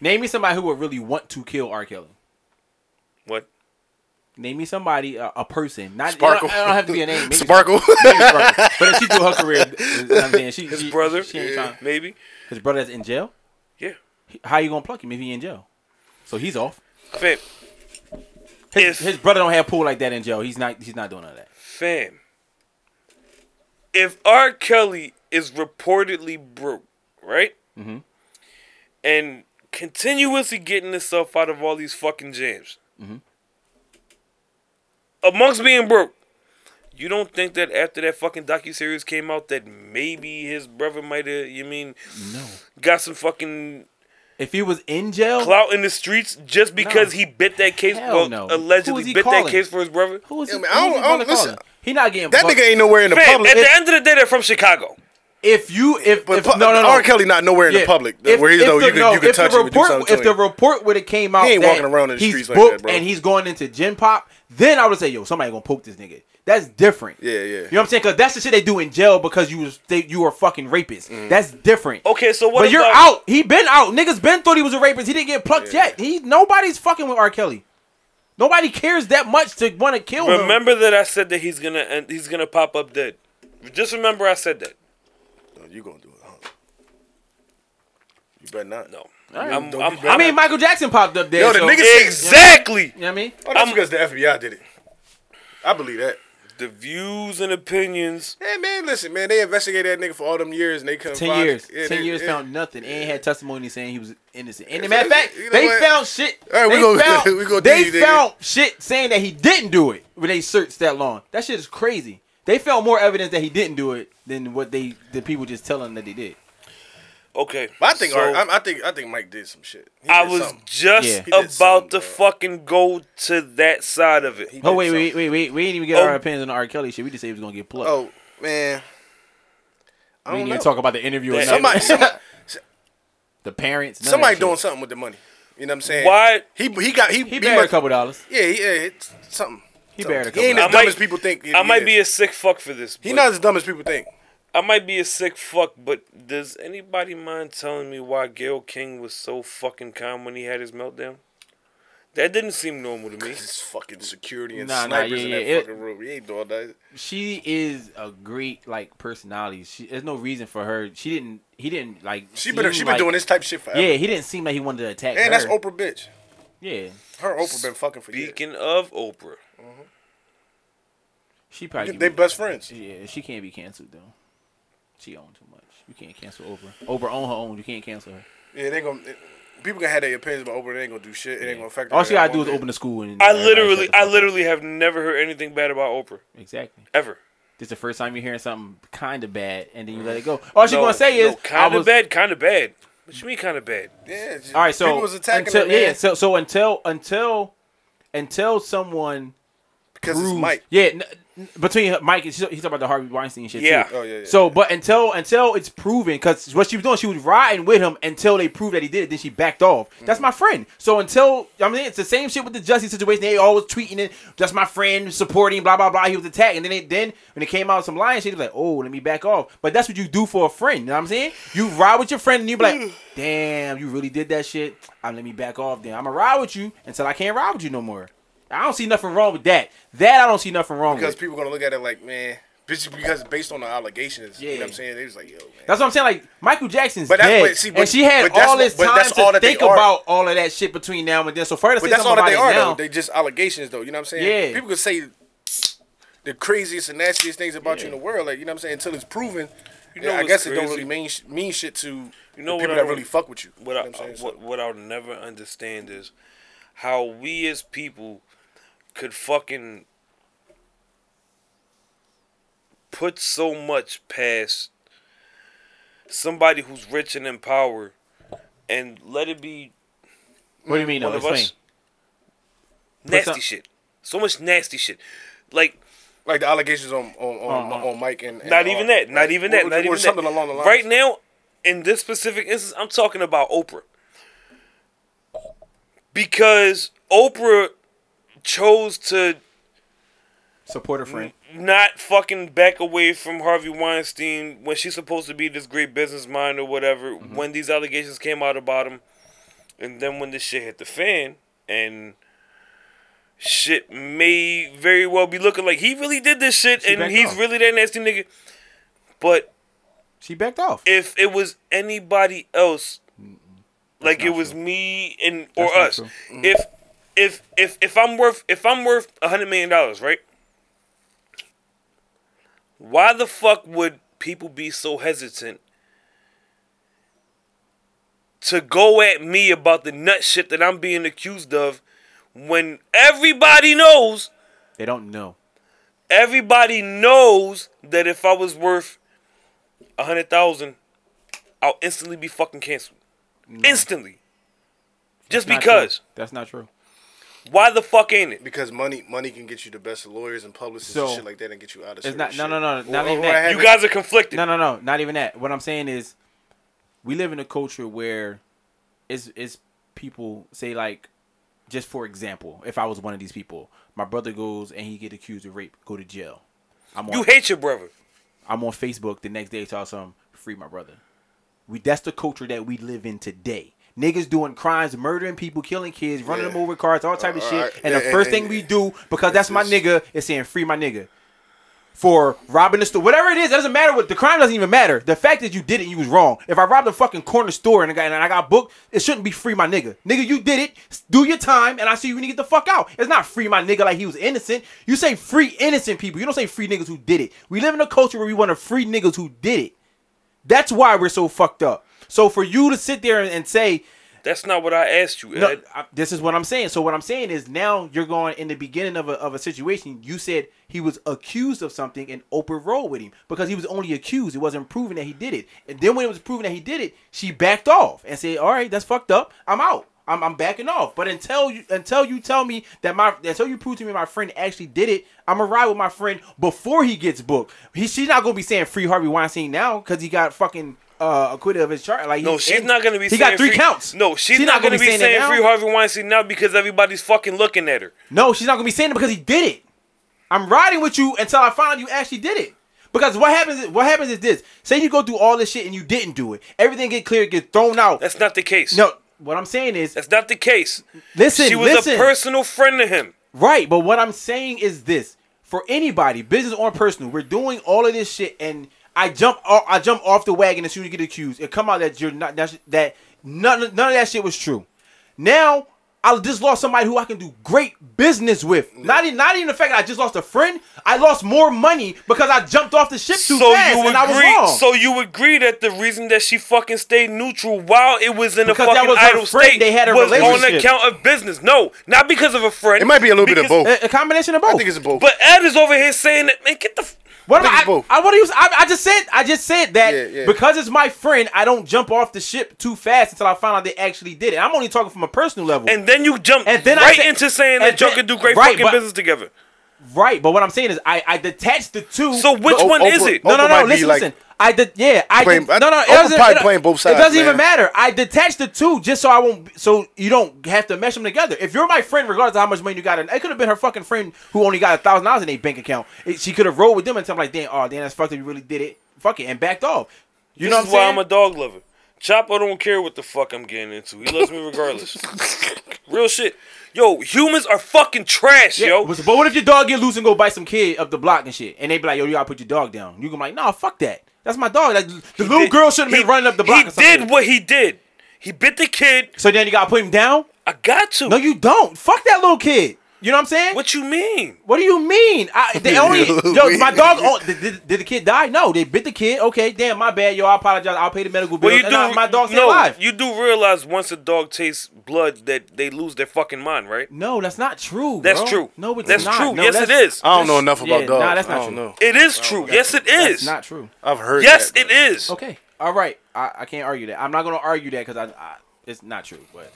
D: Name me somebody who would really want to kill R. Kelly.
B: What?
D: Name me somebody, a, a person. Not
C: Sparkle.
D: I don't, I don't have to be a name. Maybe
C: Sparkle.
D: Maybe Sparkle. But if she threw her career, I'm saying she,
B: His
D: she-
B: brother?
D: She ain't trying.
B: Maybe.
D: His brother that's in jail.
B: Yeah.
D: How you gonna pluck him if he in jail? So he's off.
B: Fam,
D: His,
B: If-
D: his brother don't have pool like that in jail. He's not. He's not doing all that.
B: fam. If R. Kelly is reportedly broke, right? Mm-hmm. And continuously getting himself out of all these fucking jams. Mm-hmm. Amongst being broke, you don't think that after that fucking docuseries came out that maybe his brother might have, you mean,
D: No.
B: got some fucking
D: If he was in jail,
B: clout in the streets just because he bit that case,
D: Hell
B: well,
D: no. Who
B: allegedly
D: is he
B: bit that
D: calling?
B: case for his brother?
D: who is
C: Yeah,
D: he?
C: man,
D: who
C: I
D: is
C: don't-
D: he
C: I don't-
D: brother calling?
C: listen.
D: He not getting
C: That
D: plucked.
C: nigga ain't nowhere in the
B: Fam,
C: public.
B: at the end of the day, they're from Chicago.
D: If you if,
C: But
D: if
C: pu-
D: no no no
C: R. Kelly not nowhere in the public, where he- though, you could- you could
D: if
C: touch
D: the
C: him and do
D: report,
C: something
D: If
C: to
D: the
C: him.
D: report would have came out,
C: He ain't
D: that
C: walking around in the
D: he's
C: streets like
D: booked
C: that, bro.
D: And he's going into gym pop. Then I would say, yo, somebody gonna poke this nigga. That's different.
C: Yeah, yeah.
D: You know what I'm saying? Because that's the shit they do in jail because you was they, you were fucking rapist.
C: Mm.
D: That's different.
B: Okay, so what
D: But you're
B: about-
D: out. He been out. Niggas been thought he was a rapist. He didn't get plucked yet. He nobody's fucking with R. Kelly. Nobody cares that much to want to kill him.
B: Remember that I said that he's gonna end, he's gonna pop up dead. Just remember I said that.
C: No, you gonna do it, huh? You better not.
B: No,
D: right.
B: I'm,
C: Don't
B: I'm- I'm-
C: be
D: I mean, Michael Jackson popped up there.
C: Yo, the
D: so-
C: niggas-
B: exactly.
D: You know what I mean?
C: Oh, that's
B: I'm-
C: because the FBI did it. I believe that.
B: The views and opinions.
C: Hey man, listen, man, they investigated that nigga for all them years and they couldn't
D: Ten
C: find
D: years.
C: Yeah,
D: Ten
C: they-
D: years
C: yeah.
D: found nothing. And had testimony saying he was innocent. And the matter of fact,
C: You know
D: they
C: what?
D: found shit.
C: All right, we
D: they
C: gonna-
D: found,
C: we gonna
D: they
C: dig it, nigga.
D: found shit saying that he didn't do it when they searched that long. That shit is crazy. They found more evidence that he didn't do it than what they the people just telling that they did.
B: Okay,
C: But I think
B: so
C: all right, I, I think I think Mike did some shit. He
B: I
C: did
B: was
C: something.
B: just
D: Yeah. He
C: did
B: about to
C: something, bro.
B: fucking go to that side of it.
C: He
D: Oh
C: did
D: wait, wait,
C: something.
D: wait, wait. We didn't even get
B: Oh.
D: our opinions on the R. Kelly shit. We just said he was gonna get plucked.
C: Oh man. I
D: we
C: don't
D: didn't
C: know.
D: even talk about the interview. Or
B: That-
D: somebody,
C: somebody somebody,
D: the parents, none of
C: somebody
D: that
C: doing
D: shit.
C: something with the money. You know what I'm saying?
B: Why-
C: He he got he
D: He buried a
C: must-
D: couple dollars.
C: Yeah, he, yeah, it's something.
D: He
C: Something.
D: buried a
C: He ain't
D: couple.
B: I
C: as dumb as people think.
B: I
C: he
B: might
C: is.
B: be a sick fuck for this.
C: He
B: but-
C: not as dumb as people think.
B: I might be a sick fuck, but does anybody mind telling me why Gail King was so fucking calm when he had his meltdown? That didn't seem normal to me.
C: This fucking security and
D: Nah, nah,
C: snipers
D: yeah,
C: in
D: yeah,
C: that
D: it-
C: fucking room. He ain't doing that.
D: she is a great like personality. She there's no reason for her. She didn't. He didn't like.
C: She been she
D: seem
C: been
D: like-
C: doing this type of shit forever.
D: Yeah, he didn't seem like he wanted to attack.
C: and that's
D: her.
C: Oprah bitch.
D: Yeah,
C: Her and Oprah been fucking for years.
B: Speaking of Oprah,
D: she probably.
C: They best friends.
D: yeah, she can't be canceled though. She owned too much. You can't cancel Oprah. Oprah own her own. You can't cancel her.
C: Yeah, they gonna people gonna have their opinions about Oprah. They ain't gonna do shit. It ain't gonna affect.
D: All
C: her
D: she
C: that
D: gotta do
C: one
D: is
C: bit.
D: open the school and.
B: I
D: everybody shut
B: literally,
D: the
B: I
D: fuck up.
B: literally have never heard anything bad about Oprah
D: Exactly.
B: ever.
D: This is the first time you're hearing something kind of bad, and then you let it go. All she
B: No,
D: gonna say
B: no,
D: is, I
B: kind of
D: was-
B: bad, kind of bad. What you mean, kind of bad?
C: Yeah, it's just-
D: All right, so
C: people was attacking
D: until,
C: her. man,
D: yeah, so so until until until someone
C: because it's
D: proves,
C: Mike.
D: yeah, n- n- between her- Mike, and- he's talking about the Harvey Weinstein shit.
B: Yeah.
D: too.
C: Oh yeah. yeah.
D: So, but until until it's proven, because what she was doing, she was riding with him until they proved that he did it. Then she backed off.
C: Mm-hmm.
D: That's my friend. So until I mean, it's the same shit with the Jussie situation. They always tweeting it. That's my friend, supporting, blah blah blah. He was attacked, and then it, then when it came out some lying shit, they was like, oh, let me back off. But that's what you do for a friend. You know what I'm saying? You ride with your friend, and you be
C: Mm.
D: like, damn, you really did that shit. I let me back off. Then I'ma ride with you until I can't ride with you no more. I don't see nothing wrong with that. That I don't see nothing wrong
C: because
D: with.
C: people gonna look at it like man, bitch, because based on the allegations. You
D: Yeah.
C: know what I'm saying? They was like, yo, man.
D: That's what I'm saying. Like Michael Jackson's
C: But that's
D: dead,
C: what- see, but-
D: and she had
C: but that's
D: all
C: what-
D: this
C: but
D: time
C: that's all
D: to
C: that they
D: think
C: are.
D: about all of that shit between now and then. So for her to
C: but
D: say
C: that's
D: something
C: all that
D: about
C: they
D: it
C: are
D: now,
C: though. They just allegations though. You know what I'm saying?
D: Yeah.
C: People could say the craziest and nastiest things about you
D: Yeah.
C: in the world. Like you know what I'm saying? Until it's proven.
B: You
C: yeah,
B: know
C: I
B: what's
C: guess it don't
B: crazy?
C: really mean sh- mean shit to you
B: know
C: know
B: what
C: people
B: I
C: that
B: re-
C: really fuck with you.
B: What,
C: you
B: I, uh,
C: know what I'm saying? So-
B: what, what I'll never understand is how we as people could fucking put so much past somebody who's rich and in power and let it be
D: what do you mean? Though?
B: one of
D: Explain.
B: us. nasty
D: some-
B: shit. So much nasty shit. Like
C: Like the allegations on on, on,
D: Uh-huh.
C: on Mike and, uh, and
B: not even
C: on-
B: that. Not
C: like,
B: even
C: or-
B: that.
C: or
B: Not even that.
C: something along the lines.
B: Right now, in this specific instance, I'm talking about Oprah. Because Oprah chose to
D: Support her friend.
B: not fucking back away from Harvey Weinstein when she's supposed to be this great business mind or whatever.
C: Mm-hmm.
B: When these allegations came out about him, and then when this shit hit the fan, and shit may very well be looking like he really did this shit,
D: She
B: and
D: backed
B: he's
D: off.
B: really that nasty nigga. But
D: She backed off.
B: if it was anybody else, like it
D: not
B: was
D: true.
B: me and or
D: That's not
B: us.
D: true.
B: If if if if I'm worth if I'm worth a hundred million dollars, right? Why the fuck would people be so hesitant to go at me about the nut shit that I'm being accused of when everybody knows
D: They don't know.
B: everybody knows that if I was worth a hundred thousand, I'll instantly be fucking canceled. Instantly. Just
D: Not
B: because.
D: true. That's not true.
B: Why the fuck ain't it?
C: Because money, money can get you the best lawyers and publicists and
D: So,
C: shit like that, and get you out of.
D: it's
C: certain
D: not- no,
C: shit.
D: no, no,
C: Or-
D: not
C: or-
D: even
C: or
D: that.
C: I had
B: You
C: it-
B: guys are conflicted.
D: No, no, no, not even that. What I'm saying is, we live in a culture where it's it's people say like, just for example, if I was one of these people, my brother goes and he get accused of rape, go to jail. I'm on,
B: You hate your brother.
D: I'm on Facebook the next day, saw some free my brother. We that's the culture that we live in today. Niggas doing crimes, murdering people, killing kids, running
C: Yeah.
D: them over cars, all type of
C: Uh,
D: shit.
C: alright.
D: And the
C: And-
D: first
C: and-
D: thing we do, because that's my
C: is-
D: nigga, is saying free my nigga. For robbing the store, whatever it is, it doesn't matter. What the crime doesn't even matter. The fact that you did it, you was wrong. If I robbed a fucking corner store and I got, and I got booked, it shouldn't be free my nigga. Nigga, you did it. S- Do your time, and I see you when you get the fuck out. It's not free my nigga like he was innocent. You say free innocent people. You don't say free niggas who did it. We live in a culture where we want to free niggas who did it. That's why we're so fucked up. So for you to sit there and, and say,
B: That's not what I asked you, Ed.
D: no, I- this is what I'm saying. So what I'm saying is now you're going in the beginning of a, of a situation. You said he was accused of something and Oprah rolled with him because he was only accused. It wasn't proven that he did it. And then when it was proven that he did it, she backed off and said, "All right, that's fucked up. I'm out. I'm, I'm backing off." But until you until you tell me that my until you prove to me my friend actually did it, I'm gonna ride with my friend before he gets booked. He, she's not gonna be saying free Harvey Weinstein now because he got fucking. Uh, acquitted of his charge. Like
B: no,
D: he's
B: she's
D: in-
B: not gonna be.
D: He
B: saying
D: got three
B: free-
D: counts.
B: No, she's, not, gonna, be saying,
D: it now.
B: free Harvey Weinstein now because everybody's fucking looking at her.
D: No, she's not gonna be saying it because he did it. I'm riding with you until I find out you actually did it. Because what happens? Is, what happens is this: say you go through all this shit and you didn't do it, everything get cleared, get thrown out.
B: That's not the case.
D: no, what I'm saying is,
B: that's not the case.
D: listen,
B: she was
D: listen,
B: a personal friend to him.
D: right? But what I'm saying is this: for anybody, business or personal, we're doing all of this shit, and I jump, off, I jump off the wagon as soon as you get accused. It come out that you're not that that none none of that shit was true. Now I just lost somebody who I can do great business with. Not even not even the fact that I just lost a friend. I lost more money because I jumped off the ship too fast and I was wrong.
B: So you agree that the reason that she fucking stayed neutral while it was in
D: Because
B: a
D: that
B: fucking
D: was her
B: idle
D: friend,
B: state
D: they had a
B: was on
D: relationship.
B: account of business. No, not because of a friend.
C: It might be a little bit of
B: Because-
C: both.
D: a, a combination of both.
C: I think it's both.
B: But Ed is over here saying that man, get the. f-
D: What
C: I
D: about
C: think
D: I,
C: it's both.
D: I, what do you- I, I just said I just said that
C: Yeah, yeah.
D: because it's my friend, I don't jump off the ship too fast until I find out they actually did it. I'm only talking from a personal level.
B: And then you jump
D: And then I
B: right
D: said-
B: into saying
D: and
B: that y'all
D: then-
B: can do great
D: right,
B: fucking
D: but-
B: business together.
D: right, but what I'm saying is I, I detach the two.
B: So which
D: but-
C: O-
B: one is
C: Oprah-
B: it?
D: No, no,
C: Oprah
D: no.
C: might be
D: Listen,
C: like-
D: listen. I did. Yeah, I
C: Playing-
D: did. No, no.
C: Oprah
D: It doesn't,
C: probably
D: it don't-
C: playing both
D: It
C: sides,
D: doesn't even
C: man.
D: matter. I detach the two just so I won't. So you don't have to mesh them together. If you're my friend, regardless of how much money you got, and it could have been her fucking friend who only got a thousand dollars in a bank account. It- she could have rolled with them and tell them like, damn, oh, damn, that's fucked up. You really did it. Fuck it, and backed off. You
B: This
D: know what
B: is
D: I'm
B: why
D: saying?
B: I'm a dog lover. Chopper don't care what the fuck I'm getting into. He loves me regardless. Real shit. Yo, humans are fucking trash,
D: Yeah,
B: yo.
D: But but what if your dog get loose and go bite some kid up the block and shit? And they be like, yo, you gotta put your dog down. You gonna be like, nah, fuck that. That's my dog. Like, the little
B: did-
D: girl shouldn't
B: he-
D: be running up the block.
B: He
D: or something.
B: did what he did. He bit the kid.
D: So then you gotta put him down?
B: I got to.
D: No, you don't. Fuck that little kid. You know what I'm saying?
B: What you mean?
D: What do you mean? I, they only yo, my dog. Oh, did, did, did the kid die? No, they bit the kid. Okay, damn, my bad, yo. I apologize. I'll pay the medical bill.
B: Well, you
D: and I- my dog's
B: no,
D: alive.
B: You do realize once a dog tastes blood that they lose their fucking mind, right?
D: no, that's not true.
B: That's
D: bro.
B: true.
D: No, it's
B: that's
D: not.
B: true.
D: No,
B: yes, it
D: that's-
B: is.
C: I don't know
D: that's-
C: enough about
D: yeah,
C: dogs.
D: nah, that's not
C: I don't
D: true.
C: know.
B: It is true. Yes, it
D: That's
B: is.
D: not true.
C: I've heard.
B: Yes,
C: that,
B: it is.
D: Okay, all right. I, I can't argue that. I'm not gonna argue that because I, I it's not true. But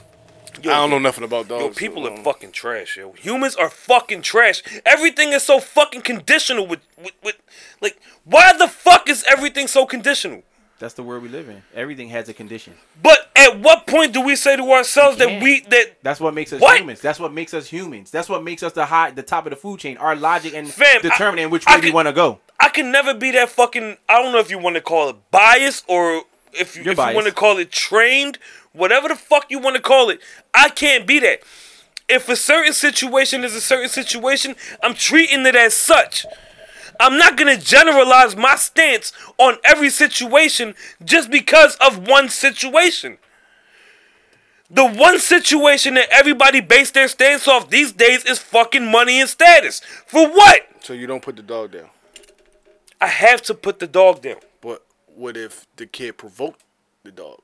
C: but I don't know nothing about dogs.
B: Yo,
C: so
B: people
C: I
B: are
C: don't know.
B: fucking trash, yo. Humans are fucking trash. Everything is so fucking conditional with, with, with like, why the fuck is everything so conditional?
D: that's the world we live in. Everything has a condition.
B: But at what point do we say to ourselves
D: We
B: that we that
D: That's what makes us
B: What?
D: humans. That's what makes us humans. That's what makes us the high, the top of the food chain. Our logic and
B: Fam, I-
D: determining which
B: I
D: way we
B: could-
D: want to go.
B: I can never be that fucking. I don't know if you want to call it bias or if you,
D: You're
B: if you want to
D: biased.
B: call it trained, whatever the fuck you want to call it. I can't be that. If a certain situation is a certain situation, I'm treating it as such. I'm not gonna generalize my stance on every situation just because of one situation. The one situation that everybody based their stance off these days is fucking money and status. For what?
C: So you don't put the dog down.
B: I have to put the dog down.
C: But what if the kid provoked the dog?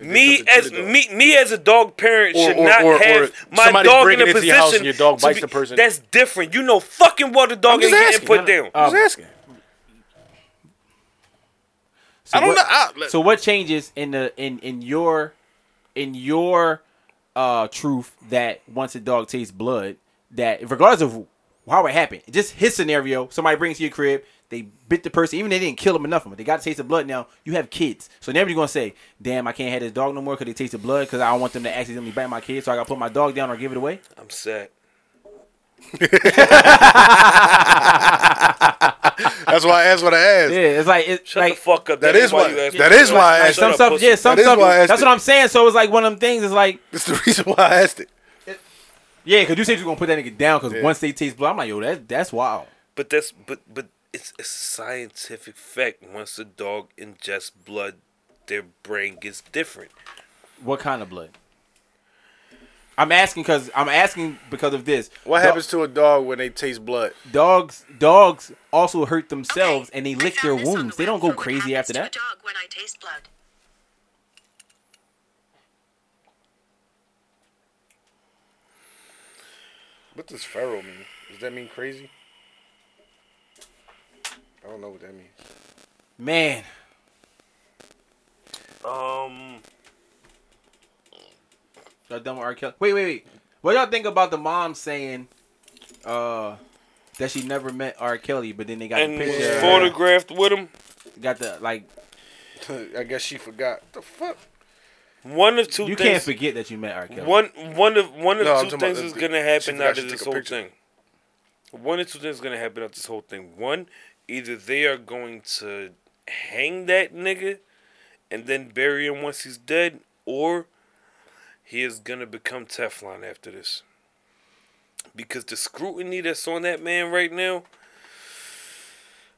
B: Me
C: something to
B: as
C: the dog.
B: me me as a dog parent
C: Or-
B: should
C: or-
B: not
C: or-
B: have
C: or
B: my
C: somebody's
B: dog in
C: breaking
B: a
C: into
B: position.
C: your house and your dog
B: to
C: bites the person.
B: That's different. You know fucking well the
C: I'm
B: dog ain't
C: just
B: getting
C: asking.
B: put down.
D: Uh,
C: Just asking.
D: So
C: I don't
D: what-
C: know. I, let-
D: So what changes in the in in your in your uh truth that once a dog tastes blood that regardless of how it happened, just his scenario, somebody brings to your crib, they bit the person, even they didn't kill him or nothing, but they got to taste the blood now. You have kids. So now you're gonna say, Damn, I can't have this dog no more because they taste the blood because I don't want them to accidentally bite my kids, so I gotta put my dog down or give it away.
B: I'm sad.
C: that's why I asked what I asked.
D: Yeah, it's like it's
B: Shut
D: like
B: the fuck up.
C: that is
B: why
C: why-
B: you asked
C: that
B: me.
C: is why I
B: Shut
C: asked
D: some
B: up,
D: stuff,
B: pussy.
D: yeah, some
C: That is
D: stuff.
C: why I asked
D: That's
C: it.
D: what I'm saying. So it's like one of them things. It's like,
C: That's the reason why I asked it.
D: yeah, because you said you're gonna put that nigga down because
C: Yeah.
D: once they taste blood, I'm like, yo, that that's wild.
B: But that's but but it's a scientific fact. Once a dog ingests blood, their brain gets different.
D: What kind of blood? I'm asking because I'm asking because of this.
C: What
D: Do-
C: happens to a dog when they taste blood?
D: Dogs. Dogs also hurt themselves
E: Okay,
D: and
E: I
D: they lick
E: found
D: their
E: this on the
D: wounds. They
E: web
D: don't
E: for
D: go
E: what
D: crazy
E: happens
D: after
E: to a
D: that.
E: dog when I taste blood.
C: What does feral mean? Does that mean crazy? I don't know what that means.
D: Man,
B: Um,
D: y'all done with R. Kelly? Wait, wait, wait. What y'all think about the mom saying, uh, that she never met R. Kelly, but then they got
B: and
D: the
B: was
D: picture,
B: photographed with him.
D: got the like.
C: I guess she forgot. the fuck?
B: One of two
D: You can't
B: things.
D: forget that you met R. Kelly.
B: one one of one of
C: No, I'm
B: two
C: talking
B: things
C: about-
B: is gonna
C: she
B: happen
C: forgot
B: out
C: she
B: of
C: took
B: this
C: a
B: whole
C: picture.
B: thing. One of two things is gonna happen out of this whole thing. One, either they are going to hang that nigga and then bury him once he's dead, or he is gonna become Teflon after this. Because the scrutiny that's on that man right now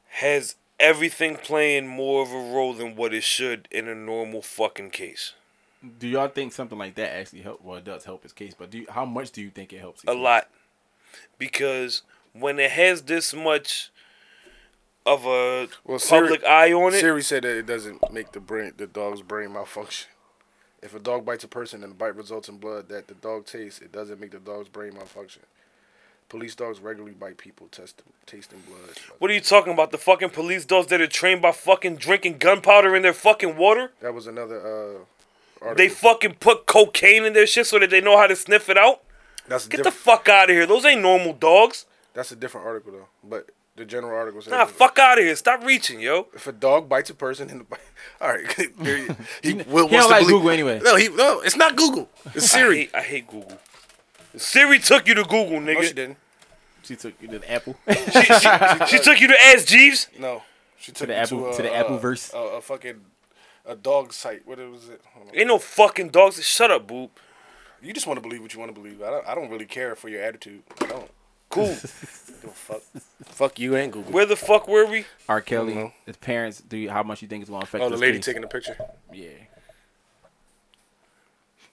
B: has everything playing more of a role than what it should in a normal fucking case.
D: Do y'all think something like that actually help? Well, it does help his case, but do you, how much do you think it helps? his
B: a
D: case?
B: lot because when it has this much of a
C: Well, Siri-
B: public eye on it,
C: Siri said that it doesn't make the brain the dog's brain malfunction. If a dog bites a person and the bite results in blood that the dog tastes, it doesn't make the dog's brain malfunction. Police dogs regularly bite people, test, tasting blood.
B: what are you talking about? The fucking police dogs that are trained by fucking drinking gunpowder in their fucking water?
C: That was another uh, article.
B: They fucking put cocaine in their shit so that they know how to sniff it out?
C: that's a
B: Get the
C: diff-
B: fuck out of here. Those ain't normal dogs.
C: that's a different article though. But the general article says
B: Nah, fuck out of here. Stop reaching, yo.
C: if a dog bites a person in the bite, all right, there you- he, will,
D: he don't like Google anyway.
C: No, he no, it's not Google. It's
B: I
C: Siri.
B: hate, I hate Google. Siri took you to Google,
C: no, she
B: nigga.
C: didn't.
D: She took you to the apple.
B: she, she- she took you to Ask Jeeves.
C: No, she took
D: the
C: me
D: Apple-
C: to,
D: to the
C: uh,
D: Appleverse.
C: A, a fucking a dog site. What was it? Hold on.
B: Ain't no fucking dogs. Shut up, boob.
C: You just want to believe what you want to believe. I don't, I don't really care for your attitude. I don't
B: Cool.
C: give a fuck. fuck you and Google.
B: Where the fuck were we?
D: R. Kelly,
C: Mhm.
D: his parents, do you, how much you think it's gonna affect?
C: Oh, the
D: his
C: lady
D: case?
C: taking the picture.
D: Yeah.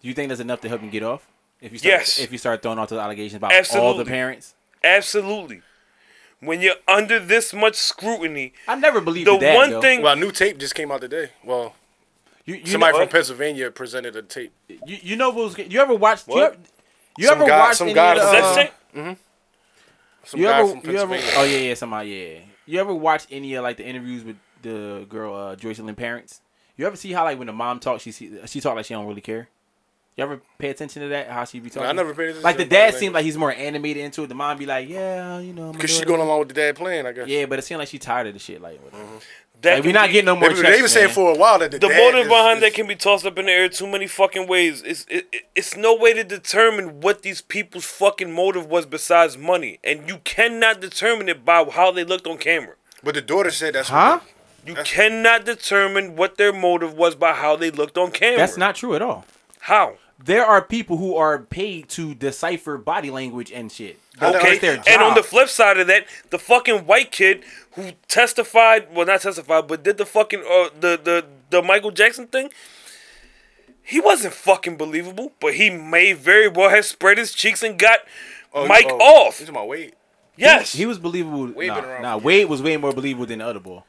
D: Do you think that's enough to help him get off? If you start,
B: Yes.
D: If you start throwing out those allegations about all
B: Absolutely.
D: the parents,
B: Absolutely. When you're under this much scrutiny,
D: I never believed
B: the
D: that,
B: one
D: though.
B: thing
C: Well, a new tape just came out today. Well,
D: you, you
C: somebody
D: know,
C: from Pennsylvania presented a tape.
D: you, you know what was you ever watched you
B: What?
D: ever, you
C: Some
D: ever
C: guy-
D: watched
C: some
D: any
C: guy
D: of the,
C: was-
B: Does that
D: uh,
B: say-
C: Some
D: you
C: guy
D: ever,
C: from
D: you ever,
C: Pennsylvania.
D: oh yeah yeah somebody yeah you ever watched any of like the interviews with the girl uh, Joyce Lynn parents you ever see how like when the mom talks she see, she talk like she don't really care you ever pay attention to that how she be talking
C: I never paid attention
D: like
C: to
D: the
C: that,
D: dad
C: like-
D: seemed like he's more animated into it the mom be like yeah you know my
C: Because she's
D: daughter-
C: going along with the dad plan, I guess.
D: Yeah, but it seemed like she tired of the shit. Like, whatever.
B: that
D: like
B: can
D: we're not
B: be-
D: getting no
C: They,
D: more.
C: they
D: checks,
C: even saying
D: man.
C: for a while that the,
B: the
C: dad
B: motive
C: is-
B: behind that
C: is-
B: can be tossed up in the air too many fucking ways. It's it, it- it's no way to determine what these people's fucking motive was besides money, and you cannot determine it by how they looked on camera.
C: But the daughter said that's
D: Huh?
C: What,
B: You cannot determine what their motive was by how they looked on camera.
D: That's not true at all.
B: how.
D: There are people who are paid to decipher body language and shit.
C: know
B: Okay,
C: it's their
B: and on
D: job.
B: the flip side of that, the fucking white kid who testified, well, not testified, but did the fucking uh, the the the Michael Jackson thing. He wasn't fucking believable, but he may very well have spread his cheeks and got
C: Oh,
B: Mike
C: oh,
B: off.
C: You talking about Wade?
B: Yes,
D: He was believable.
C: Wade
D: nah,
C: been around
D: nah,
C: for
D: Wade was way more believable than the other boy.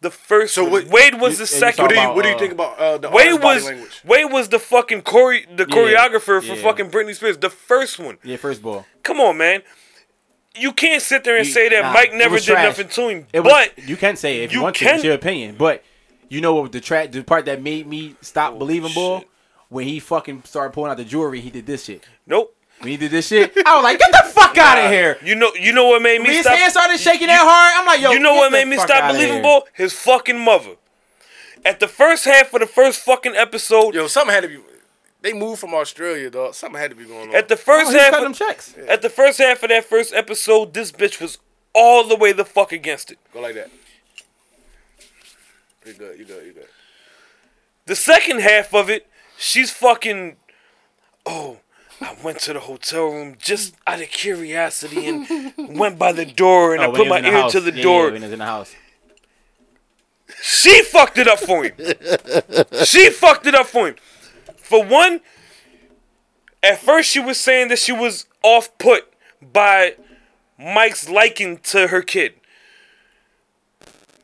B: the first.
C: So
B: one.
C: what-
B: Wade was
D: you-
B: the
D: and you
B: second.
C: What do
D: talking
C: you
D: about,
C: What do you
D: uh,
C: think about uh, the
B: Wade
C: artist body
B: was
C: language?
B: Wade was the fucking chore- the choreographer for
D: yeah.
B: fucking Britney Spears, the first one.
D: Yeah, first ball.
B: Come on, man. You can't sit there and
D: You-
B: say that
D: nah,
B: Mike
D: it
B: never
D: was
B: did
D: trash.
B: nothing to him.
D: It was,
B: but
D: you can say it if you,
B: you
D: want to.
B: can-
D: It's your opinion. But you know what? The track, the part that made me stop believing, boy,
B: Oh, shit.
D: when he fucking started pulling out the jewelry, he did this shit.
B: nope.
D: When he did this shit, I was like, "Get the fuck out of here!"
B: You know you know what made
D: When
B: me
D: his
B: stop
D: hand started shaking that hard, I'm like, "Yo,
B: You know
D: get
B: what
D: the
B: made me
D: fuck
B: stop
D: outta
B: believing,
D: here.
B: boy? His fucking mother. At the first half of the first fucking episode,
C: Yo, something had to be. They moved from Australia, dog. Something had to be going on.
B: at the
D: Oh,
B: first
D: he's
B: half
D: cutting them
B: of,
D: checks.
B: at the first half of that first episode, this bitch was all the way the fuck against it.
C: Go like that. You good? You good? You good?
B: The second half of it, she's fucking. Oh, I went to the hotel room just out of curiosity and went by the door and
D: Oh,
B: I
D: when
B: put
D: he was
B: my
D: in the
B: ear
D: house.
B: to the
D: Yeah, yeah,
B: door.
D: when he was in the house.
B: She fucked it up for him. she fucked it up for him. For one, at first she was saying that she was off put by Mike's liking to her kid.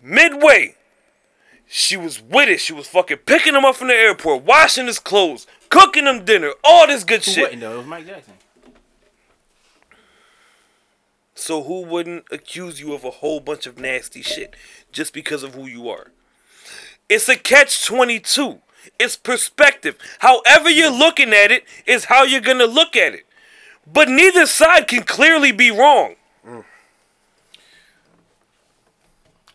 B: Midway, she was with it. She was fucking picking him up from the airport, washing his clothes, cooking him dinner, all this good
D: Who
B: shit.
D: wouldn't though? It was Mike Jackson.
B: So who wouldn't accuse you of a whole bunch of nasty shit just because of who you are? It's a catch 22. It's perspective. However you're looking at it is how you're going to look at it. But neither side can clearly be wrong.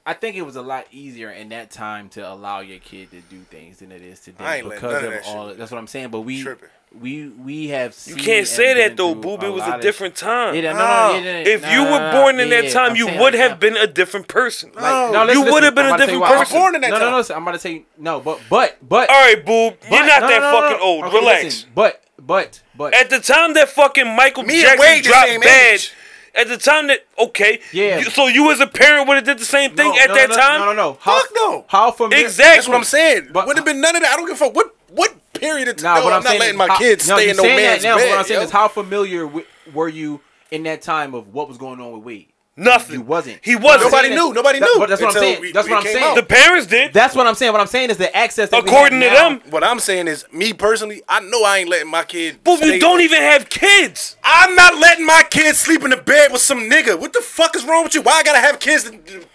D: I think it was a lot easier in that time to allow your kid to do things than it is today
C: I ain't letting
D: because
C: none of
D: of
C: that
D: all.
C: shit.
D: That's what I'm saying. But we
C: Tripping.
D: we we have.
B: You
D: Seen
B: can't
D: and
B: say
D: been
B: that though,
D: through
B: Boob. It was
D: lot
B: a
D: of
B: different
D: shit.
B: time.
D: Yeah, no,
C: Nah.
D: no, yeah, no,
B: if you
D: nah,
B: were born in
D: yeah,
B: that time,
D: I'm
B: you
D: saying
B: would
D: like
B: have
D: that.
B: been a different person.
D: Like, no,
B: You
D: listen,
B: would've
D: listen,
B: been
D: I'm
B: a
D: about to tell you
B: different
D: why. I'm
B: person.
D: born
C: in that
D: no, No,
C: time.
D: no, listen, I'm about to say no, but but but.
B: All right, Boob, you're
D: but-
B: not
D: no,
B: that
D: no, no,
B: fucking
D: no.
B: old.
D: Okay,
B: Relax.
D: listen, but but but
B: At the time that fucking Michael
C: Me and
B: Jackson
C: Wade the
B: dropped
C: same
B: bad.
C: age.
B: At the time that okay,
D: Yeah.
B: you- so you as a parent would have did the same thing
D: No,
B: at
D: no,
B: that
D: no,
B: time.
D: No, no, no. How,
C: Fuck no.
D: How familiar?
B: Exactly.
C: That's what I'm saying.
D: But-
C: Would have been none of that. I don't give a fuck. What what period of
D: Nah,
C: time? No,
D: what
C: I'm,
D: I'm,
C: not
D: saying
C: letting
D: is
C: my
D: how-
C: kids
D: no,
C: stay
D: you
C: in no
D: saying that
C: man's
D: now, but
C: bed.
D: What I'm saying
C: yo.
D: is how familiar wi- were you in that time of what was going on with Wade?
B: Nothing.
D: You wasn't.
B: He wasn't.
C: Nobody knew. Nobody
D: That-
C: knew.
D: but that's what I'm
C: until
D: saying.
C: we-
D: That's what
C: we
D: I'm
C: came
D: saying.
C: out.
B: The parents did.
D: That's what I'm saying. What I'm saying is the access that we
B: According to
D: have now-
B: them,
C: What I'm saying is, me personally, I know I ain't letting my kid.
B: Boom, you
C: stay-
B: don't even have kids.
C: I'm not letting my kid sleep in the bed with some nigga. What the fuck is wrong with you? Why I gotta have kids? To... What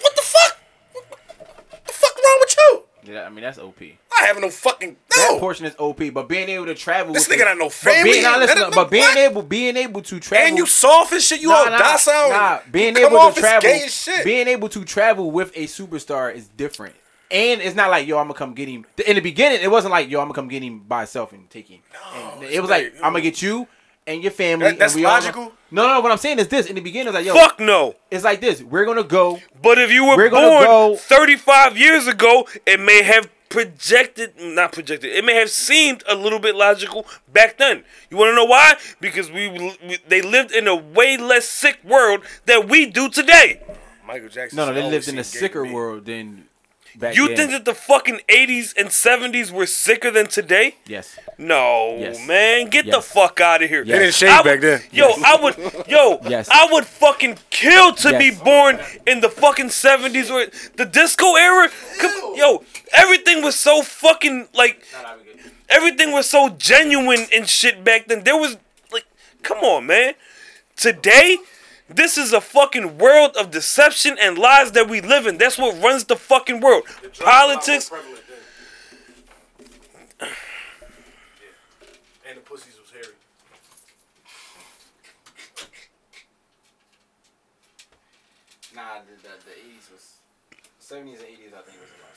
C: the fuck? What the fuck wrong with you?
D: Yeah, I mean that's OP.
C: I have no fucking
D: That
C: no.
D: portion is OP, but being able to travel.
C: This
D: with
C: nigga
D: it-
C: not no
D: But
C: family.
D: being, nah, listen,
C: That-
D: but being
C: what?
D: able, being able to travel.
C: And you soft and shit. You all docile. and
D: Nah, being
C: come
D: able
C: off
D: to
C: as
D: travel,
C: Gay as shit.
D: being able to travel with a superstar is different. And it's not like yo, I'm gonna come get him. In the beginning, it wasn't like yo, I'm gonna come get him by himself and take him. And it was like
C: like, uh,
D: I'm gonna get you and your family.
C: That-
D: and
C: that's
D: we all gonna-"
C: logical?
D: No, no, what I'm saying is this: in the beginning, it was like yo,
B: Fuck no.
D: it's like this. We're gonna go.
B: But if you were,
D: Oh. We're gonna
B: born
D: go-
B: 35 years ago, it may have projected, not projected, it may have seemed a little bit logical back then. You want to know why? Because we, we they lived in a way less sick world that we do today.
C: Michael Jackson.
D: No, no, they
C: always
D: lived in a
C: seemed gay to
D: sicker
C: me.
D: world than back
B: You
D: then.
B: think that the fucking 80s and 70s were sicker than today?
D: Yes.
B: No,
D: Yes.
B: man, get the
D: Yes.
B: fuck out of here.
D: They didn't
C: shave
B: I would-
C: back then.
B: Yo, I would, yo,
D: Yes.
B: I would fucking kill to be
D: Yes.
B: born in the fucking seventies or the disco era. Come, yo, everything was so fucking like, everything was so genuine and shit back then. There was like, come on, man. Today, this is a fucking world of deception and lies that we live in. That's what runs the fucking world. Politics.
C: And the pussies was hairy.
D: Nah, the, the, the 80s was 70s and 80s. I think was a lot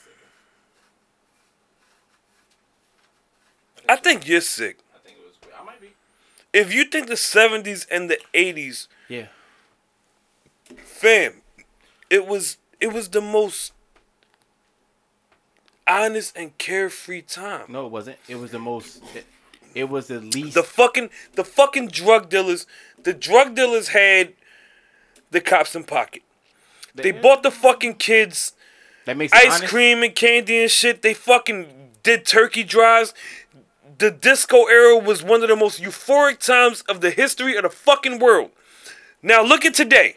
D: sicker.
B: I think you're sick.
D: I think it was. I might be.
B: If you think the seventies and the eighties
D: Yeah.
B: fam, it was it was the most honest and carefree time.
D: No, it wasn't. It was the most. It, it was the least.
B: The fucking the fucking drug dealers, the drug dealers had the cops in pocket. They bought the fucking kids
D: that makes it
B: ice
D: honest.
B: cream and candy and shit. They fucking did turkey drives. The disco era was one of the most euphoric times of the history of the fucking world. Now look at today.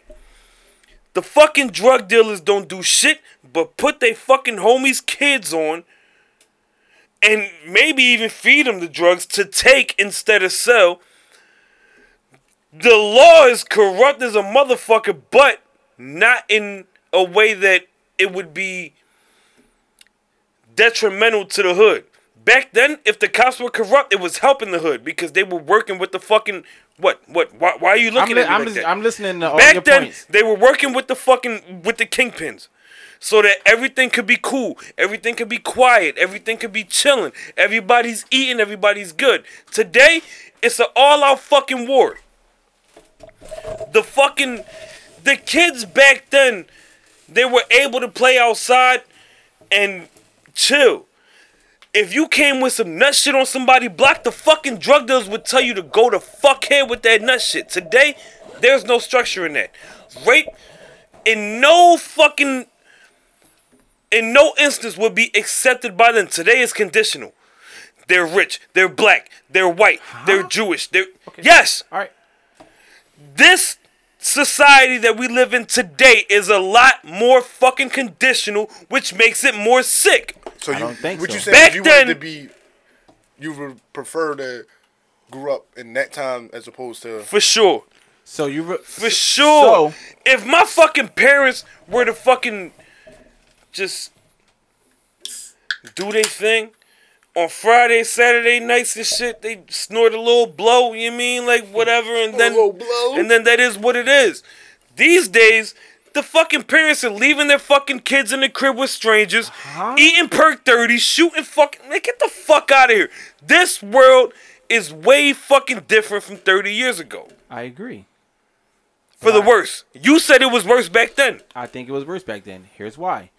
B: The fucking drug dealers don't do shit but put they fucking homies' kids on and maybe even feed them the drugs to take instead of sell. The law is corrupt as a motherfucker, but not in a way that it would be detrimental to the hood. Back then, if the cops were corrupt, it was helping the hood because they were working with the fucking what? What? Why, why are you
D: I'm,
B: looking
D: li-
B: at me
D: I'm,
B: like
D: lis-
B: that?
D: I'm listening to all your
B: Back then,
D: points.
B: they were working with the fucking with the kingpins, so that everything could be cool, everything could be quiet, everything could be chilling. Everybody's eating, everybody's good. Today, it's an all-out fucking war. The fucking the kids back then, they were able to play outside and chill. If you came with some nut shit on somebody block, the fucking drug dealers would tell you to go to fuck head with that nut shit. Today, there's no structure in that. Rape, in no fucking, in no instance would be accepted by them. Today is conditional. They're rich. They're black. They're white. They're Jewish. They're yes.
D: All right.
B: This society that we live in today is a lot more fucking conditional, which makes it more sick.
F: So you,
D: don't think
F: what
D: so.
F: you saying?
B: Back
F: if you
B: then-
F: wanted to be, you would prefer to grew up in that time as opposed to.
B: For sure.
D: So you re-
B: For sure.
D: So-
B: if my fucking parents were to fucking just do their thing on Friday, Saturday nights and shit, they snort a little blow, you mean? Like whatever, and then
F: little blow.
B: and then that is what it is. These days, the fucking parents are leaving their fucking kids in the crib with strangers,
F: Uh-huh.
B: eating perk 30, shooting fucking like get the fuck out of here. This world is way fucking different from 30 years ago
D: I agree.
B: for the worse. You said it was worse back then.
D: I think it was worse back then. Here's why.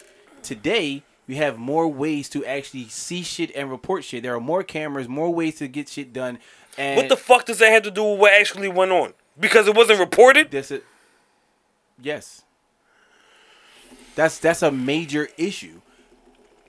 D: Today, we have more ways to actually see shit and report shit. There are more cameras, more ways to get shit done. And
B: What the fuck does that have to do with what actually went on? Because it wasn't reported.
D: That's it. Yes. That's that's a major issue.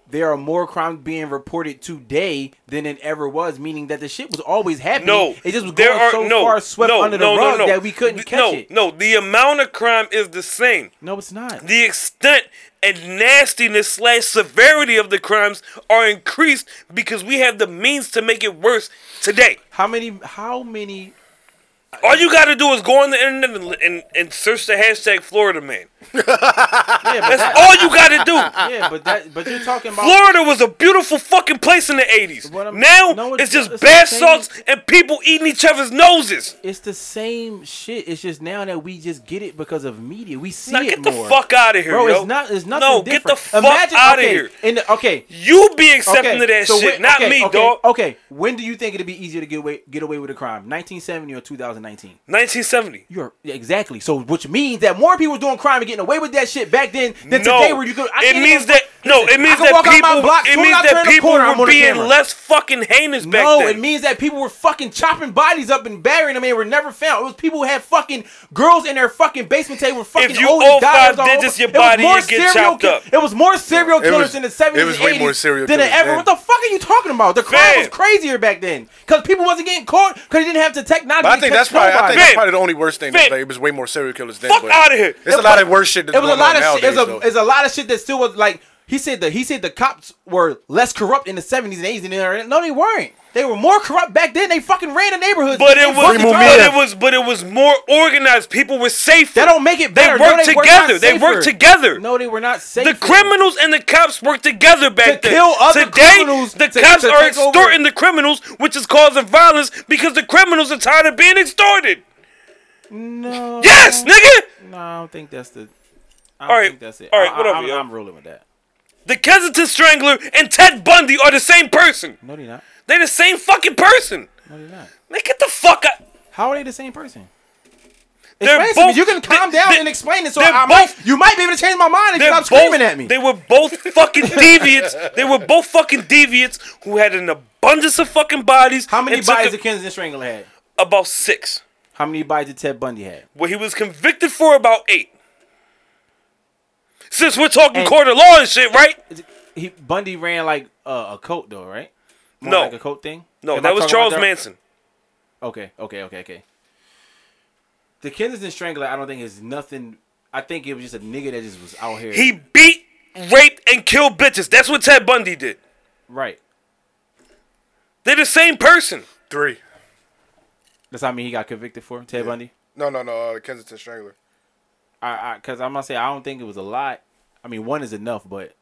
D: There are more crimes being reported today than it ever was, meaning that the shit was always happening.
B: No,
D: it just was
B: there
D: going
B: are
D: so
B: no
D: far swept
B: no,
D: under the
B: no, no,
D: rug
B: no.
D: that we couldn't
B: Th-
D: catch
B: no,
D: it.
B: No, the amount of crime is the same.
D: No, it's not.
B: The extent and nastiness slash severity of the crimes are increased because we have the means to make it worse today.
D: How many? How many?
B: All you gotta do is go on the internet and, and, and search the hashtag Florida man.
D: Yeah, but
B: That's
D: that,
B: all you gotta do.
D: yeah, but that. But you're talking about.
B: Florida was a beautiful fucking place in the 80s.
D: Oh. What I'm-
B: now
D: no,
B: it's,
D: it's
B: just
D: not- it's
B: bath
D: the same-
B: salts and people eating each other's noses.
D: It's the same shit. It's just now that we just get it because of media. We see
B: Now
D: it
B: get the
D: more.
B: fuck out of here,
D: Bro,
B: yo.
D: it's not. It's nothing
B: No,
D: different.
B: get the fuck
D: Imagine,
B: out
D: okay,
B: of here.
D: In the, okay,
B: You be accepting to that
D: so
B: shit,
D: when-
B: not
D: okay,
B: me,
D: okay, Oh.
B: dog.
D: Okay, when do you think it'd be easier to get away get away with a crime? 1970 or 2019?
B: 1970.
D: You're yeah, exactly. So, which means that more people were doing crime and getting away with that shit back then than
B: no,
D: today, where you could. I
B: it
D: can't
B: means
D: even-
B: that no, it means
D: can
B: that
D: walk out my
B: people,
D: block,
B: it
D: soon
B: means
D: as I turn
B: that
D: the
B: people
D: corner, I'm
B: were
D: on the
B: being
D: camera.
B: less fucking heinous back
D: no,
B: then.
D: it means that people were fucking chopping bodies up and burying them and were never found. It was people who had fucking girls in their fucking basement table with fucking
B: If you
D: old
B: owe
D: dollars
B: five
D: all
B: digits, your
D: over. It was
B: body,
D: more
B: it get
D: serial
B: chopped
D: kill-
B: up.
D: It was more serial
F: It
D: killers
F: was-
D: in the seventies.
F: it was way more serial
D: than it
F: killers
D: ever.
F: then.
D: What the fuck are you talking about? The crime
B: Fam.
D: was crazier back then because people wasn't getting caught because they didn't have the technology.
F: But I
D: to
F: think
D: catch
F: that's probably I
D: nobody.
F: think that's
B: Man.
F: probably the only worst thing. That,
B: Man.
F: like, it was way more serial killers then.
B: Fuck
F: but
B: outta here.
F: It's a lot of worse shit. That's
D: it was a
F: going
D: lot
F: on
D: of shit.
F: nowadays,
D: It's a,
F: though.
D: it's a lot of shit that still was like he said that he said the cops were less corrupt in the seventies and eighties and there. No, they weren't. They were more corrupt back then. They fucking ran the neighborhoods.
B: but
D: They
B: it was,
D: fucking
F: Remove
D: tried-
B: but
F: me.
B: it was, but it was more organized. People were safer.
D: That don't make it
B: They
D: better.
B: worked
D: no, they were
B: together.
D: not
B: they worked
D: safer.
B: together.
D: No, they were not safe.
B: The criminals and the cops work together back
D: To
B: then.
D: kill other
B: Today,
D: criminals
B: the
D: to-
B: cops
D: to
B: are
D: take over.
B: extorting the criminals, which is causing violence because the criminals are tired of being extorted.
D: No.
B: Yes, nigga.
D: No, I don't think that's the. I don't
B: All right.
D: think that's it.
B: All right,
D: I,
B: whatever,
D: I, am
B: yo.
D: I'm rolling with that.
B: The Kensington Strangler and Ted Bundy are the same person.
D: No, they're not.
B: They're the same fucking person.
D: No, they're not.
B: Man, get the fuck out.
D: How are they the same person?
B: They're
D: Explain to me.
B: both-
D: You can calm
B: they-
D: down
B: they-
D: and explain it, so
B: they're
D: I might,
B: both-
D: you might be able to change my mind and
B: They're
D: stop
B: both-
D: screaming at me.
B: They were both fucking deviants. They were both fucking deviants who had an abundance of fucking bodies.
D: How many
B: and took
D: bodies
B: a-
D: did Kensington Strangler had?
B: About six.
D: How many bodies did Ted Bundy have?
B: Well, he was convicted for about eight. Since we're talking
D: And-
B: court of law and shit, right?
D: he Bundy ran like uh, a cult though, right? More
B: No.
D: like a cult thing.
B: No,
D: Am I
B: that was
D: talking about
B: Charles
D: that?
B: Manson.
D: Okay, okay, okay, okay. The Kensington Strangler, I don't think is nothing. I think it was just a nigga that just was out here.
B: He beat, raped, and killed bitches. That's what Ted Bundy did.
D: right.
B: They're the same person.
F: Three.
D: That's how I mean he got convicted for Ted Bundy.
F: No, no, no. Uh, Kensington Strangler.
D: I, I, cause I'm gonna say I don't think it was a lot. I mean, one is enough, but.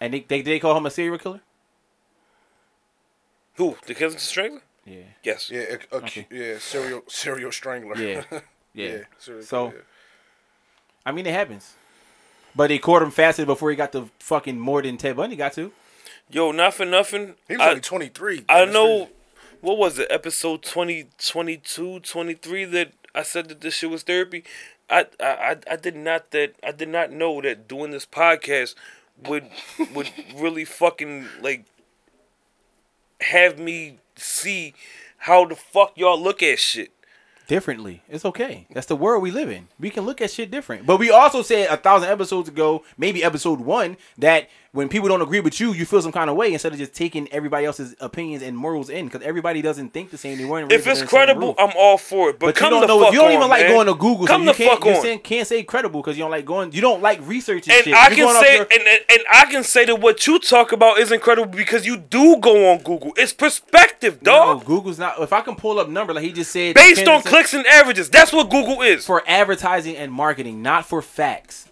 D: And they they, they call him a serial killer.
B: Who? The Kensington Strangler?
D: Yeah.
B: Yes.
F: Yeah, a, a, yeah, serial serial strangler.
D: Yeah. Yeah.
F: Yeah, serial
D: so,
F: killer,
D: I mean, it happens. But they caught him faster before he got to fucking more than Ted Bundy got to.
B: Yo, not for nothing.
F: he was
B: I,
F: only twenty three.
B: I know, what was it, episode 20, 22, 23, that I said that this shit was therapy. I, I, I, I did not that I did not know that doing this podcast would would really fucking like have me see how the fuck y'all look at shit.
D: Differently, it's okay. That's the world we live in. We can look at shit different. But we also said a thousand episodes ago, maybe episode one, that when people don't agree with you, you feel some kind of way instead of just taking everybody else's opinions and morals in because everybody doesn't think the same. They weren't.
B: If
D: raised
B: it's
D: under the same
B: credible,
D: roof.
B: I'm all for it. But,
D: But
B: come
D: you
B: the
D: don't know.
B: fuck
D: You don't even
B: on,
D: like
B: man.
D: going to Google.
B: Come the
D: so you can't,
B: fuck
D: you
B: on.
D: saying- can't say credible because you don't like going. You don't like researching
B: and
D: shit.
B: I
D: You're
B: can
D: going off
B: say,
D: your-
B: and, and and I can say that what you talk about is incredible because you do go on Google. It's perspective,
D: No,
B: dog.
D: Google's not. If I can pull up number, like he just said,
B: Based on
D: Kensington-
B: clicks and averages, that's what Google is.
D: for advertising and marketing, not for facts.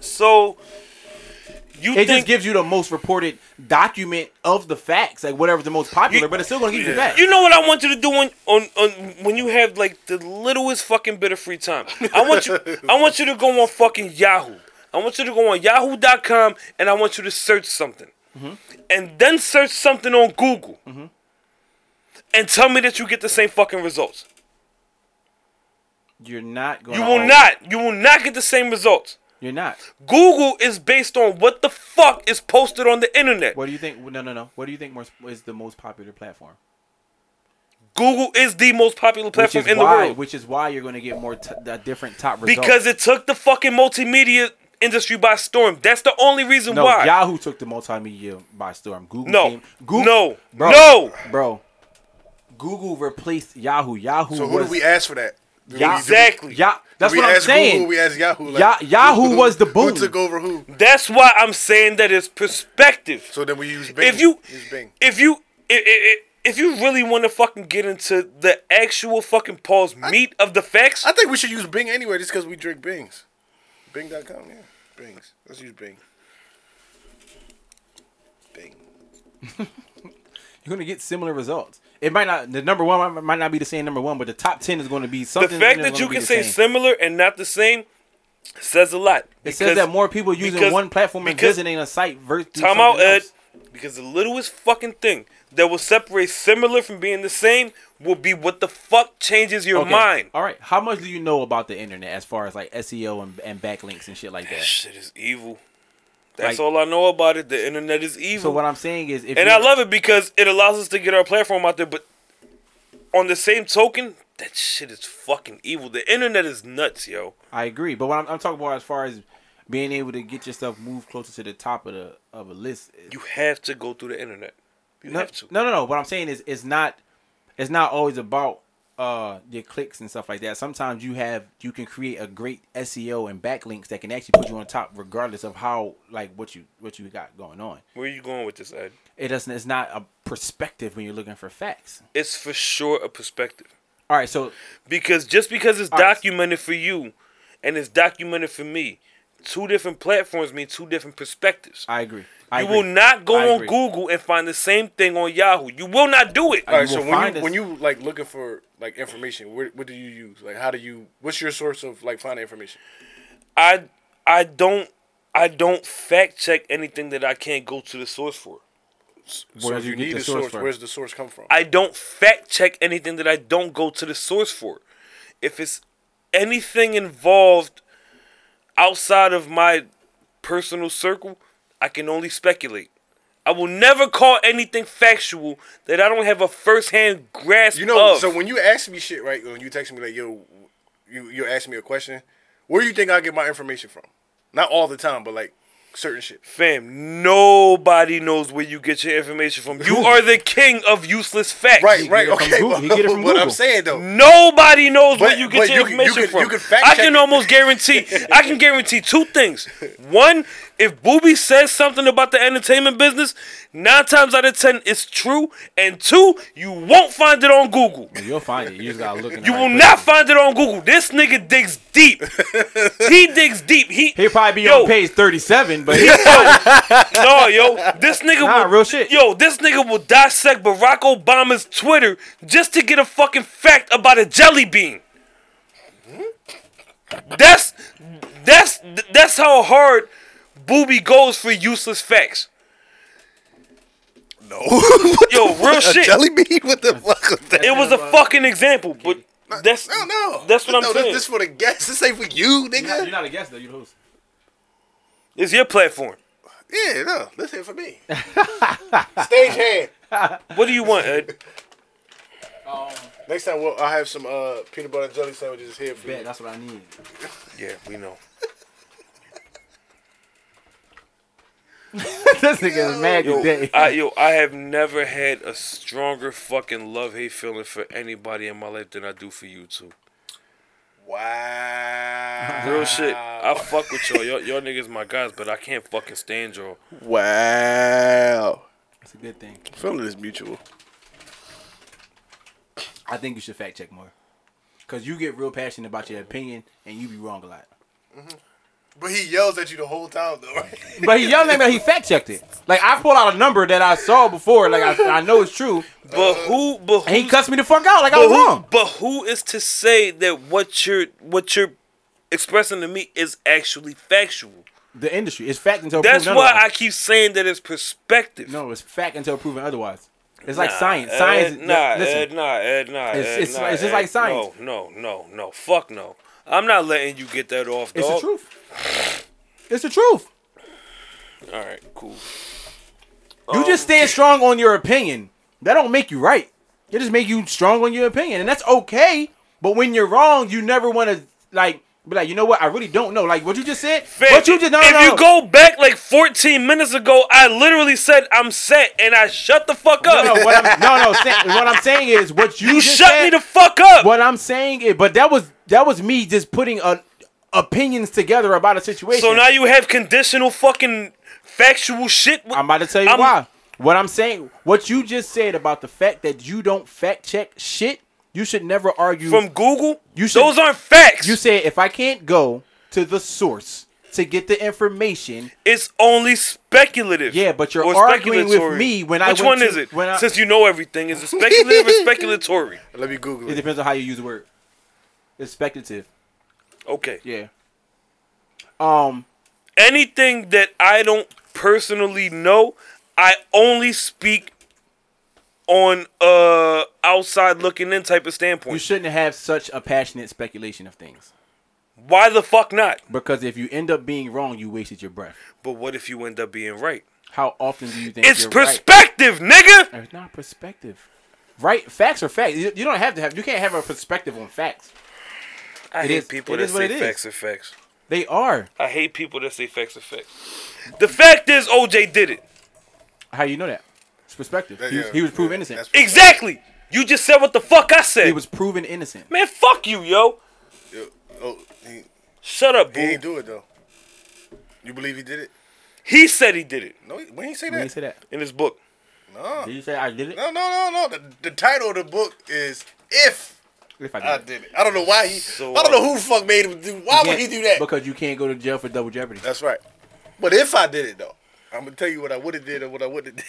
B: So you
D: It just
B: think
D: gives you the most reported document of the facts, like whatever's the most popular,
B: You-
D: but it's still gonna give you facts.
B: you know what I want you to do on, on on when you have like the littlest fucking bit of free time. I want you I want you to go on fucking Yahoo. I want you to go on Yahoo.com and I want you to search something,
D: Mm-hmm.
B: and then search something on Google, and tell me that you get the same fucking results.
D: You're not going.
B: You will not. You will not get the same results.
D: You're not.
B: Google is based on what the fuck is posted on the internet.
D: What do you think? No, no, no. What do you think more is the most popular platform?
B: Google is the most popular
D: Which
B: platform
D: is
B: in the
D: why,
B: world
D: which is why you're gonna get more t- the different top results.
B: because it took the fucking multimedia industry by storm. That's the only reason
D: no,
B: why.
D: Yahoo took the multimedia by storm. Google.
B: No.
D: came- Google,
B: No.
D: bro,
B: No.
D: bro. Google replaced Yahoo. Yahoo.
F: So who
D: was,
F: do we ask for that? Do we-
D: Yah-
F: do we-
B: Exactly.
D: Yah- that's
F: we
D: what I'm
F: ask
D: saying.
F: Google, we ask Yahoo. Like,
D: Yah- Yahoo was the boom.
F: Who took over who?
B: That's why I'm saying that it's perspective.
F: So then we use Bing.
B: if you
F: use Bing,
B: if you i- i- i- if you really want to fucking get into the actual fucking pause meat of the facts,
F: I think we should use Bing anyway, just because we drink Bings. Bing.com, yeah, Bings. Let's use Bing. Bing.
D: you're gonna get similar results. It might not the number one might- might not be the same number one, but the top ten is gonna be
B: the
D: something. in
B: fact
D: there
B: that
D: gonna
B: you
D: be
B: can
D: the
B: say
D: same.
B: similar and not the same says a lot.
D: it says that more people using
B: because-
D: one platform and
B: because-
D: visiting a site versus
B: Time out, Ed. Because the littlest fucking thing that will separate similar from being the same will be what the fuck changes your mind.
D: All right, how much do you know about the internet as far as like SEO and, and backlinks and shit like that?
B: Shit is evil. That's
D: Like-
B: all I know about it. The internet is evil.
D: So what I'm saying is, if
B: and
D: you-
B: I love it because it allows us to get our platform out there, but on the same token, that shit is fucking evil. The internet is nuts, yo.
D: I agree, but what I'm, I'm talking about as far as being able to get your stuff moved closer to the top of the of a list,
B: You have to go through the internet. You
D: no,
B: have to.
D: no, no, no. What I'm saying is, it's not, it's not always about uh your clicks and stuff like that. Sometimes you have, you can create a great SEO and backlinks that can actually put you on top, regardless of how like what you what you got going on.
B: Where are you going with this, Ed?
D: It doesn't. It's not a perspective when you're looking for facts.
B: It's for sure a perspective.
D: All right, so
B: Because just because it's
D: right.
B: documented for you and it's documented for me, two different platforms mean two different perspectives.
D: I agree. I
B: you
D: agree.
B: will not go
D: I
B: on
D: agree.
B: Google and find the same thing on Yahoo. You will not do it.
F: All right,
D: You
F: so
D: will
F: when
D: find
F: you,
D: us-
F: when you like looking for like information, what, what do you use? Like, how do you? What's your source of like finding information?
B: I I don't I don't fact check anything that I can't go to the source for.
D: Where
F: so
D: do
F: if
D: you
F: you
D: get
F: need a
D: the source
F: source,
D: from?
F: where's the source come from?
B: I don't fact check anything that I don't go to the source for. If it's anything involved outside of my personal circle, I can only speculate. I will never call anything factual that I don't have a first hand grasp
F: You know,
B: of.
F: so when you ask me shit, right? When you text me like, yo, you you ask me a question, where do you think I get my information from?
C: Not all the time, but like certain shit.
B: Fam, nobody knows where you get your information from. You are the king of useless facts.
C: Right,
D: get
C: right.
D: it from
C: Okay,
D: Google.
C: but,
D: You get it from
C: what I'm
D: Google.
C: saying though,
B: Nobody knows where
C: But-
B: you get
C: but
B: your
C: you can- you
B: information
C: can-
B: from.
C: you can fact
B: I
C: check
B: can
C: it.
B: almost guarantee. I can guarantee two things. One, if Booby says something about the entertainment business, nine times out of ten it's true. And two, you won't find it on Google.
D: You'll find it. You just gotta look. In the
B: You
D: right
B: will
D: place.
B: not find it on Google. This nigga digs deep. he digs deep. He
D: He'll probably be
B: Yo.
D: on page thirty-seven, but
B: no, yo, this nigga
D: Nah,
B: will
D: real shit.
B: Yo, this nigga will dissect Barack Obama's Twitter just to get a fucking fact about a jelly bean. That's that's that's how hard Booby goes for useless facts.
F: No. What the
B: Yo, real
F: fuck?
B: shit.
F: A jelly bean? What the fuck was that?
B: It was a fucking example, but that's
F: No, no.
B: That's what I'm
F: no,
B: saying.
F: This, this for the guests. This ain't for you, nigga.
D: not a guest though. You host.
B: it's your platform.
F: Yeah, no. This ain't for me. Stage hand.
B: What do you want, Ed?
F: Next time, we'll, I'll have some uh, peanut butter and jelly sandwiches here for
D: Bet
F: you.
D: that's what I need.
B: Yeah, we know.
D: this nigga is mad today.
B: I, yo, I have never had a stronger fucking love hate feeling for anybody in my life than I do for you two.
F: Wow.
B: Real shit. I fuck with y'all. y'all. Y'all niggas my guys, but I can't fucking stand y'all.
F: Wow.
D: It's a good thing.
F: Feeling is mutual.
D: I think you should fact check more, cause you get real passionate about your opinion and you be wrong a lot.
F: But he yells at you the whole time, though, right?
D: But he yelled at me that he fact checked it. Like I pulled out a number that I saw before, like I, I know it's true,
B: But who? But
D: and
B: who?
D: he cussed me the fuck out. Like I
B: But
D: was
B: who,
D: wrong.
B: but who is to say that what you're what you're expressing to me is actually factual?
D: The industry is fact until
B: That's
D: proven
B: why I
D: otherwise.
B: keep saying that it's perspective.
D: No, it's fact until proven otherwise. It's like
B: Nah,
D: science.
B: Ed,
D: Science.
B: nah, uh,
D: listen,
B: Ed, nah, Ed, nah,
D: It's-
B: Ed,
D: it's-
B: nah,
D: it's
B: Ed,
D: just like science.
B: No, no, no, no. Fuck no. I'm not letting you get that off.
D: it's the
B: dog.
D: truth. It's the truth.
B: All right, cool.
D: You just stand strong on your opinion. That don't make you right. It just make you strong on your opinion, and that's okay. But when you're wrong, you never want to like be like, you know what? I really don't know. Like what you just said.
B: Fam,
D: what you just no,
B: if
D: no,
B: you
D: no.
B: go back like 14 minutes ago, I literally said I'm set and I shut the fuck up.
D: No, no, what I'm, no, no. Say, what I'm saying is what you,
B: you
D: just
B: shut
D: said,
B: me the fuck up.
D: What I'm saying is, but that was that was me just putting a, opinions together about a situation.
B: So now you have conditional fucking factual shit.
D: I'm about to tell you
B: I'm-
D: why. What I'm saying, what you just said about the fact that you don't fact check shit, you should never argue.
B: from Google.
D: You should-
B: Those aren't facts.
D: you said if I can't go to the source to get the information,
B: it's only speculative.
D: Yeah, but you're
B: Or
D: arguing with
B: speculatory.
D: me when I
B: Which
D: went
B: one
D: to-
B: is it?
D: when I-
B: Since you know everything, is it speculative or speculatory?
F: Let me Google
D: it
F: it.
D: depends on how you use the word. It's speculative.
B: Okay.
D: Yeah. Um.
B: Anything that I don't personally know, I only speak on uh outside looking in type of
D: You
B: standpoint.
D: shouldn't have such a passionate speculation of things
B: Why the fuck not?
D: because if you end up being wrong, you wasted your breath.
B: But what if you end up being right?
D: How often do you think
B: It's
D: you're
B: perspective, nigga.
D: right? It's not perspective. Right? Facts are facts. You, you don't have to have. You can't have a perspective on facts.
B: I
D: It
B: hate
D: is-
B: people
D: it
B: that
D: is what
B: say
D: it is.
B: facts are facts.
D: They are.
B: I hate people that say facts are facts. The fact is, OJ did it.
D: How you know that? It's perspective. He,
F: yeah,
D: he was proven
F: yeah,
D: innocent.
F: that's-
B: Exactly. You just said what the fuck I said.
D: He was proven innocent.
B: Man, fuck you, yo.
F: Oh, he,
B: Shut up,
F: he
B: boo. He,
F: ain't do it, though. You believe he did it?
B: said he did it
F: No, he- when he say
D: Let me
F: that?
D: say that.
B: in his book.
F: No.
D: Did you say I did it?
F: No, no, no, no. The, the title of the book is If
D: If I did,
F: I
D: it.
F: Did It. I don't know why he.
B: So,
F: I don't know who the fuck made him do. Why
D: You
F: would he
D: can't-
F: do that?
D: Because you can't go to jail for double jeopardy.
F: That's right. But if I did it though, I'm gonna tell you what I would have did and what I wouldn't have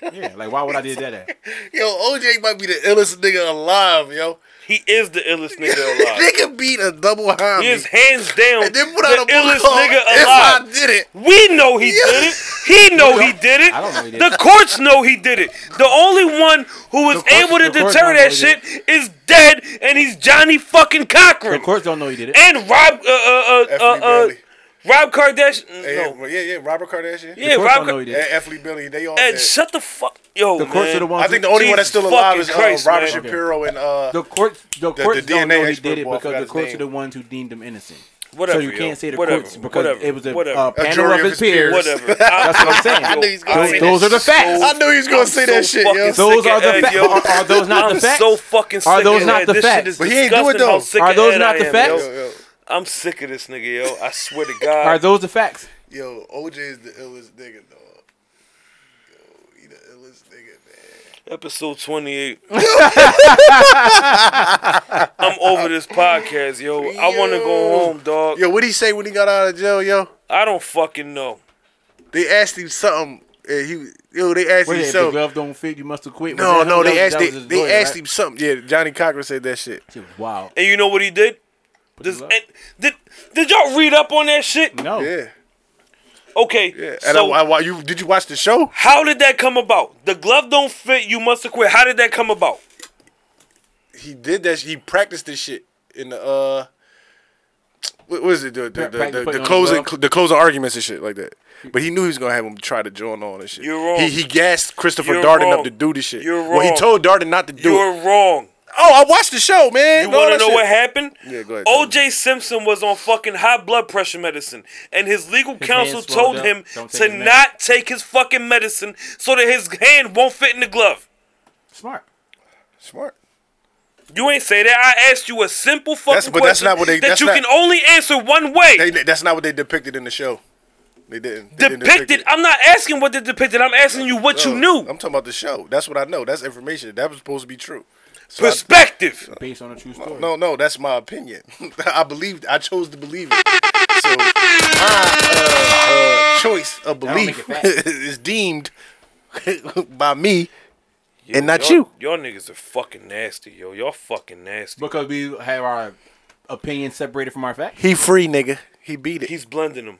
F: did.
D: Yeah, like why would I did that? At?
F: yo, OJ might be the illest nigga alive, yo.
B: He is the illest nigga alive.
F: nigga beat a double Heimlich.
B: he is hands down
F: and then put
B: the
F: out a
B: illest
F: book called
B: nigga
F: If I
B: alive.
F: did it.
B: We know he
F: Yeah.
B: did it. He know he did it.
D: I don't know he did
B: The courts know he did it. The only one who was
D: courts-
B: able to
D: the courts
B: deter
D: don't
B: that
D: know he did
B: shit is dead, and he's Johnny fucking Cochran.
D: The courts don't know he did it.
B: and Rob uh uh uh,
F: F. Lee
B: uh, uh
F: Bailey.
B: Rob Kardashian.
F: Yeah,
B: No.
F: yeah, yeah, Robert Kardashian.
B: Yeah,
D: courts
B: Rob.
D: don't know he
B: Kar-
F: And
D: did
F: F. Lee Billy, they all.
B: Ed,
F: dead.
B: shut the fuck, yo.
D: The courts
B: man.
D: are the ones.
F: I think the only one that's
B: Jesus
F: still alive
B: fucking
F: is uh,
B: Christ,
F: Robert
B: man.
F: Shapiro and uh.
D: The courts, the courts don't
F: DNA
D: know he
F: expert
D: did it
F: boy, I
D: because
F: forgot
D: the
F: his
D: courts
F: name.
D: are the ones who deemed him innocent.
B: Whatever.
D: so you
B: yo.
D: can't say the
B: whatever,
D: quotes because
B: whatever,
D: it was a,
B: whatever.
D: uh, panel
C: jury
D: of his peers.
B: whatever.
D: That's what I'm saying.
B: I
C: knew he was gonna
D: Those,
C: say
D: those
C: that
D: are the facts.
C: I knew he was gonna say that shit, yo.
D: Those are the fa- are- are those not
B: I'm
D: the facts?
B: so fucking sick
D: Are those
B: of
D: not
B: Ed.
D: the
B: this Shit
D: facts?
B: is
C: But he ain't do it,
B: disgusting
C: though.
B: how sick
D: Are
B: of
D: those
B: Ed
D: not
B: I
D: the
B: am,
D: facts?
B: Yo.
C: Yo, yo,
B: I'm sick of this nigga, yo. I swear to
D: Are
B: God.
D: those the facts?
C: yo, OJ is the illest nigga, dog. Yo, he the illest nigga, man.
B: Episode 28. I'm over this podcast, yo. I want to go
C: Yo.
B: home, dog.
C: Yo, what he say when he got out of jail, yo?
B: I don't fucking know.
C: They asked him something. And he, yo, they asked
D: Wait,
C: him
D: if the
C: something.
D: glove don't fit, you must have quit.
C: No,
D: Well, that-
C: no,
D: that
C: they
D: was-
C: asked
D: that
C: they,
D: was his
C: they
D: lawyer,
C: asked
D: right?
C: him something. Yeah, Johnny Cochran said that shit.
D: Shit was wild.
B: And you know what he did? This,
D: up.
B: and, did did y'all read up on that shit?
D: No,
C: Yeah,
B: Okay.
C: yeah. And
B: So
C: I, I, why you did you watch the show?
B: how did that come about? The glove don't fit. You must have quit. How did that come about?
C: He did that. sh- He practiced this shit in the uh, what was it? The the,
D: Pra-
C: the,
D: practice
C: the, the
D: putting on the
C: closing
D: glove?
C: the closing arguments and shit like that. But he knew he was gonna have him try to join on and shit.
B: You're wrong.
C: He he gassed Christopher
B: You're
C: Darden
B: wrong.
C: up to do this shit.
B: You're
C: Well, he
B: wrong.
C: told Darden not to do
B: You're
C: it.
B: wrong.
C: Oh, I watched the show, man.
B: You
C: No,
B: want to
C: that
B: know
C: shit-
B: what happened?
C: Yeah, go ahead, tell
B: OJ Simpson was on fucking high blood pressure medicine, and his legal counsel
D: hand swelled
B: told
D: up.
B: him
D: Don't take
B: to
D: his medicine.
B: not take his fucking medicine so that his hand won't fit in the glove.
D: smart.
C: Smart.
B: You ain't say that. I asked you a simple fucking
C: That's- but
B: question
C: that's not what they-
B: that
C: that's
B: you
C: not-
B: can only answer one way.
C: They, that's not what they depicted in the show. They didn't. They didn't depict
B: depicted.
C: it.
B: I'm not asking what they depicted. I'm asking you what you
C: No,
B: knew.
C: I'm talking about the show. That's what I know. That's information. That was supposed to be true. So I-
B: Perspective.
D: Based on a true story.
C: no, no, that's my opinion. I believed. I chose to believe it. So my uh, uh, choice of
D: don't make
C: belief
D: it fact.
C: is deemed by me and
B: y'all,
C: not you.
B: Y'all niggas are fucking nasty, yo. Y'all fucking nasty.
D: because we have our opinions separated from our facts.
C: He free, nigga. He beat it.
B: He's blending them,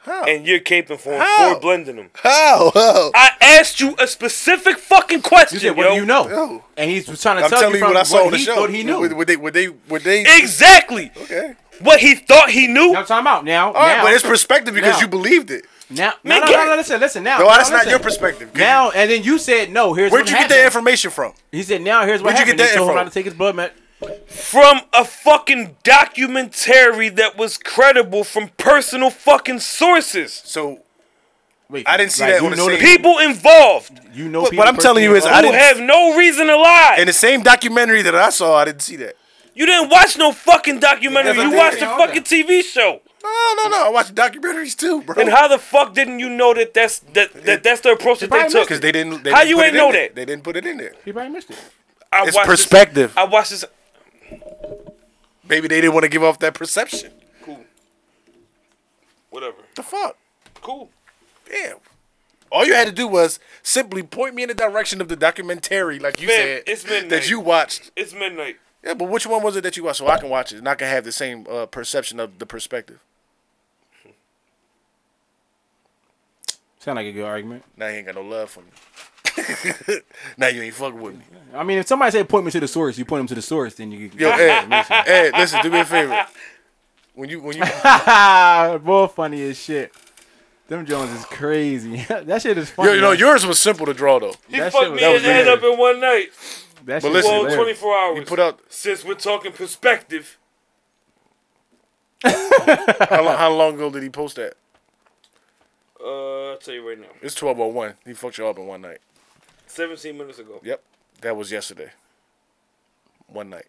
C: How?
B: and you're caping for him
C: How?
B: for blending them.
C: How? How?
B: I asked you a specific fucking question.
D: You said, "What
B: yo.
D: do you know?"
C: Yo.
D: And he's trying to
C: I'm
D: tell
C: telling you
D: from
C: what I saw on the
D: he
C: show.
D: thought he knew.
C: What, what they? What they? What they?
B: Exactly.
C: okay.
B: What he thought he knew.
D: now time out. Now,
C: All right,
D: now,
C: but it's perspective because
D: now.
C: you believed it.
D: now, no,
B: Man,
D: no, no,
B: get-
D: no, listen, listen. Now,
C: No,
D: now,
C: that's not
D: listen.
C: your perspective. 'Cause
D: Now, and then you said, "No." Here's
C: where'd
D: what
C: you get
D: happened.
C: that information from?
D: He said, "Now, here's what
C: Where'd you
D: happened."
C: get
D: They
C: that
D: told him
C: info?
D: not to take his blood, man.
B: from a fucking documentary that was credible from personal fucking sources.
C: So
D: Wait,
C: I didn't see
D: like,
C: that
D: You
C: on the
D: know
C: scene.
B: People involved
D: You know,
C: What-
D: people
C: what I'm telling you
D: personally
C: is I
D: involved.
B: who
C: didn't-
B: have no reason to lie.
C: in the same documentary that I saw, I didn't see that.
B: you didn't watch no fucking documentary.
C: Yeah, but
B: You
C: they-
B: watched a
D: they all
B: fucking TV show.
C: No, no, no. I watch documentaries too, bro.
B: And how the fuck didn't you know that that's that, that that's the approach that they
D: probably
B: took?
C: Because they didn't. They
B: How
C: didn't
B: you
C: put
B: ain't
C: it
B: know
C: in there.
B: that?
C: They didn't put it in there.
D: He probably missed it.
B: I
C: It's
B: watched this-
C: perspective.
B: I watched this.
C: Maybe they didn't want to give off that perception.
B: Cool. Whatever.
C: The fuck,
B: Cool.
C: damn. All you had to do was simply point me in the direction of the documentary, like you
B: Man,
C: said,
B: it's
C: that
B: midnight.
C: you watched.
B: It's midnight.
C: Yeah, but which one was it that you watched? So I can watch it, and I can have the same uh, perception of the perspective.
D: Sound like a good argument.
C: Now you ain't got no love for me. now you ain't fucking with me.
D: I mean, if somebody said point me to the source, you point them to the source, then you.
C: Yo, Ed, Ed, listen, do me a favor. When you when you
D: Ah, more funny as shit. Them Jones is crazy. that shit is funny.
C: yo, you know
D: man.
C: yours was simple to draw though.
B: He
D: That shit
B: fucked me
D: was- that
B: and
D: was
B: Ed
D: weird.
B: up in one night.
C: But
D: That shit
C: listen,
D: is
B: Well,
D: hilarious.
B: 24 hours.
C: You put out
B: Since we're talking perspective,
C: how long, how long ago did he post that?
B: uh, I'll tell you right now.
C: It's twelve oh one. He fucked you up in one night.
B: 17 minutes ago.
C: Yep, that was yesterday. One night.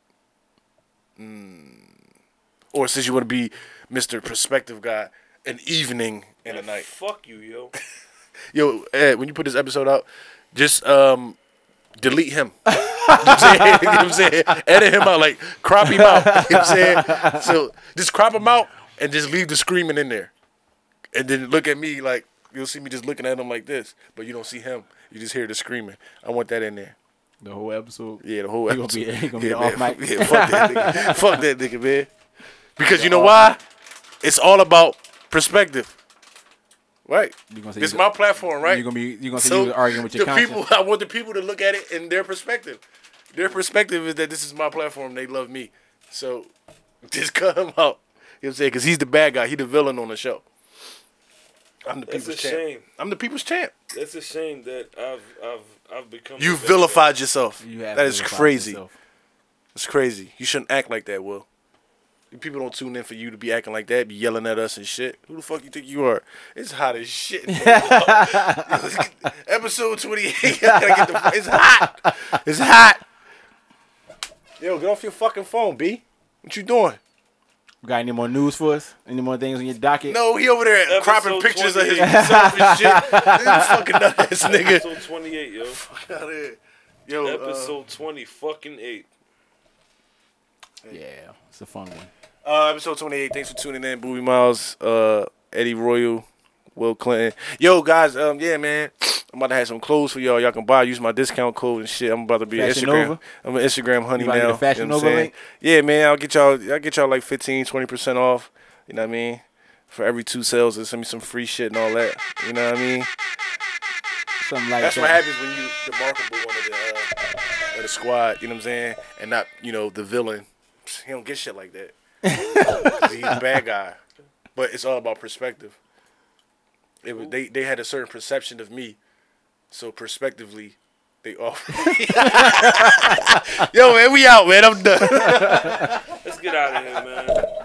C: Mm. Or since you want to be Mister Perspective Guy, an evening and a night.
B: Fuck you, yo.
C: Yo, Ed, when you put this episode out, just um. Delete him. you know what I'm saying? You know what I'm saying? Edit him out, like crop him out. You know what I'm saying? So just crop him out and just leave the screaming in there. and then look at me like you'll see me just looking at him like this, but you don't see him. You just hear the screaming. I want that in there.
D: the whole episode.
C: Yeah, the whole
D: He gonna
C: episode.
D: be- he gonna be
C: yeah,
D: off
C: man.
D: mic.
C: Yeah, fuck that nigga. fuck that nigga, man. Because you know why? It's all about perspective. Right.
D: You gonna say
C: It's
D: you-
C: my platform, right?
D: You're gonna be you're gonna say you was arguing with your
C: the
D: conscience.
C: people. I want the people to look at it in their perspective. Their perspective is that this is my platform. They love me, so just cut him out. You know what I'm saying? Because he's the bad guy. He the villain on the show. I'm the
B: That's
C: people's
B: a
C: champ.
B: shame.
C: I'm the people's champ.
B: That's a shame that I've I've I've become.
C: You
B: a bad
C: vilified yourself.
D: You have
C: that is
D: vilified
C: crazy.
D: yourself.
C: It's crazy. You shouldn't act like that, Will. People don't tune in for you to be acting like that, be yelling at us and shit. Who the fuck you think you are? It's hot as shit. Episode 28. Gotta get the- it's hot. It's hot. Yo, get off your fucking phone, B. What you doing?
D: Got any more news for us? Any more things on your docket?
C: No, he over there cropping
B: Episode
C: pictures of
B: 28.
C: himself and shit. This fucking nuts, nigga.
B: Episode 28, yo.
C: Outta here. Yo, uh,
B: Episode 20 fucking 8.
D: Yeah, it's a fun one.
C: Uh, episode 28. Thanks for tuning in, Booby Miles, uh, Eddie Royal, Will Clinton. Yo, guys, um, yeah, man. I'm about to have some clothes for y'all. Y'all can buy. Use my discount code and shit. I'm about to be an
D: Fashion
C: Instagram.
D: Nova?
C: I'm an Instagram honey
D: You about to get
C: now.
D: a Fashion
C: you know what
D: Nova
C: I'm saying?
D: link?
C: Yeah, man. I'll get y'all. I'll get y'all like 15, 20 percent off. You know what I mean? For every two sales, and send me some free shit and all that. You know what I mean?
D: Something like
C: That's
D: that.
C: what happens when you the marketable one of the, uh, of the squad. You know what I'm saying? And not you know the villain. He don't get shit like that. He's a bad guy. But it's all about perspective. It was, they they had a certain perception of me, so prospectively, they offer. Yo man, we out man. I'm done.
B: Let's get out of here, man.